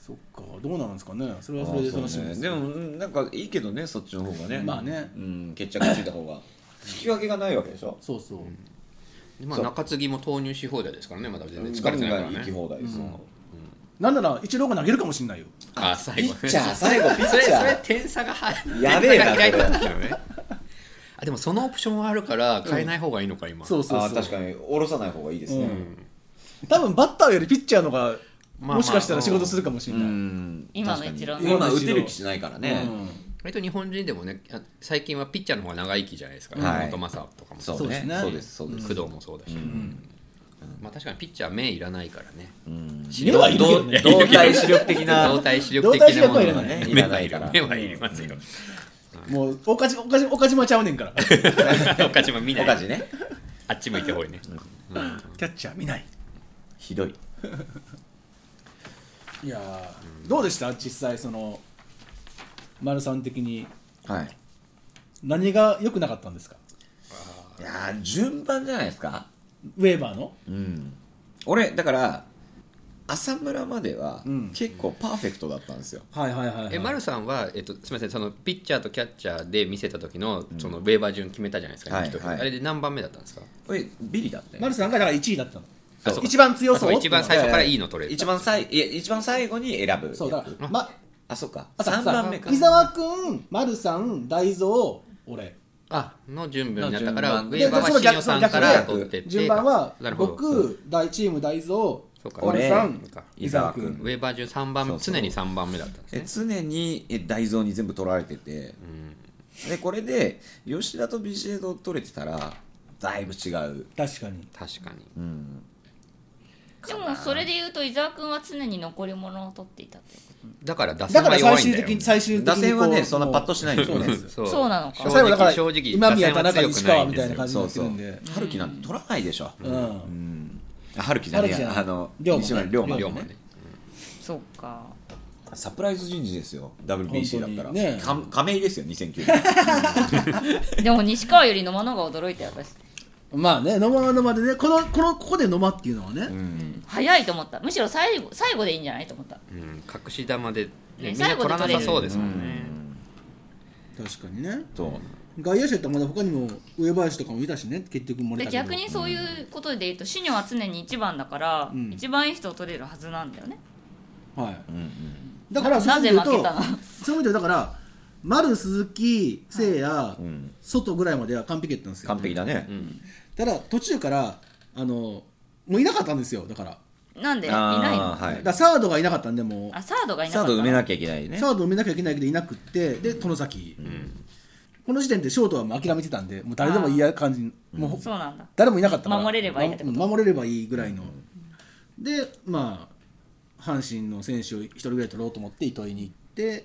[SPEAKER 2] そっかどうなんですかねそれはそれで楽しみ
[SPEAKER 3] で
[SPEAKER 2] です
[SPEAKER 3] でもうんなんかいいけどねそっちの方がね
[SPEAKER 2] まあね
[SPEAKER 3] うん決着ついた方が引き分けがないわけでしょ
[SPEAKER 2] そうそう
[SPEAKER 4] でまあ、
[SPEAKER 3] そう
[SPEAKER 4] 中継ぎも投入し放題ですからねまだ全然
[SPEAKER 3] 疲
[SPEAKER 4] 疲
[SPEAKER 3] れ
[SPEAKER 4] れ
[SPEAKER 3] て
[SPEAKER 4] て
[SPEAKER 3] な
[SPEAKER 4] ない
[SPEAKER 3] か
[SPEAKER 4] いからら
[SPEAKER 3] ね行き
[SPEAKER 4] ね、
[SPEAKER 3] 放題ですもん
[SPEAKER 2] なんなら一郎が投げるかもしれないよ
[SPEAKER 4] あ最後
[SPEAKER 3] ピッチャー最後ピッ
[SPEAKER 4] それ
[SPEAKER 3] チャー
[SPEAKER 4] それ点差が入
[SPEAKER 3] やべえな
[SPEAKER 4] 点差が開いたんですよねあでもそのオプションはあるから変えない方がいいのか今、
[SPEAKER 2] そうそうそう
[SPEAKER 3] あー確かに下ろさない方がいいですね、
[SPEAKER 2] 多分バッターよりピッチャーのが
[SPEAKER 4] まあ
[SPEAKER 2] もしかしたら仕事するかもしれない、
[SPEAKER 3] うん
[SPEAKER 1] 今の一郎
[SPEAKER 3] 確かに今打てる気しないからね、
[SPEAKER 2] うん
[SPEAKER 4] 割と日本人でもねあ最近はピッチャーの方が長生きじゃないですか山
[SPEAKER 3] はい
[SPEAKER 4] 本昌とかも
[SPEAKER 3] そ
[SPEAKER 4] そうう
[SPEAKER 3] ねそ
[SPEAKER 2] そうう
[SPEAKER 3] で
[SPEAKER 2] です
[SPEAKER 3] そうです、
[SPEAKER 4] 工藤もそうだし、まあ、確かにピッチャーは目いらないからね、
[SPEAKER 2] 目はいるよね
[SPEAKER 3] 動体視力的な
[SPEAKER 4] 動体視力的なものはね
[SPEAKER 3] 動体視
[SPEAKER 4] 目
[SPEAKER 3] 力は
[SPEAKER 4] はいい
[SPEAKER 3] ら
[SPEAKER 4] る
[SPEAKER 3] ない
[SPEAKER 4] 目はいります よ
[SPEAKER 2] もうおかじおかじおかじまちゃうねん からキ
[SPEAKER 4] おかちも見な
[SPEAKER 3] おか
[SPEAKER 4] い
[SPEAKER 3] じね
[SPEAKER 4] あっち向いてほいね、
[SPEAKER 2] ャッチャー見ない
[SPEAKER 3] ひどい
[SPEAKER 2] いやーどうでした実際その丸さん的に
[SPEAKER 3] はい
[SPEAKER 2] 何が良くなかったんですか
[SPEAKER 3] いやー順番じゃないですか
[SPEAKER 2] ウェーバーの
[SPEAKER 3] うん俺だから浅村までは
[SPEAKER 2] うん
[SPEAKER 3] 結構パーフェクトだったんですよ、
[SPEAKER 2] はいはいはい、
[SPEAKER 4] え丸さんは、えっと、すみませんそのピッチャーとキャッチャーで見せた時のそのウェーバー順決めたじゃないですか、
[SPEAKER 3] はい
[SPEAKER 4] 人々
[SPEAKER 3] はい
[SPEAKER 4] あれで何番目だったんですか
[SPEAKER 3] これビリだったよ
[SPEAKER 2] 丸さんがだから1位だったの
[SPEAKER 4] あそうか
[SPEAKER 2] 一番強そう
[SPEAKER 4] あか一番
[SPEAKER 2] ってい
[SPEAKER 4] 最初からいいの取れる
[SPEAKER 3] 一番最いや一番最後に選ぶ
[SPEAKER 2] うのはそうだから、ま、
[SPEAKER 3] あそっか
[SPEAKER 2] あ
[SPEAKER 3] 3番目か
[SPEAKER 2] 伊沢君丸さん大蔵俺
[SPEAKER 4] あの順番になったからウ
[SPEAKER 3] の順番
[SPEAKER 4] ェーバーは新
[SPEAKER 2] で
[SPEAKER 4] 庄
[SPEAKER 2] そ
[SPEAKER 4] さ
[SPEAKER 2] の
[SPEAKER 4] ん
[SPEAKER 2] 逆
[SPEAKER 4] から
[SPEAKER 2] そ
[SPEAKER 3] の逆
[SPEAKER 4] 取ってって
[SPEAKER 2] 順番は
[SPEAKER 4] なるほどそう
[SPEAKER 2] 僕大チーム大蔵
[SPEAKER 4] そうか
[SPEAKER 2] 丸さ
[SPEAKER 3] 俺
[SPEAKER 2] ん
[SPEAKER 3] 伊
[SPEAKER 2] 伊
[SPEAKER 3] 沢
[SPEAKER 2] 沢
[SPEAKER 3] 君
[SPEAKER 2] 君
[SPEAKER 4] ウェーバー順3番目
[SPEAKER 3] そうそう
[SPEAKER 4] 常に3番目だったんです
[SPEAKER 3] え
[SPEAKER 4] ね
[SPEAKER 3] 常にえ大蔵に全部取られてて、でこれで吉田とビシエド取れてたらだいぶ違う、
[SPEAKER 2] 確かに
[SPEAKER 4] 確かに
[SPEAKER 3] うん、
[SPEAKER 1] でもそれで言うと伊沢君は常に残り物を取っていたってこ
[SPEAKER 4] だから打
[SPEAKER 2] だ
[SPEAKER 4] 線
[SPEAKER 2] から
[SPEAKER 4] は弱
[SPEAKER 2] 最
[SPEAKER 4] いん
[SPEAKER 2] 終
[SPEAKER 4] だよ
[SPEAKER 2] 的に最終的に
[SPEAKER 3] 打線は
[SPEAKER 2] こ
[SPEAKER 3] ね
[SPEAKER 2] う
[SPEAKER 3] そんなパッとしないんですよね
[SPEAKER 4] そう
[SPEAKER 1] そうなのか
[SPEAKER 4] 正直
[SPEAKER 2] 最後だから
[SPEAKER 4] 正直
[SPEAKER 2] 今宮
[SPEAKER 4] 打線は
[SPEAKER 2] 田中西川みたいな
[SPEAKER 4] 強く
[SPEAKER 2] 感じ
[SPEAKER 3] そうそう
[SPEAKER 2] 始まってるんで
[SPEAKER 3] 春樹なんて取らないでしょ、
[SPEAKER 2] うん、
[SPEAKER 3] あ春樹じゃねえ
[SPEAKER 2] 春樹じゃ
[SPEAKER 3] や
[SPEAKER 2] ない
[SPEAKER 3] あの
[SPEAKER 2] 龍馬ね
[SPEAKER 3] 西村龍馬
[SPEAKER 4] ないんですよ龍馬ね
[SPEAKER 1] とそうか
[SPEAKER 3] サプライズ人事ですよ WBC だったら、
[SPEAKER 2] 本当にね
[SPEAKER 3] か亀井ですよ2009年
[SPEAKER 1] でも西川より野間の方が驚いたよ私
[SPEAKER 2] まあね野間は野間でねこのこのここで野間っていうのはね、
[SPEAKER 1] 早いと思ったむしろ最後最後でいいんじゃないと思った
[SPEAKER 4] うん隠し玉でねみ
[SPEAKER 1] ね
[SPEAKER 4] んな取らなさそうですもん
[SPEAKER 3] う
[SPEAKER 4] ね
[SPEAKER 3] ん
[SPEAKER 2] 確かにね
[SPEAKER 3] と
[SPEAKER 2] 外野手やったらまだ他にも上林とかもいたしね結局漏れ
[SPEAKER 1] で
[SPEAKER 2] たけど
[SPEAKER 1] 逆にそういうことで言うとシニョは常に1番だから、
[SPEAKER 2] うん
[SPEAKER 1] 一番いい人を取れるはずなんだよね
[SPEAKER 2] はい
[SPEAKER 3] うんうん
[SPEAKER 2] だか
[SPEAKER 1] な
[SPEAKER 2] らそういう意味で言うと
[SPEAKER 1] なぜ負けたの
[SPEAKER 2] そういう意味で言うとだから丸鈴木誠也、
[SPEAKER 3] ん
[SPEAKER 2] 外ぐらいまでは完璧やったんですよ
[SPEAKER 3] 完璧だね、
[SPEAKER 2] ただ途中からあのもういなかったんですよだから,、
[SPEAKER 1] なんでい
[SPEAKER 3] あー
[SPEAKER 1] ないのあ,、
[SPEAKER 3] はい
[SPEAKER 2] だからサードがいなかったんでもう
[SPEAKER 1] サードがいなかっ
[SPEAKER 3] サー
[SPEAKER 1] た
[SPEAKER 3] ド
[SPEAKER 1] の
[SPEAKER 3] 埋めなきゃいけないね
[SPEAKER 2] サード埋めなきゃいけないけどいなくってで殿崎、この時点でショートはもう諦めてたんでもう誰でも嫌い感じもう
[SPEAKER 1] そうなんだ
[SPEAKER 2] 誰もいなかったから
[SPEAKER 1] 守れればいいってこと
[SPEAKER 2] ま守れればいいぐらいの、でまあ阪神の選手を一人ぐらい取ろうと思って糸井に行ってっ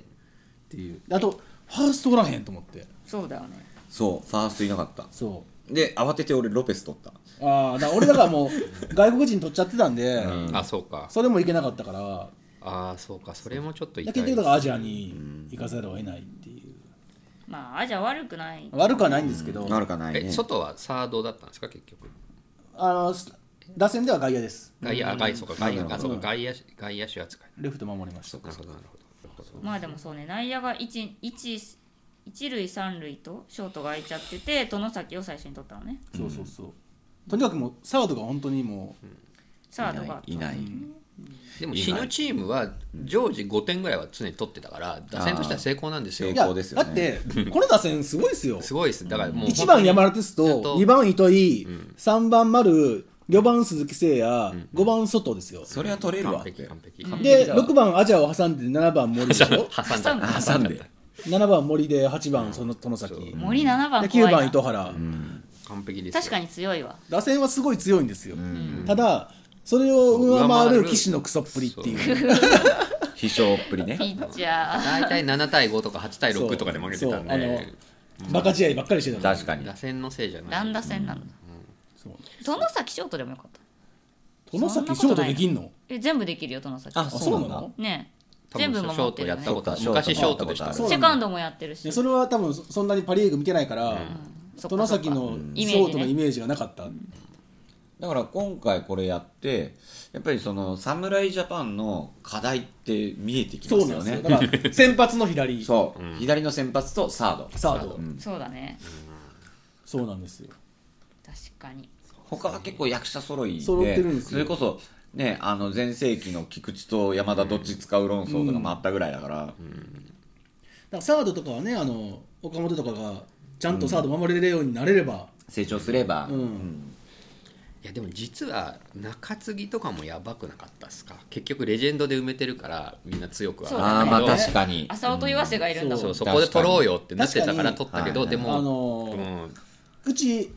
[SPEAKER 2] ていうあとファーストおらへんと思って
[SPEAKER 1] そうだよね
[SPEAKER 3] そうファーストいなかった
[SPEAKER 2] そ
[SPEAKER 3] で慌てて俺ロペス取った
[SPEAKER 2] うああだから俺だからもう外国人取っちゃってたんで、
[SPEAKER 4] うんあそうか
[SPEAKER 2] それもいけなかったから
[SPEAKER 4] ああそうかそれもちょっと痛
[SPEAKER 2] だ
[SPEAKER 4] いで
[SPEAKER 2] け
[SPEAKER 4] す
[SPEAKER 2] どだからアジアに行かざるを得ないっていう、
[SPEAKER 1] まあアジア悪くない
[SPEAKER 2] 悪くはないんですけど、
[SPEAKER 3] なるかないね
[SPEAKER 4] え外はサードだったんですか結局
[SPEAKER 2] あのす打線では外野です
[SPEAKER 4] 外野あ外そうか外野あそう
[SPEAKER 2] うん
[SPEAKER 4] か外野外野手扱い
[SPEAKER 2] レフト守りました
[SPEAKER 4] なるほどなるほど
[SPEAKER 1] まあでもそうね内野が一一一塁三塁とショートが空いちゃってて外崎を最初に取ったのね
[SPEAKER 2] そうそうそうとにかくもうサードが本当にもう、
[SPEAKER 1] サードが
[SPEAKER 3] いないいない
[SPEAKER 4] でもシニョチームは常時5点ぐらいは常に取ってたから打線としては成功なんですよ
[SPEAKER 3] あ
[SPEAKER 2] い
[SPEAKER 3] ー
[SPEAKER 2] や
[SPEAKER 3] 高ですよ
[SPEAKER 2] だっ
[SPEAKER 3] ね
[SPEAKER 2] てこの打線すごいです よ
[SPEAKER 4] すごいですだからもう
[SPEAKER 2] 1番山
[SPEAKER 4] 本
[SPEAKER 2] 田哲
[SPEAKER 4] ちゃんと
[SPEAKER 2] 人、2番糸井、3番丸、4番鈴木誠也、5番外ですよ。
[SPEAKER 3] それは取れる
[SPEAKER 4] 当に
[SPEAKER 3] わ
[SPEAKER 4] 完
[SPEAKER 3] って
[SPEAKER 4] 璧完璧完璧
[SPEAKER 2] で、6番アジアを挟んで7番森でしょ
[SPEAKER 4] 挟んだ
[SPEAKER 1] 挟
[SPEAKER 3] 挟んで
[SPEAKER 2] 7番森で8番その殿崎。で
[SPEAKER 1] 森七番
[SPEAKER 2] 9
[SPEAKER 1] 怖い
[SPEAKER 2] 番
[SPEAKER 1] な
[SPEAKER 2] 糸原。
[SPEAKER 4] 完璧ですよ
[SPEAKER 1] 確かに強いわ
[SPEAKER 2] 打線はすごい強いんですよ。ただ、それを上回る岸のクソっぷりっていう。
[SPEAKER 3] 飛翔っ ぷりね
[SPEAKER 1] ピッチャー
[SPEAKER 4] 大体7対5とか8対6とかで負けてたん
[SPEAKER 2] そうそうあ
[SPEAKER 4] で
[SPEAKER 2] のバカ試合ばっかりしてたから
[SPEAKER 3] 確かに
[SPEAKER 4] 打線のせいじゃない
[SPEAKER 1] 乱打戦なんだ
[SPEAKER 2] そう
[SPEAKER 1] 殿崎ショートでもよかった
[SPEAKER 2] 殿崎ショートできんの
[SPEAKER 1] え全部できるよ殿崎
[SPEAKER 3] あ
[SPEAKER 2] あ、
[SPEAKER 3] そ
[SPEAKER 2] そうう
[SPEAKER 3] な
[SPEAKER 2] なん
[SPEAKER 3] だ
[SPEAKER 2] の
[SPEAKER 1] ねえ
[SPEAKER 4] 多
[SPEAKER 1] 全
[SPEAKER 4] 分
[SPEAKER 1] 部
[SPEAKER 4] シ
[SPEAKER 1] 守
[SPEAKER 4] ョー
[SPEAKER 1] って
[SPEAKER 4] ト
[SPEAKER 1] る
[SPEAKER 4] や
[SPEAKER 1] よ
[SPEAKER 4] っ
[SPEAKER 1] ね
[SPEAKER 4] たことある
[SPEAKER 3] そうか
[SPEAKER 4] 昔ショートでした
[SPEAKER 3] ショートやったことある
[SPEAKER 2] そう
[SPEAKER 1] セカンドもやってるし
[SPEAKER 2] でそれは多分そんなにパ・リーグ見てないから、
[SPEAKER 1] そっか
[SPEAKER 2] 殿崎のショートのイメージがなかった。
[SPEAKER 3] だから今回これやってやっぱりその侍ジャパンの課題って見えてき
[SPEAKER 2] そ
[SPEAKER 3] ま
[SPEAKER 2] う
[SPEAKER 3] す
[SPEAKER 2] な
[SPEAKER 3] よ
[SPEAKER 2] んです
[SPEAKER 3] ね
[SPEAKER 2] よ。だから先発の 左、サ
[SPEAKER 3] そう、左の先発とサード
[SPEAKER 2] ード。
[SPEAKER 1] そうだね
[SPEAKER 2] そうなんですよ。
[SPEAKER 1] 確かに
[SPEAKER 3] 他は結構役者揃いで
[SPEAKER 2] 揃ってるんですよ
[SPEAKER 3] それこそねあの全盛期の菊池と山田どっち使う論争とかもあったぐらいだから、
[SPEAKER 2] らサードとかはねあの岡本とかがちゃんとサード守れるようになれれば、
[SPEAKER 3] 成長すれば、
[SPEAKER 2] うん
[SPEAKER 4] いやでも実は中継ぎとかもやばくなかったっすか結局レジェンドで埋めてるからみんな強くは
[SPEAKER 1] そう
[SPEAKER 3] あ
[SPEAKER 1] だ
[SPEAKER 3] あ
[SPEAKER 1] ね
[SPEAKER 3] まあ
[SPEAKER 4] ないけど
[SPEAKER 3] 確かに
[SPEAKER 1] 浅尾と岩瀬がいるんだもん、
[SPEAKER 4] そうそこで取ろうよってなってたから取
[SPEAKER 2] 確
[SPEAKER 4] っ
[SPEAKER 3] か
[SPEAKER 4] た
[SPEAKER 3] に
[SPEAKER 4] けどでも、
[SPEAKER 2] あのー
[SPEAKER 4] うん
[SPEAKER 2] うち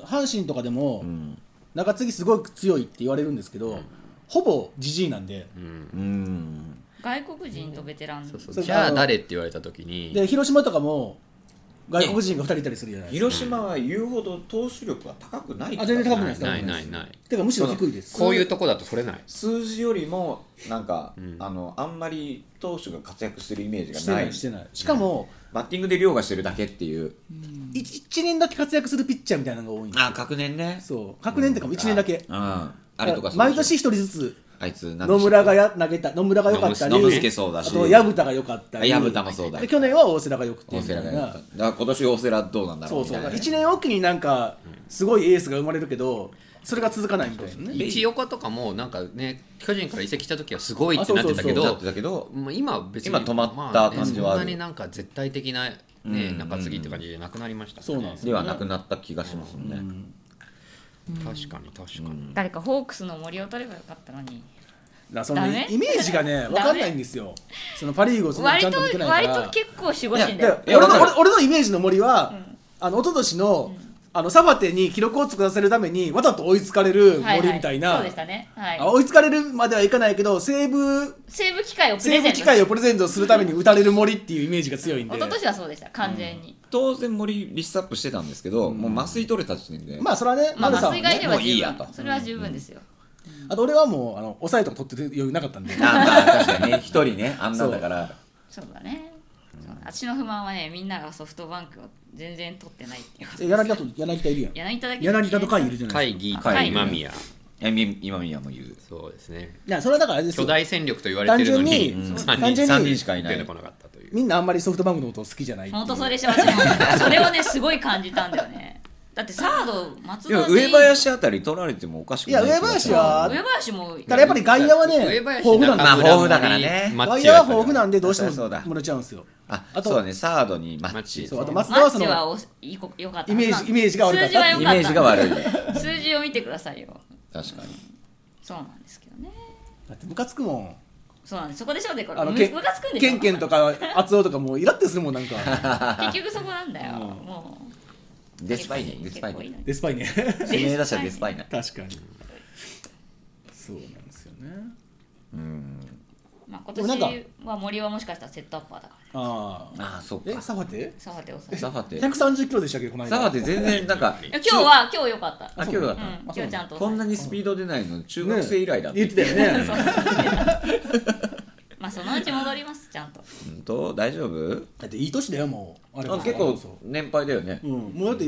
[SPEAKER 2] 阪神とかでも、
[SPEAKER 3] うん
[SPEAKER 2] 中継ぎすごく強いって言われるんですけど、ほぼじじいなんで、
[SPEAKER 4] うん
[SPEAKER 3] うん
[SPEAKER 1] 外国人とベテラン
[SPEAKER 4] そうそう
[SPEAKER 2] それ
[SPEAKER 4] じゃ
[SPEAKER 2] あ
[SPEAKER 4] あ
[SPEAKER 2] の
[SPEAKER 4] 誰って言われた時に
[SPEAKER 2] で広島とかも外国人が2人いたりするじゃないですか、
[SPEAKER 3] 広島は言うほど投手力は高くない
[SPEAKER 2] あ全然高く
[SPEAKER 4] ない
[SPEAKER 2] です
[SPEAKER 4] ないないない
[SPEAKER 2] てかむしろ低いです
[SPEAKER 4] こういうとこだと取れない
[SPEAKER 3] 数字よりもなんか、
[SPEAKER 4] うん
[SPEAKER 3] あのあんまり投手が活躍してるイメー
[SPEAKER 2] し
[SPEAKER 3] ジ
[SPEAKER 2] て
[SPEAKER 3] がな
[SPEAKER 2] ないいしてないしかも、
[SPEAKER 3] バッティングで凌駕してるだけっていう
[SPEAKER 2] い一1年だけ活躍するピッチャーみたいなのが多いんで
[SPEAKER 3] あ学年ね
[SPEAKER 2] すそう隔年とかも1年だけ、
[SPEAKER 3] うんあれとかそうでしょ
[SPEAKER 2] 毎年1人ずつ
[SPEAKER 3] あいつ
[SPEAKER 2] 野村がや投げた野村が良かったり
[SPEAKER 3] 野村野村そうだし
[SPEAKER 2] あと薮田が良かったり
[SPEAKER 3] あ薮田もそうだ
[SPEAKER 2] で去年は大瀬良が良くて
[SPEAKER 3] 大
[SPEAKER 2] みた
[SPEAKER 3] 瀬
[SPEAKER 2] い
[SPEAKER 3] 良
[SPEAKER 2] な
[SPEAKER 3] がよかっただから今年大瀬良どうなんだろ
[SPEAKER 2] そうう
[SPEAKER 3] み
[SPEAKER 2] そう
[SPEAKER 3] た
[SPEAKER 2] だか
[SPEAKER 3] いな
[SPEAKER 2] ら1年おきになんかすごいエースが生まれるけどそれが続かないみたいなね
[SPEAKER 4] 一横とかもなんかね巨人から移籍した時はすごいってなってたけ
[SPEAKER 2] あ
[SPEAKER 4] ど
[SPEAKER 2] そう
[SPEAKER 3] だってだけど
[SPEAKER 4] もう今は別に
[SPEAKER 3] 今止まった感じはある
[SPEAKER 4] まあねそんなになんか絶対的な、ね
[SPEAKER 3] うん
[SPEAKER 4] 中継ぎって感じじゃなくなりましたね
[SPEAKER 2] そうなんです
[SPEAKER 3] ではなくなった気がしますね、
[SPEAKER 4] 確かに確かに、
[SPEAKER 1] 誰かホークスの森を取ればよかったのに
[SPEAKER 2] だからその
[SPEAKER 1] ダ
[SPEAKER 2] ね
[SPEAKER 1] メ
[SPEAKER 2] イメージがね分かんないんですよそのパ・リーグをそんな
[SPEAKER 1] 割
[SPEAKER 2] にちゃん
[SPEAKER 1] と
[SPEAKER 2] と見てない
[SPEAKER 1] 割
[SPEAKER 2] から
[SPEAKER 1] と結構守護神
[SPEAKER 2] い
[SPEAKER 1] だよ
[SPEAKER 2] や俺の
[SPEAKER 3] わかる
[SPEAKER 2] 俺俺のイメージの森は、あの一昨年の、あのサバテに記録を作らせるためにわざと追いつかれる
[SPEAKER 1] は
[SPEAKER 2] 森みたいな、
[SPEAKER 1] はい、そうでしたね、はい
[SPEAKER 2] あ、追いつかれるまではいかないけどセーブ
[SPEAKER 1] セーブ機会をプ
[SPEAKER 2] セ
[SPEAKER 1] レ
[SPEAKER 2] ー
[SPEAKER 1] ゼ
[SPEAKER 2] ブ
[SPEAKER 1] ント
[SPEAKER 2] 機
[SPEAKER 1] し
[SPEAKER 2] 会をプレゼントするために打たれる森っていうイメージが強いんで
[SPEAKER 1] 一昨年はそうでした完全に、
[SPEAKER 3] 当然森リストアップしてたんですけど、もう麻酔取れた時点で、
[SPEAKER 2] まあそれはね、
[SPEAKER 1] まあ
[SPEAKER 2] 丸
[SPEAKER 1] 麻
[SPEAKER 2] さんは
[SPEAKER 1] 酔
[SPEAKER 2] ね
[SPEAKER 1] がいれば
[SPEAKER 3] もういい
[SPEAKER 1] 十
[SPEAKER 3] や
[SPEAKER 1] 分
[SPEAKER 3] と
[SPEAKER 1] それは十分ですよ、
[SPEAKER 2] あと俺はもうあの抑えとか取ってる余裕なかった んで
[SPEAKER 3] あまあ確かにね一人ねあんなんだから
[SPEAKER 1] そうだねそう私の不満はねみんながソフトバンクを全然取ってないっていうこと
[SPEAKER 2] え柳田と柳田いるやん
[SPEAKER 1] 柳田だけ
[SPEAKER 2] 柳田と甲斐いるじゃないです
[SPEAKER 4] 会議
[SPEAKER 1] 会議
[SPEAKER 4] 今宮
[SPEAKER 3] えみ今宮も言う
[SPEAKER 4] そうですね
[SPEAKER 2] かいやそれはだからあれです
[SPEAKER 4] 巨
[SPEAKER 2] よ
[SPEAKER 4] 大戦力と言われてるのに
[SPEAKER 2] 単純に
[SPEAKER 4] 3
[SPEAKER 2] 単
[SPEAKER 4] 人
[SPEAKER 2] 純に
[SPEAKER 3] 3人しかいな
[SPEAKER 4] 出て
[SPEAKER 3] い
[SPEAKER 4] こなかったという
[SPEAKER 2] みんなあんまりソフトバンクのことを好きじゃないっていう
[SPEAKER 1] 本当それしま しそれをねすごい感じたんだよねだってサード松
[SPEAKER 3] でも
[SPEAKER 1] 田
[SPEAKER 3] 上林あたり取られてもおかしくない
[SPEAKER 2] いや上林は
[SPEAKER 1] 上林も
[SPEAKER 2] ただやっぱり外野はね
[SPEAKER 4] 上林
[SPEAKER 2] 豊富なんで
[SPEAKER 4] 中村
[SPEAKER 3] まあ豊富だからね
[SPEAKER 4] 森
[SPEAKER 2] 外
[SPEAKER 4] 松
[SPEAKER 2] 野
[SPEAKER 4] 屋
[SPEAKER 2] は豊富なんでどうしても
[SPEAKER 3] そうだ
[SPEAKER 2] 漏れちゃうんですよ
[SPEAKER 3] あ
[SPEAKER 2] あと
[SPEAKER 3] そうだねサードにマッチ
[SPEAKER 4] マッチ
[SPEAKER 2] そうあと松
[SPEAKER 1] マ
[SPEAKER 2] 田は
[SPEAKER 1] ッ
[SPEAKER 2] そ
[SPEAKER 1] チ
[SPEAKER 2] の
[SPEAKER 1] はおいいこ良かった
[SPEAKER 2] イメージイメージが悪かった
[SPEAKER 1] 数字は良
[SPEAKER 3] イ
[SPEAKER 1] かった
[SPEAKER 3] メージが悪い
[SPEAKER 1] 数字を見てくださいよ
[SPEAKER 3] 確かに
[SPEAKER 1] そうなんですけどね
[SPEAKER 2] だってムカつくもん
[SPEAKER 1] そうなんですそこでしょでこれ
[SPEAKER 2] あの
[SPEAKER 1] む
[SPEAKER 2] け
[SPEAKER 1] むかつくんでし
[SPEAKER 2] ケ
[SPEAKER 1] ょ
[SPEAKER 2] ンケンとか厚尾とかもうイラってするもんなん か
[SPEAKER 1] 結局そこなんだよ
[SPEAKER 2] うん
[SPEAKER 1] もう
[SPEAKER 3] デスパイネデスパイネ
[SPEAKER 2] デス パイね
[SPEAKER 3] 指名打者デスパイネ
[SPEAKER 2] 確かにそうなんですよね
[SPEAKER 3] うん
[SPEAKER 1] まあ今
[SPEAKER 2] でもなんか
[SPEAKER 1] 年は森はもしかしたらセットアッパーだから
[SPEAKER 2] ああ
[SPEAKER 3] ああそう
[SPEAKER 2] え
[SPEAKER 3] か
[SPEAKER 2] サファテ
[SPEAKER 1] サファテ抑え
[SPEAKER 3] サファテ
[SPEAKER 2] 130キロでしたっけこの間
[SPEAKER 3] サファテ全然なんか
[SPEAKER 1] いや今日は今日良かった
[SPEAKER 3] あ今日だっ
[SPEAKER 1] うん
[SPEAKER 3] た
[SPEAKER 1] 今日ちゃんと
[SPEAKER 3] こんな
[SPEAKER 1] 抑
[SPEAKER 3] にスピード出ないの中学生以来だっ
[SPEAKER 2] 言
[SPEAKER 3] て
[SPEAKER 2] ってたよね
[SPEAKER 1] えまあそのうち 戻りますちゃんと
[SPEAKER 3] 本当大丈夫
[SPEAKER 2] だっていい年だよもうあれ
[SPEAKER 3] あ
[SPEAKER 2] は
[SPEAKER 3] 結構
[SPEAKER 2] そう
[SPEAKER 3] 年配だよね
[SPEAKER 2] うんもうだって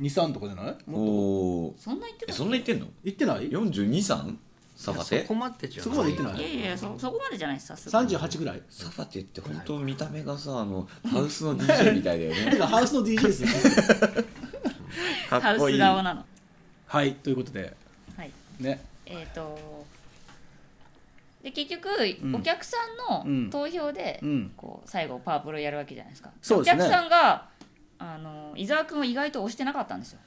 [SPEAKER 2] 423とかじゃない
[SPEAKER 3] お
[SPEAKER 2] もっと
[SPEAKER 3] お
[SPEAKER 1] そんな言って
[SPEAKER 3] え
[SPEAKER 1] た
[SPEAKER 3] そんな言ってんの
[SPEAKER 2] 言ってない
[SPEAKER 3] 42三サファ
[SPEAKER 4] そ
[SPEAKER 3] テ
[SPEAKER 4] こまでじゃ
[SPEAKER 2] そこまで言って
[SPEAKER 4] ない
[SPEAKER 2] ない
[SPEAKER 1] いやいやそそこまでじゃないですさすがに
[SPEAKER 2] 38ぐら い
[SPEAKER 3] サファテって本当見た目がさあのハウスの DJ みたいだよ
[SPEAKER 2] て
[SPEAKER 3] ね
[SPEAKER 2] かハウスの DJ ですよ
[SPEAKER 3] か
[SPEAKER 1] ハ
[SPEAKER 3] っこ
[SPEAKER 1] ウ
[SPEAKER 3] い
[SPEAKER 1] ス
[SPEAKER 3] い
[SPEAKER 1] 顔なの
[SPEAKER 2] はいということで
[SPEAKER 1] はい
[SPEAKER 2] ね
[SPEAKER 1] えっ、とで結局、
[SPEAKER 2] ん
[SPEAKER 1] お客さ
[SPEAKER 2] うんん
[SPEAKER 1] の投票で、
[SPEAKER 2] うん
[SPEAKER 1] こう最後パープルやるわけじゃないですか
[SPEAKER 2] そうですね
[SPEAKER 1] お客さんがあの伊沢君を意外と押してなかったんですよ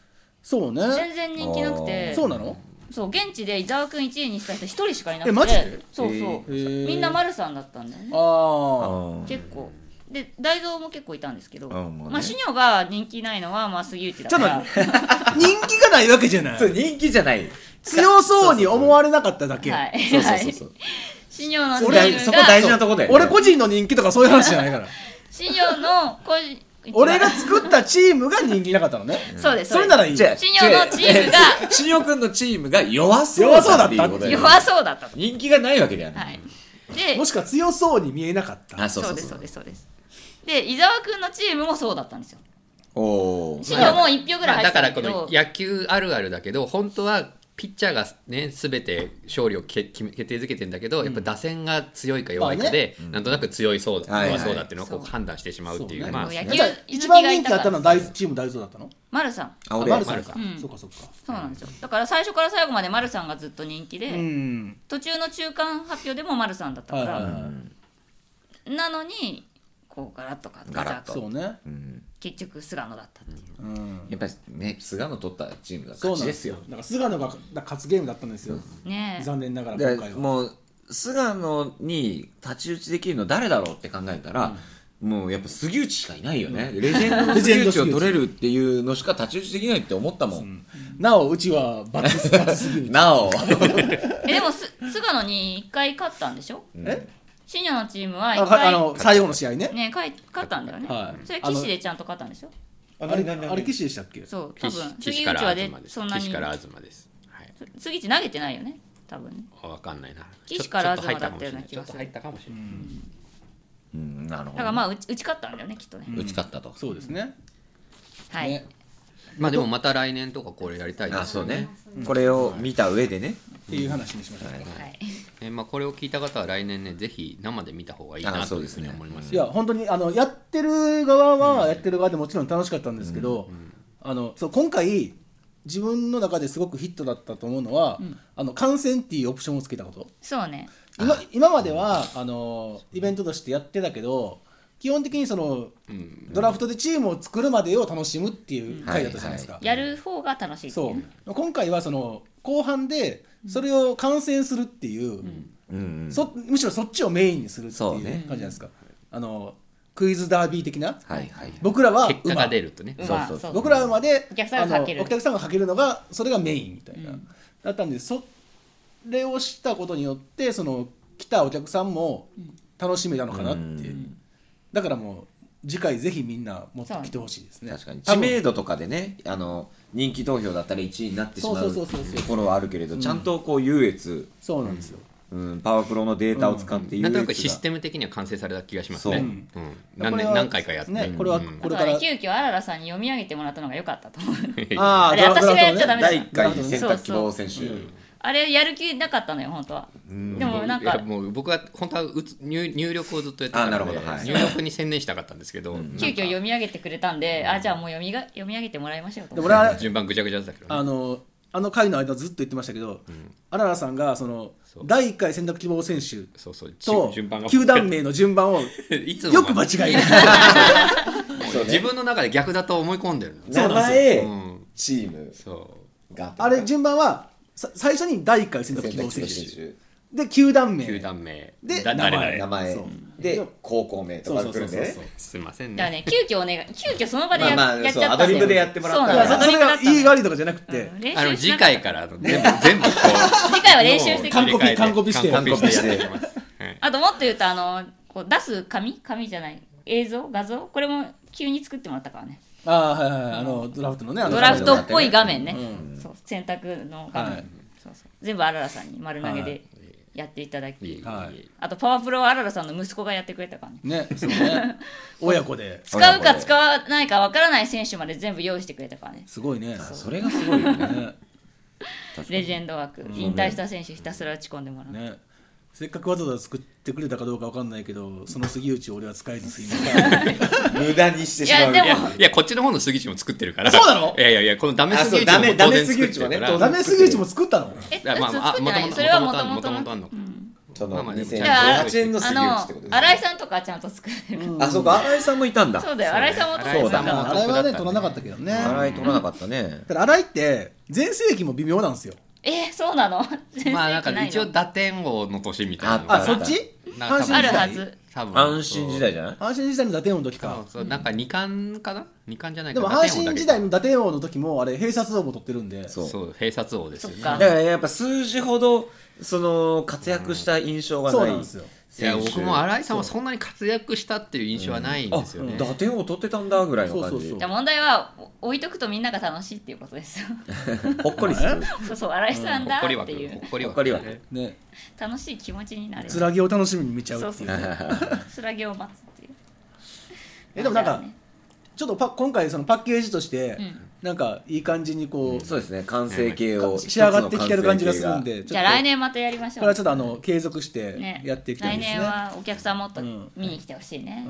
[SPEAKER 2] そうね
[SPEAKER 1] 全然人気なく
[SPEAKER 3] あ
[SPEAKER 1] て
[SPEAKER 3] ー
[SPEAKER 2] そうなの
[SPEAKER 1] そう現地で伊沢君1位にした人1人しかいなくて
[SPEAKER 2] えマジで
[SPEAKER 1] そうそう、
[SPEAKER 3] へ
[SPEAKER 2] ー
[SPEAKER 1] みんな丸さんだったんだよね
[SPEAKER 2] ああ
[SPEAKER 3] あ
[SPEAKER 1] 結構で大蔵も結構いたんですけど、
[SPEAKER 3] んまあね
[SPEAKER 1] まあシニョが人気ないのは、まあ、杉内だ
[SPEAKER 2] ちょ
[SPEAKER 1] か
[SPEAKER 2] っと
[SPEAKER 1] ら
[SPEAKER 2] 待って 人気がないわけじゃな
[SPEAKER 3] そう
[SPEAKER 2] い
[SPEAKER 3] 人気じゃない
[SPEAKER 2] 強そうに思われなかっただけ
[SPEAKER 1] はい
[SPEAKER 3] そうそうそう そう
[SPEAKER 1] シニョのチー
[SPEAKER 3] そ
[SPEAKER 1] ムが
[SPEAKER 3] れそこ大事なとこだよね
[SPEAKER 2] 俺個人の人気とかそういう話じゃな いから
[SPEAKER 1] 新庄の個人
[SPEAKER 2] 俺が作ったチームが人気なかったのね
[SPEAKER 1] そうです
[SPEAKER 2] それならいい
[SPEAKER 3] じゃあ
[SPEAKER 1] 新庄のチームが
[SPEAKER 3] 違う新庄君のチームが弱そうだっていうことだよね
[SPEAKER 1] 弱そうだったと
[SPEAKER 3] 人気がないわけだよね、
[SPEAKER 1] はいで
[SPEAKER 2] もしくは強そうに見えなかった
[SPEAKER 3] あそうそう
[SPEAKER 1] です
[SPEAKER 3] そ
[SPEAKER 1] そう
[SPEAKER 3] う
[SPEAKER 1] ですそうですで伊沢君のチームもそうだったんですよ
[SPEAKER 3] おお
[SPEAKER 1] 新庄も1票ぐらい入
[SPEAKER 4] まあ
[SPEAKER 1] っ
[SPEAKER 4] だ
[SPEAKER 1] て
[SPEAKER 4] か
[SPEAKER 1] た
[SPEAKER 4] ら
[SPEAKER 1] け
[SPEAKER 4] こ
[SPEAKER 1] ど
[SPEAKER 4] の野球あるあるだけど本当はピッチャーがね、すべて勝利をけ決め決定づけてんだけど、やっぱ打線が強いか弱いかで、なんとなく強いそうだ、
[SPEAKER 3] はい
[SPEAKER 4] 弱
[SPEAKER 3] はい
[SPEAKER 4] そうだっていうのをこう判断してしまうっていう、
[SPEAKER 2] そうね
[SPEAKER 4] まあ、
[SPEAKER 1] 野
[SPEAKER 2] じゃあ一番人気だったのは大チーム大蔵だったの
[SPEAKER 1] 丸さん
[SPEAKER 3] あ
[SPEAKER 2] あ
[SPEAKER 3] 俺
[SPEAKER 2] マルさん
[SPEAKER 4] マル
[SPEAKER 2] か
[SPEAKER 4] さ
[SPEAKER 1] ん
[SPEAKER 2] そうかそうか
[SPEAKER 1] そうなんですよだから最初から最後まで丸さんがずっと人気で、
[SPEAKER 2] うん
[SPEAKER 1] 途中の中間発表でも丸さんだったから、
[SPEAKER 2] はいはいは
[SPEAKER 1] なのにこうガラッとか
[SPEAKER 3] ガラッ
[SPEAKER 2] そうね
[SPEAKER 3] うん
[SPEAKER 1] 結局菅野だったっていう、
[SPEAKER 2] うん
[SPEAKER 3] やっぱりね菅野取ったチームが
[SPEAKER 2] そう
[SPEAKER 3] 勝
[SPEAKER 2] な
[SPEAKER 3] ち
[SPEAKER 2] ん
[SPEAKER 3] で
[SPEAKER 2] ですす
[SPEAKER 3] よ
[SPEAKER 2] よだから菅野が勝つゲームだったんですよ
[SPEAKER 1] ねえ
[SPEAKER 2] 残念ながら
[SPEAKER 3] で
[SPEAKER 2] 今回は
[SPEAKER 3] もう菅野に太刀打ちできるの誰だろうって考えたら、もうやっぱ杉内しかいないよね、レジェ ンドの杉内を取れるっていうのしか太刀打ちできないって思ったもん、
[SPEAKER 2] なおうちはバツバツすぎる
[SPEAKER 3] な お
[SPEAKER 1] えでもす菅野に1回勝ったんでしょ
[SPEAKER 2] え
[SPEAKER 1] シニアのチーム は
[SPEAKER 2] あ
[SPEAKER 1] 1
[SPEAKER 2] かあ
[SPEAKER 1] 回
[SPEAKER 2] の最後の試合ね
[SPEAKER 1] ねかい勝ったんだよね、
[SPEAKER 2] はい
[SPEAKER 1] それ騎士でちゃんと勝ったんでしょ
[SPEAKER 2] あれあれ騎士でしたっけ
[SPEAKER 1] そう多
[SPEAKER 4] 岸
[SPEAKER 1] 分
[SPEAKER 4] 岸
[SPEAKER 1] 杉
[SPEAKER 4] か
[SPEAKER 1] 内は
[SPEAKER 4] ら
[SPEAKER 1] で
[SPEAKER 4] 東です
[SPEAKER 1] そんな
[SPEAKER 4] 岸
[SPEAKER 1] に
[SPEAKER 4] から東です、はい、
[SPEAKER 1] 杉内投げてないよね多分ね
[SPEAKER 4] あわかんないな
[SPEAKER 1] 岸から東だったような
[SPEAKER 4] ちょっと入ったかもしれない
[SPEAKER 3] うんなる
[SPEAKER 1] だか
[SPEAKER 3] ほど
[SPEAKER 1] らまあうち打ち勝ったんだよねきっとね、
[SPEAKER 3] 打ち勝ったと、
[SPEAKER 2] そうですね
[SPEAKER 1] はい、
[SPEAKER 2] ね
[SPEAKER 4] まあでもまた来年とかこれやりたいで
[SPEAKER 3] あ
[SPEAKER 4] す
[SPEAKER 3] そ
[SPEAKER 4] よ
[SPEAKER 3] う
[SPEAKER 4] ね
[SPEAKER 3] ね、これを見た上でね、
[SPEAKER 2] っていう話にしました
[SPEAKER 3] はい
[SPEAKER 1] はい、
[SPEAKER 4] えまあ、これを聞いた方は来年ねぜひ生で見た方がいいな
[SPEAKER 3] あそ
[SPEAKER 4] と
[SPEAKER 3] う
[SPEAKER 4] いう
[SPEAKER 3] で
[SPEAKER 4] ふ
[SPEAKER 3] す
[SPEAKER 4] うに
[SPEAKER 3] ね
[SPEAKER 4] 思います
[SPEAKER 2] いや本当にあのやってる側はやってる側でもちろん楽しかったんですけど、あのそう今回自分の中ですごくヒットだったと思うのは、あの観戦っていうオプションをつけたこと
[SPEAKER 1] そうね
[SPEAKER 2] 今今まではあのイベントとしてやってたけど基本的にその、ドラフトでチームを作るまでを楽しむっていう回だったじゃないですか、
[SPEAKER 1] やる方が楽しいってい
[SPEAKER 2] そう
[SPEAKER 1] ね
[SPEAKER 2] う今回はその後半でそれを観戦するっていう、
[SPEAKER 3] うんうん
[SPEAKER 2] そむしろそっちをメインにするっていう
[SPEAKER 3] そう
[SPEAKER 2] 感じ
[SPEAKER 3] ね
[SPEAKER 2] じゃないですか、あのクイズダービー的な
[SPEAKER 3] はいはい
[SPEAKER 2] 僕らは
[SPEAKER 4] 結果が出るとね
[SPEAKER 1] うま
[SPEAKER 3] そうそう
[SPEAKER 1] そう
[SPEAKER 2] 僕らは馬で
[SPEAKER 1] お客さんがかける
[SPEAKER 2] あのお客さんがかけるのがそれがメインみたいな、
[SPEAKER 1] うん
[SPEAKER 2] だったんでそれをしたことによってその来たお客さんも楽しめたのかなって、
[SPEAKER 3] うん
[SPEAKER 2] だからもう次回ぜひみんな持ってきてほしいですね
[SPEAKER 3] 確かに
[SPEAKER 2] 多
[SPEAKER 3] 知
[SPEAKER 2] 分
[SPEAKER 3] 名度とかでねあの人気投票だったら1位になってしま
[SPEAKER 2] そううそうそうそうそう
[SPEAKER 3] ところはあるけれどちゃんとこう優越、
[SPEAKER 2] そうなんですよ、
[SPEAKER 3] うん、パワープロのデータを使って優
[SPEAKER 4] な
[SPEAKER 3] 越が
[SPEAKER 4] んとなくシステム的には完成された気がしますね。、
[SPEAKER 3] そううん
[SPEAKER 2] だか
[SPEAKER 4] 何
[SPEAKER 2] らこれ
[SPEAKER 4] 年
[SPEAKER 2] は
[SPEAKER 4] 何回かやって
[SPEAKER 2] ねこれは
[SPEAKER 4] うん
[SPEAKER 1] あと
[SPEAKER 2] これか
[SPEAKER 1] は
[SPEAKER 2] ら
[SPEAKER 1] ね急遽あららさんに読み上げてもらったのが良かったと思う
[SPEAKER 2] あ
[SPEAKER 1] あれ私がやっちゃダメだ
[SPEAKER 3] 第1回選択希望選手
[SPEAKER 1] あれやる気なかったのよ本当はでもなん
[SPEAKER 4] いや
[SPEAKER 1] か
[SPEAKER 4] もう僕は本当はうつ入入力をずっとやってた
[SPEAKER 3] あな
[SPEAKER 4] の
[SPEAKER 3] るほ
[SPEAKER 4] で、
[SPEAKER 3] どはい
[SPEAKER 4] 入力に専念したかったんですけど、なんか
[SPEAKER 1] 急遽読み上げてくれたんであじゃあもう読みが読み上げてもらいましょうと
[SPEAKER 2] で
[SPEAKER 1] 思
[SPEAKER 2] も
[SPEAKER 1] っ
[SPEAKER 2] 俺は
[SPEAKER 4] 順番ぐちゃぐちゃだったけど、ね、
[SPEAKER 2] あのあの回の間ずっと言ってましたけど、あららさんがその
[SPEAKER 4] そう
[SPEAKER 2] 第1回選択希望選手
[SPEAKER 4] そうそうじゅ
[SPEAKER 2] と
[SPEAKER 4] 順番が
[SPEAKER 2] 球団名の順番を
[SPEAKER 4] いつも
[SPEAKER 2] よく間違える
[SPEAKER 4] そう自分の中で逆だと思い込んでるの
[SPEAKER 3] 名前、
[SPEAKER 4] うん
[SPEAKER 3] チーム
[SPEAKER 4] そう
[SPEAKER 3] が
[SPEAKER 2] あれ順番はさ最初に第1回選択希望選
[SPEAKER 3] 選択希望
[SPEAKER 2] 手
[SPEAKER 3] 選
[SPEAKER 2] で球団名
[SPEAKER 4] 球団名
[SPEAKER 2] で
[SPEAKER 4] だ
[SPEAKER 2] 名前
[SPEAKER 4] 誰
[SPEAKER 3] 手
[SPEAKER 4] 々
[SPEAKER 3] 名前
[SPEAKER 2] そう
[SPEAKER 3] で高校名とか来るんでね
[SPEAKER 2] そうそうそうそう
[SPEAKER 4] すいません
[SPEAKER 1] てだから
[SPEAKER 4] ね
[SPEAKER 1] ね急遽お願い急遽その場でや,、
[SPEAKER 3] まあまあ
[SPEAKER 1] やっちゃったんだよ
[SPEAKER 3] そうアドリブでやってもらった
[SPEAKER 1] そ
[SPEAKER 3] か
[SPEAKER 1] うなんですアドリ
[SPEAKER 2] いやそれ
[SPEAKER 3] ら
[SPEAKER 1] ブだ
[SPEAKER 2] が
[SPEAKER 1] ったの
[SPEAKER 2] 言いがりとかじゃなくて、
[SPEAKER 1] うん練
[SPEAKER 4] あの
[SPEAKER 1] 習し
[SPEAKER 4] 次
[SPEAKER 1] なかった
[SPEAKER 4] 回からあの全部全 部こう
[SPEAKER 1] 次回は練習してく
[SPEAKER 2] 完
[SPEAKER 1] る
[SPEAKER 2] コピ完コピして
[SPEAKER 4] 完コピしてやっていきますはい
[SPEAKER 1] あともっと言うとあのこう出す紙紙じゃない映像画像これも急に作ってもらったからね
[SPEAKER 2] ああーはいはいはいあのドラフトのねあの
[SPEAKER 1] ドラフトっぽい画面ね、
[SPEAKER 2] う
[SPEAKER 1] そう選択の画面、
[SPEAKER 2] はい
[SPEAKER 1] そうそう全部あららさんに丸投げ
[SPEAKER 2] は
[SPEAKER 1] で
[SPEAKER 2] い
[SPEAKER 1] やっていただき、
[SPEAKER 4] いい
[SPEAKER 2] はい
[SPEAKER 1] あとパワープロはあららさんの息子がやってくれたからね
[SPEAKER 2] ねそう ね親子で
[SPEAKER 1] 使うか使わないかわからない選手まで全部用意してくれたからね
[SPEAKER 2] すごいね
[SPEAKER 3] それがすごいよね
[SPEAKER 2] ね
[SPEAKER 1] レジェンド枠、引退した選手ひたすら打ち込んでもらう、
[SPEAKER 2] ねせっかくわざわざ作ってくれたかどうかわかんないけどその杉内を俺は使えずすいません
[SPEAKER 3] 無駄にしてしま
[SPEAKER 1] いや
[SPEAKER 3] う
[SPEAKER 1] でも
[SPEAKER 4] いやいやこっちの方の杉内も作ってるから
[SPEAKER 2] そうなの
[SPEAKER 4] いやいやいやこのダメ杉内
[SPEAKER 3] あそう
[SPEAKER 4] も
[SPEAKER 3] ダ
[SPEAKER 4] 当
[SPEAKER 3] メ
[SPEAKER 4] 然作ってる
[SPEAKER 3] ダメ杉内も
[SPEAKER 4] か
[SPEAKER 3] ね当
[SPEAKER 4] ら
[SPEAKER 2] ダメ杉内も作ったの
[SPEAKER 1] え
[SPEAKER 4] いやまあまあ
[SPEAKER 1] 作ってない
[SPEAKER 4] 元々
[SPEAKER 1] それはもとも
[SPEAKER 4] 元
[SPEAKER 1] と
[SPEAKER 4] 々あんのか
[SPEAKER 3] そ
[SPEAKER 4] ま
[SPEAKER 3] の
[SPEAKER 4] あまあ
[SPEAKER 3] 2018年の
[SPEAKER 1] あ
[SPEAKER 3] 杉内ってことで
[SPEAKER 1] の
[SPEAKER 3] すね
[SPEAKER 1] 新井さんとかちゃんと作れる、
[SPEAKER 3] あそうか新井さんもいたんだ
[SPEAKER 1] そうだよ新井さんもと
[SPEAKER 3] そう
[SPEAKER 1] か
[SPEAKER 3] だ
[SPEAKER 2] まあ
[SPEAKER 4] 元
[SPEAKER 2] 洗い
[SPEAKER 4] 々
[SPEAKER 2] は
[SPEAKER 4] だ
[SPEAKER 2] ね
[SPEAKER 4] った
[SPEAKER 2] 取ら
[SPEAKER 4] んだ
[SPEAKER 2] なかったけどね
[SPEAKER 3] 新井取らなかったね
[SPEAKER 2] ただ洗いって全盛期も微妙なんですよ
[SPEAKER 1] えそうなの全然
[SPEAKER 4] まあなんか
[SPEAKER 1] ないの
[SPEAKER 4] 一応打点王の年みたいなのが
[SPEAKER 2] あそっち
[SPEAKER 4] な
[SPEAKER 2] 阪
[SPEAKER 4] ん
[SPEAKER 2] 神
[SPEAKER 4] か
[SPEAKER 2] 時代
[SPEAKER 4] 多
[SPEAKER 1] あ
[SPEAKER 4] 分
[SPEAKER 1] るはず
[SPEAKER 4] 多分
[SPEAKER 3] 安心時代じゃない
[SPEAKER 2] 阪神時代の打点王の時
[SPEAKER 4] そ
[SPEAKER 2] か
[SPEAKER 4] うそうなんか二冠かな二冠じゃない
[SPEAKER 2] で
[SPEAKER 4] か
[SPEAKER 2] も
[SPEAKER 4] 打
[SPEAKER 2] 阪
[SPEAKER 4] 点王だ
[SPEAKER 2] 神
[SPEAKER 4] け
[SPEAKER 2] 時代の打点王の時もあれ併殺王も取ってるんで
[SPEAKER 3] そう
[SPEAKER 4] そう併殺王ですよ
[SPEAKER 1] そっ
[SPEAKER 4] ね
[SPEAKER 1] か
[SPEAKER 3] だからやっぱ数字ほどその活躍した印象が
[SPEAKER 2] そ
[SPEAKER 3] な
[SPEAKER 2] う
[SPEAKER 3] い
[SPEAKER 2] なんですよ
[SPEAKER 4] いや
[SPEAKER 3] 選手
[SPEAKER 4] 僕も新井さんはそんなに活躍したっていう印象はないん
[SPEAKER 3] あ
[SPEAKER 4] ですよね
[SPEAKER 3] 打点を取ってたんだぐらいの
[SPEAKER 2] そ
[SPEAKER 3] 感
[SPEAKER 2] うそうそ
[SPEAKER 3] じ
[SPEAKER 2] う
[SPEAKER 1] じゃあ問題はお置いとくとみんなが楽しいっていうことですよ
[SPEAKER 3] ほっこりする
[SPEAKER 1] そうそう新井さん
[SPEAKER 4] ほ
[SPEAKER 1] だ
[SPEAKER 4] っこり
[SPEAKER 1] って
[SPEAKER 4] 枠
[SPEAKER 1] い
[SPEAKER 4] ほ
[SPEAKER 1] う
[SPEAKER 4] っこり
[SPEAKER 3] ほっこり枠
[SPEAKER 4] ね
[SPEAKER 2] ね
[SPEAKER 1] 楽しい気持ちになれる
[SPEAKER 2] つらぎを楽しみに見ちゃ
[SPEAKER 1] そうう
[SPEAKER 2] って
[SPEAKER 1] そ
[SPEAKER 2] いうう
[SPEAKER 1] そ
[SPEAKER 2] ね
[SPEAKER 1] うつらげを待つっていう
[SPEAKER 2] えでもなん
[SPEAKER 1] だ
[SPEAKER 2] か
[SPEAKER 1] らね
[SPEAKER 2] ちょっとパ今回そのパッケージとして、
[SPEAKER 1] うん
[SPEAKER 2] なんかいい感じにこう、
[SPEAKER 3] そうですね完成形を
[SPEAKER 2] 仕上がってきてる感じがするんでちょっと
[SPEAKER 1] じゃあ来年またやりまし
[SPEAKER 2] こ
[SPEAKER 1] ょ
[SPEAKER 2] れ
[SPEAKER 1] う
[SPEAKER 2] はちょっとあの継続して
[SPEAKER 1] ね
[SPEAKER 2] やっていきたいですね
[SPEAKER 1] 来年はお客さんもっと
[SPEAKER 2] うん
[SPEAKER 1] 見に来てほしいね、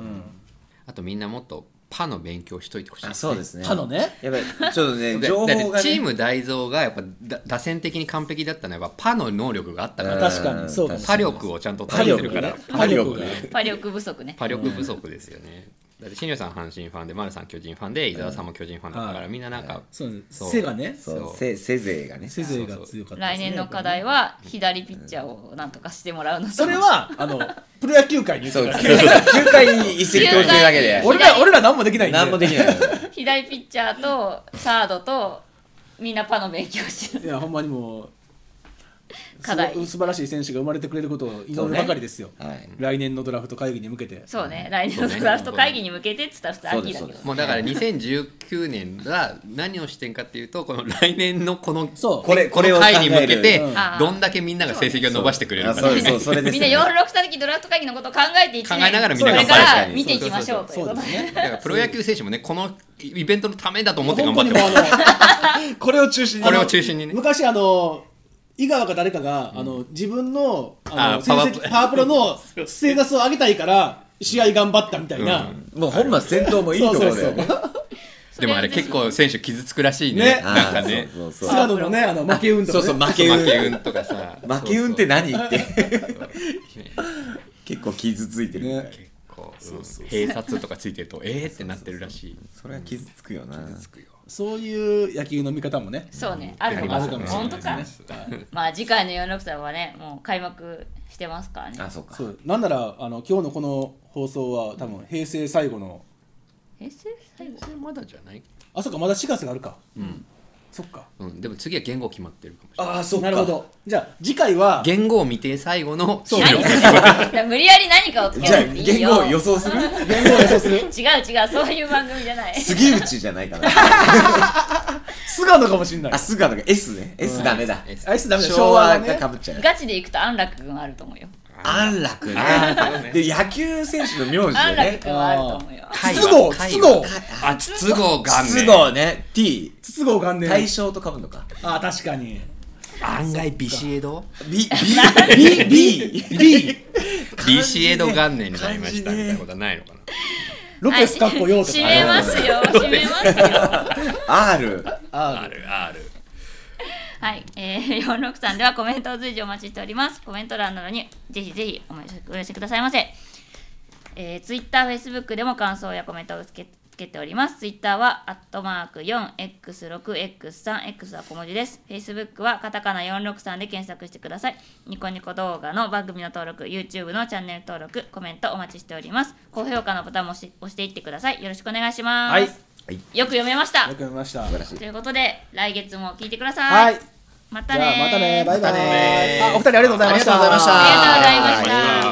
[SPEAKER 4] あとみんなもっとパの勉強しといてほしい
[SPEAKER 3] あそうですね
[SPEAKER 2] 他の ね
[SPEAKER 3] やっぱりちょっとね
[SPEAKER 4] で
[SPEAKER 3] 情報
[SPEAKER 4] だ
[SPEAKER 3] が
[SPEAKER 4] ってチ
[SPEAKER 3] ね
[SPEAKER 4] ーム大蔵がやっぱだ打線的に完璧だったのはやっぱパの能力があったか
[SPEAKER 3] うん
[SPEAKER 4] ら
[SPEAKER 2] 確かにそうかも
[SPEAKER 4] パ力をちゃんと
[SPEAKER 2] パ
[SPEAKER 4] 足りて
[SPEAKER 2] 力
[SPEAKER 4] るから
[SPEAKER 2] ねパ力が
[SPEAKER 1] パリ力不足ね
[SPEAKER 4] パ力不足ですよねだって新庄さん阪神ファンで丸さん巨人ファンで伊沢さんも巨人ファンだったか
[SPEAKER 2] は
[SPEAKER 4] らみんななんか
[SPEAKER 2] そうです
[SPEAKER 4] そう
[SPEAKER 2] 背がね
[SPEAKER 3] そ
[SPEAKER 4] そうう
[SPEAKER 3] せせぜいがね
[SPEAKER 2] 背勢が強かったで
[SPEAKER 1] 来
[SPEAKER 2] すね
[SPEAKER 1] 年の課題は左ピッチャーをなんとかしてもらうのと
[SPEAKER 2] それはあのプロ野球界に言っ
[SPEAKER 3] そ
[SPEAKER 2] て
[SPEAKER 3] う
[SPEAKER 2] ください
[SPEAKER 3] 9回に一石投じてるだけで
[SPEAKER 1] 球界
[SPEAKER 2] 俺ら俺ら何もできないんで
[SPEAKER 3] 何もできない
[SPEAKER 1] 左ピッチャーとサードとみんなパの勉強して
[SPEAKER 2] いやほんまにもう
[SPEAKER 1] 課題
[SPEAKER 2] すご素晴らしい選手が生まれてくれることを祈るばかりですよ、
[SPEAKER 3] はい
[SPEAKER 2] 来年のドラフト会議に向けて
[SPEAKER 1] そうね来年のドラフト会議に向けてっつったら普通秋だ
[SPEAKER 3] そう
[SPEAKER 1] け
[SPEAKER 3] で
[SPEAKER 1] ど
[SPEAKER 3] す
[SPEAKER 4] もうだから2019年が何をしてんかっていうとこの来年のこの
[SPEAKER 2] そう
[SPEAKER 3] これこれを
[SPEAKER 4] の
[SPEAKER 3] 考える
[SPEAKER 4] 回に向けて
[SPEAKER 2] うん
[SPEAKER 4] どんだけみんなが成績を伸ばしてくれる
[SPEAKER 3] あ
[SPEAKER 4] か
[SPEAKER 3] そう
[SPEAKER 4] ら
[SPEAKER 3] そうそれです
[SPEAKER 1] みんな
[SPEAKER 3] ね
[SPEAKER 1] 46さ時ドラフト会議のことを考えてい
[SPEAKER 4] 考えながらみんな
[SPEAKER 1] これ
[SPEAKER 4] 頑
[SPEAKER 1] か
[SPEAKER 4] 張る
[SPEAKER 1] ら見ていきましょうという
[SPEAKER 2] そ
[SPEAKER 1] こ
[SPEAKER 2] う
[SPEAKER 1] と
[SPEAKER 2] で
[SPEAKER 1] です
[SPEAKER 2] ね
[SPEAKER 4] だからプロ野球選手もねこのイベントのためだと思って頑
[SPEAKER 2] 本
[SPEAKER 4] 張
[SPEAKER 2] 当に
[SPEAKER 4] っ
[SPEAKER 2] も
[SPEAKER 4] て
[SPEAKER 2] う
[SPEAKER 4] ま
[SPEAKER 2] あ
[SPEAKER 4] す
[SPEAKER 2] のこれを中心に
[SPEAKER 4] これを中心にね
[SPEAKER 2] 昔あの井川か誰かが、あの自分のあの
[SPEAKER 4] あ
[SPEAKER 2] 成
[SPEAKER 4] パワープ
[SPEAKER 2] 績パワープロのステータスを上げたいから試合頑張ったみたいな、
[SPEAKER 3] もう本末転倒もいいところだよね
[SPEAKER 4] でもあれ結構選手傷つくらしい
[SPEAKER 2] ね
[SPEAKER 4] ねなんかね
[SPEAKER 3] あーそうそうそう
[SPEAKER 2] 菅野のねあの負け運とか、ね、
[SPEAKER 3] そうそう負
[SPEAKER 4] 負
[SPEAKER 3] け
[SPEAKER 4] け
[SPEAKER 3] 運
[SPEAKER 4] 運とかさ
[SPEAKER 3] 負け運って何って 結構傷ついてるみたい、
[SPEAKER 2] ね
[SPEAKER 4] こう閉殺とかついてるとえーってなってるらしい
[SPEAKER 3] それは傷つくよな
[SPEAKER 4] つくよ
[SPEAKER 2] そういう野球の見方もね
[SPEAKER 1] そうねあるかも
[SPEAKER 2] あるかもしれない
[SPEAKER 1] 本
[SPEAKER 2] で
[SPEAKER 1] 当
[SPEAKER 2] すね
[SPEAKER 1] かまあ次回の46歳はねもう開幕してますからね
[SPEAKER 3] あそうか
[SPEAKER 2] そうなんならあの今日のこの放送は多分平成最後の
[SPEAKER 1] 平成最後
[SPEAKER 4] まだじゃない
[SPEAKER 2] あそっかまだ4月があるかそっか
[SPEAKER 4] うんでも次は言語決まってるかもしれない
[SPEAKER 3] ああそ
[SPEAKER 2] なるほどじゃあ次回は
[SPEAKER 4] 言語を見て最後の資料
[SPEAKER 1] 何かね無理やり何かをつけ
[SPEAKER 3] じゃあ
[SPEAKER 1] るっていい
[SPEAKER 3] 言
[SPEAKER 1] よ
[SPEAKER 3] 語を予想する
[SPEAKER 2] 言語を予想す る
[SPEAKER 1] 違う違うそういう番組じゃない
[SPEAKER 3] 杉内じゃないかな
[SPEAKER 2] 菅野かもしれない
[SPEAKER 3] あ菅野が S ね S ダメだ
[SPEAKER 4] S
[SPEAKER 2] アイスダメだ
[SPEAKER 3] 昭和がか
[SPEAKER 2] ね
[SPEAKER 3] ぶっちゃう
[SPEAKER 1] ガチで行くと安楽君あると思うよ
[SPEAKER 3] 安楽ね
[SPEAKER 4] 安楽ね
[SPEAKER 3] で野球選手の名字
[SPEAKER 1] 安楽
[SPEAKER 3] でね
[SPEAKER 1] 君はあると思うよ
[SPEAKER 4] 会話
[SPEAKER 2] 筒香
[SPEAKER 4] 会話
[SPEAKER 2] 筒香
[SPEAKER 4] あ筒香がね
[SPEAKER 3] 筒香ね T
[SPEAKER 2] 筒香元年
[SPEAKER 3] 対象とかぶのか
[SPEAKER 2] あ確かに
[SPEAKER 4] 案外ビシエド
[SPEAKER 3] B B B B
[SPEAKER 4] ビシエド元年になりましたみたいなことはないのかな
[SPEAKER 2] ロペスかっこよう と
[SPEAKER 1] 締め
[SPEAKER 2] か
[SPEAKER 1] ますよ締めますよ
[SPEAKER 3] R
[SPEAKER 2] あ
[SPEAKER 4] R R
[SPEAKER 1] はい、えー、46さんではコメントを随時お待ちしておりますコメント欄などにぜひぜひお寄せお寄せくださいませえー、Twitter、Facebook でも感想やコメントをつけつけております。Twitter は、アットマーク 4x6x3、x は小文字です。Facebook は、カタカナ463で検索してください。ニコニコ動画の番組の登録、YouTube のチャンネル登録、コメントお待ちしております。高評価のボタンも押し押していってください。よろしくお願いします。
[SPEAKER 2] はい
[SPEAKER 3] はい
[SPEAKER 1] よく読めました
[SPEAKER 2] あよ。く見ました
[SPEAKER 3] 素晴らしい
[SPEAKER 1] ということで、来月も聞いてください。
[SPEAKER 2] はい
[SPEAKER 1] また
[SPEAKER 2] じ
[SPEAKER 1] ね
[SPEAKER 2] ゃあ
[SPEAKER 1] ー
[SPEAKER 2] またねバイバ
[SPEAKER 3] またね
[SPEAKER 2] イあお二人ありがとうございました
[SPEAKER 3] ありがとうございました
[SPEAKER 1] ありがとうございました。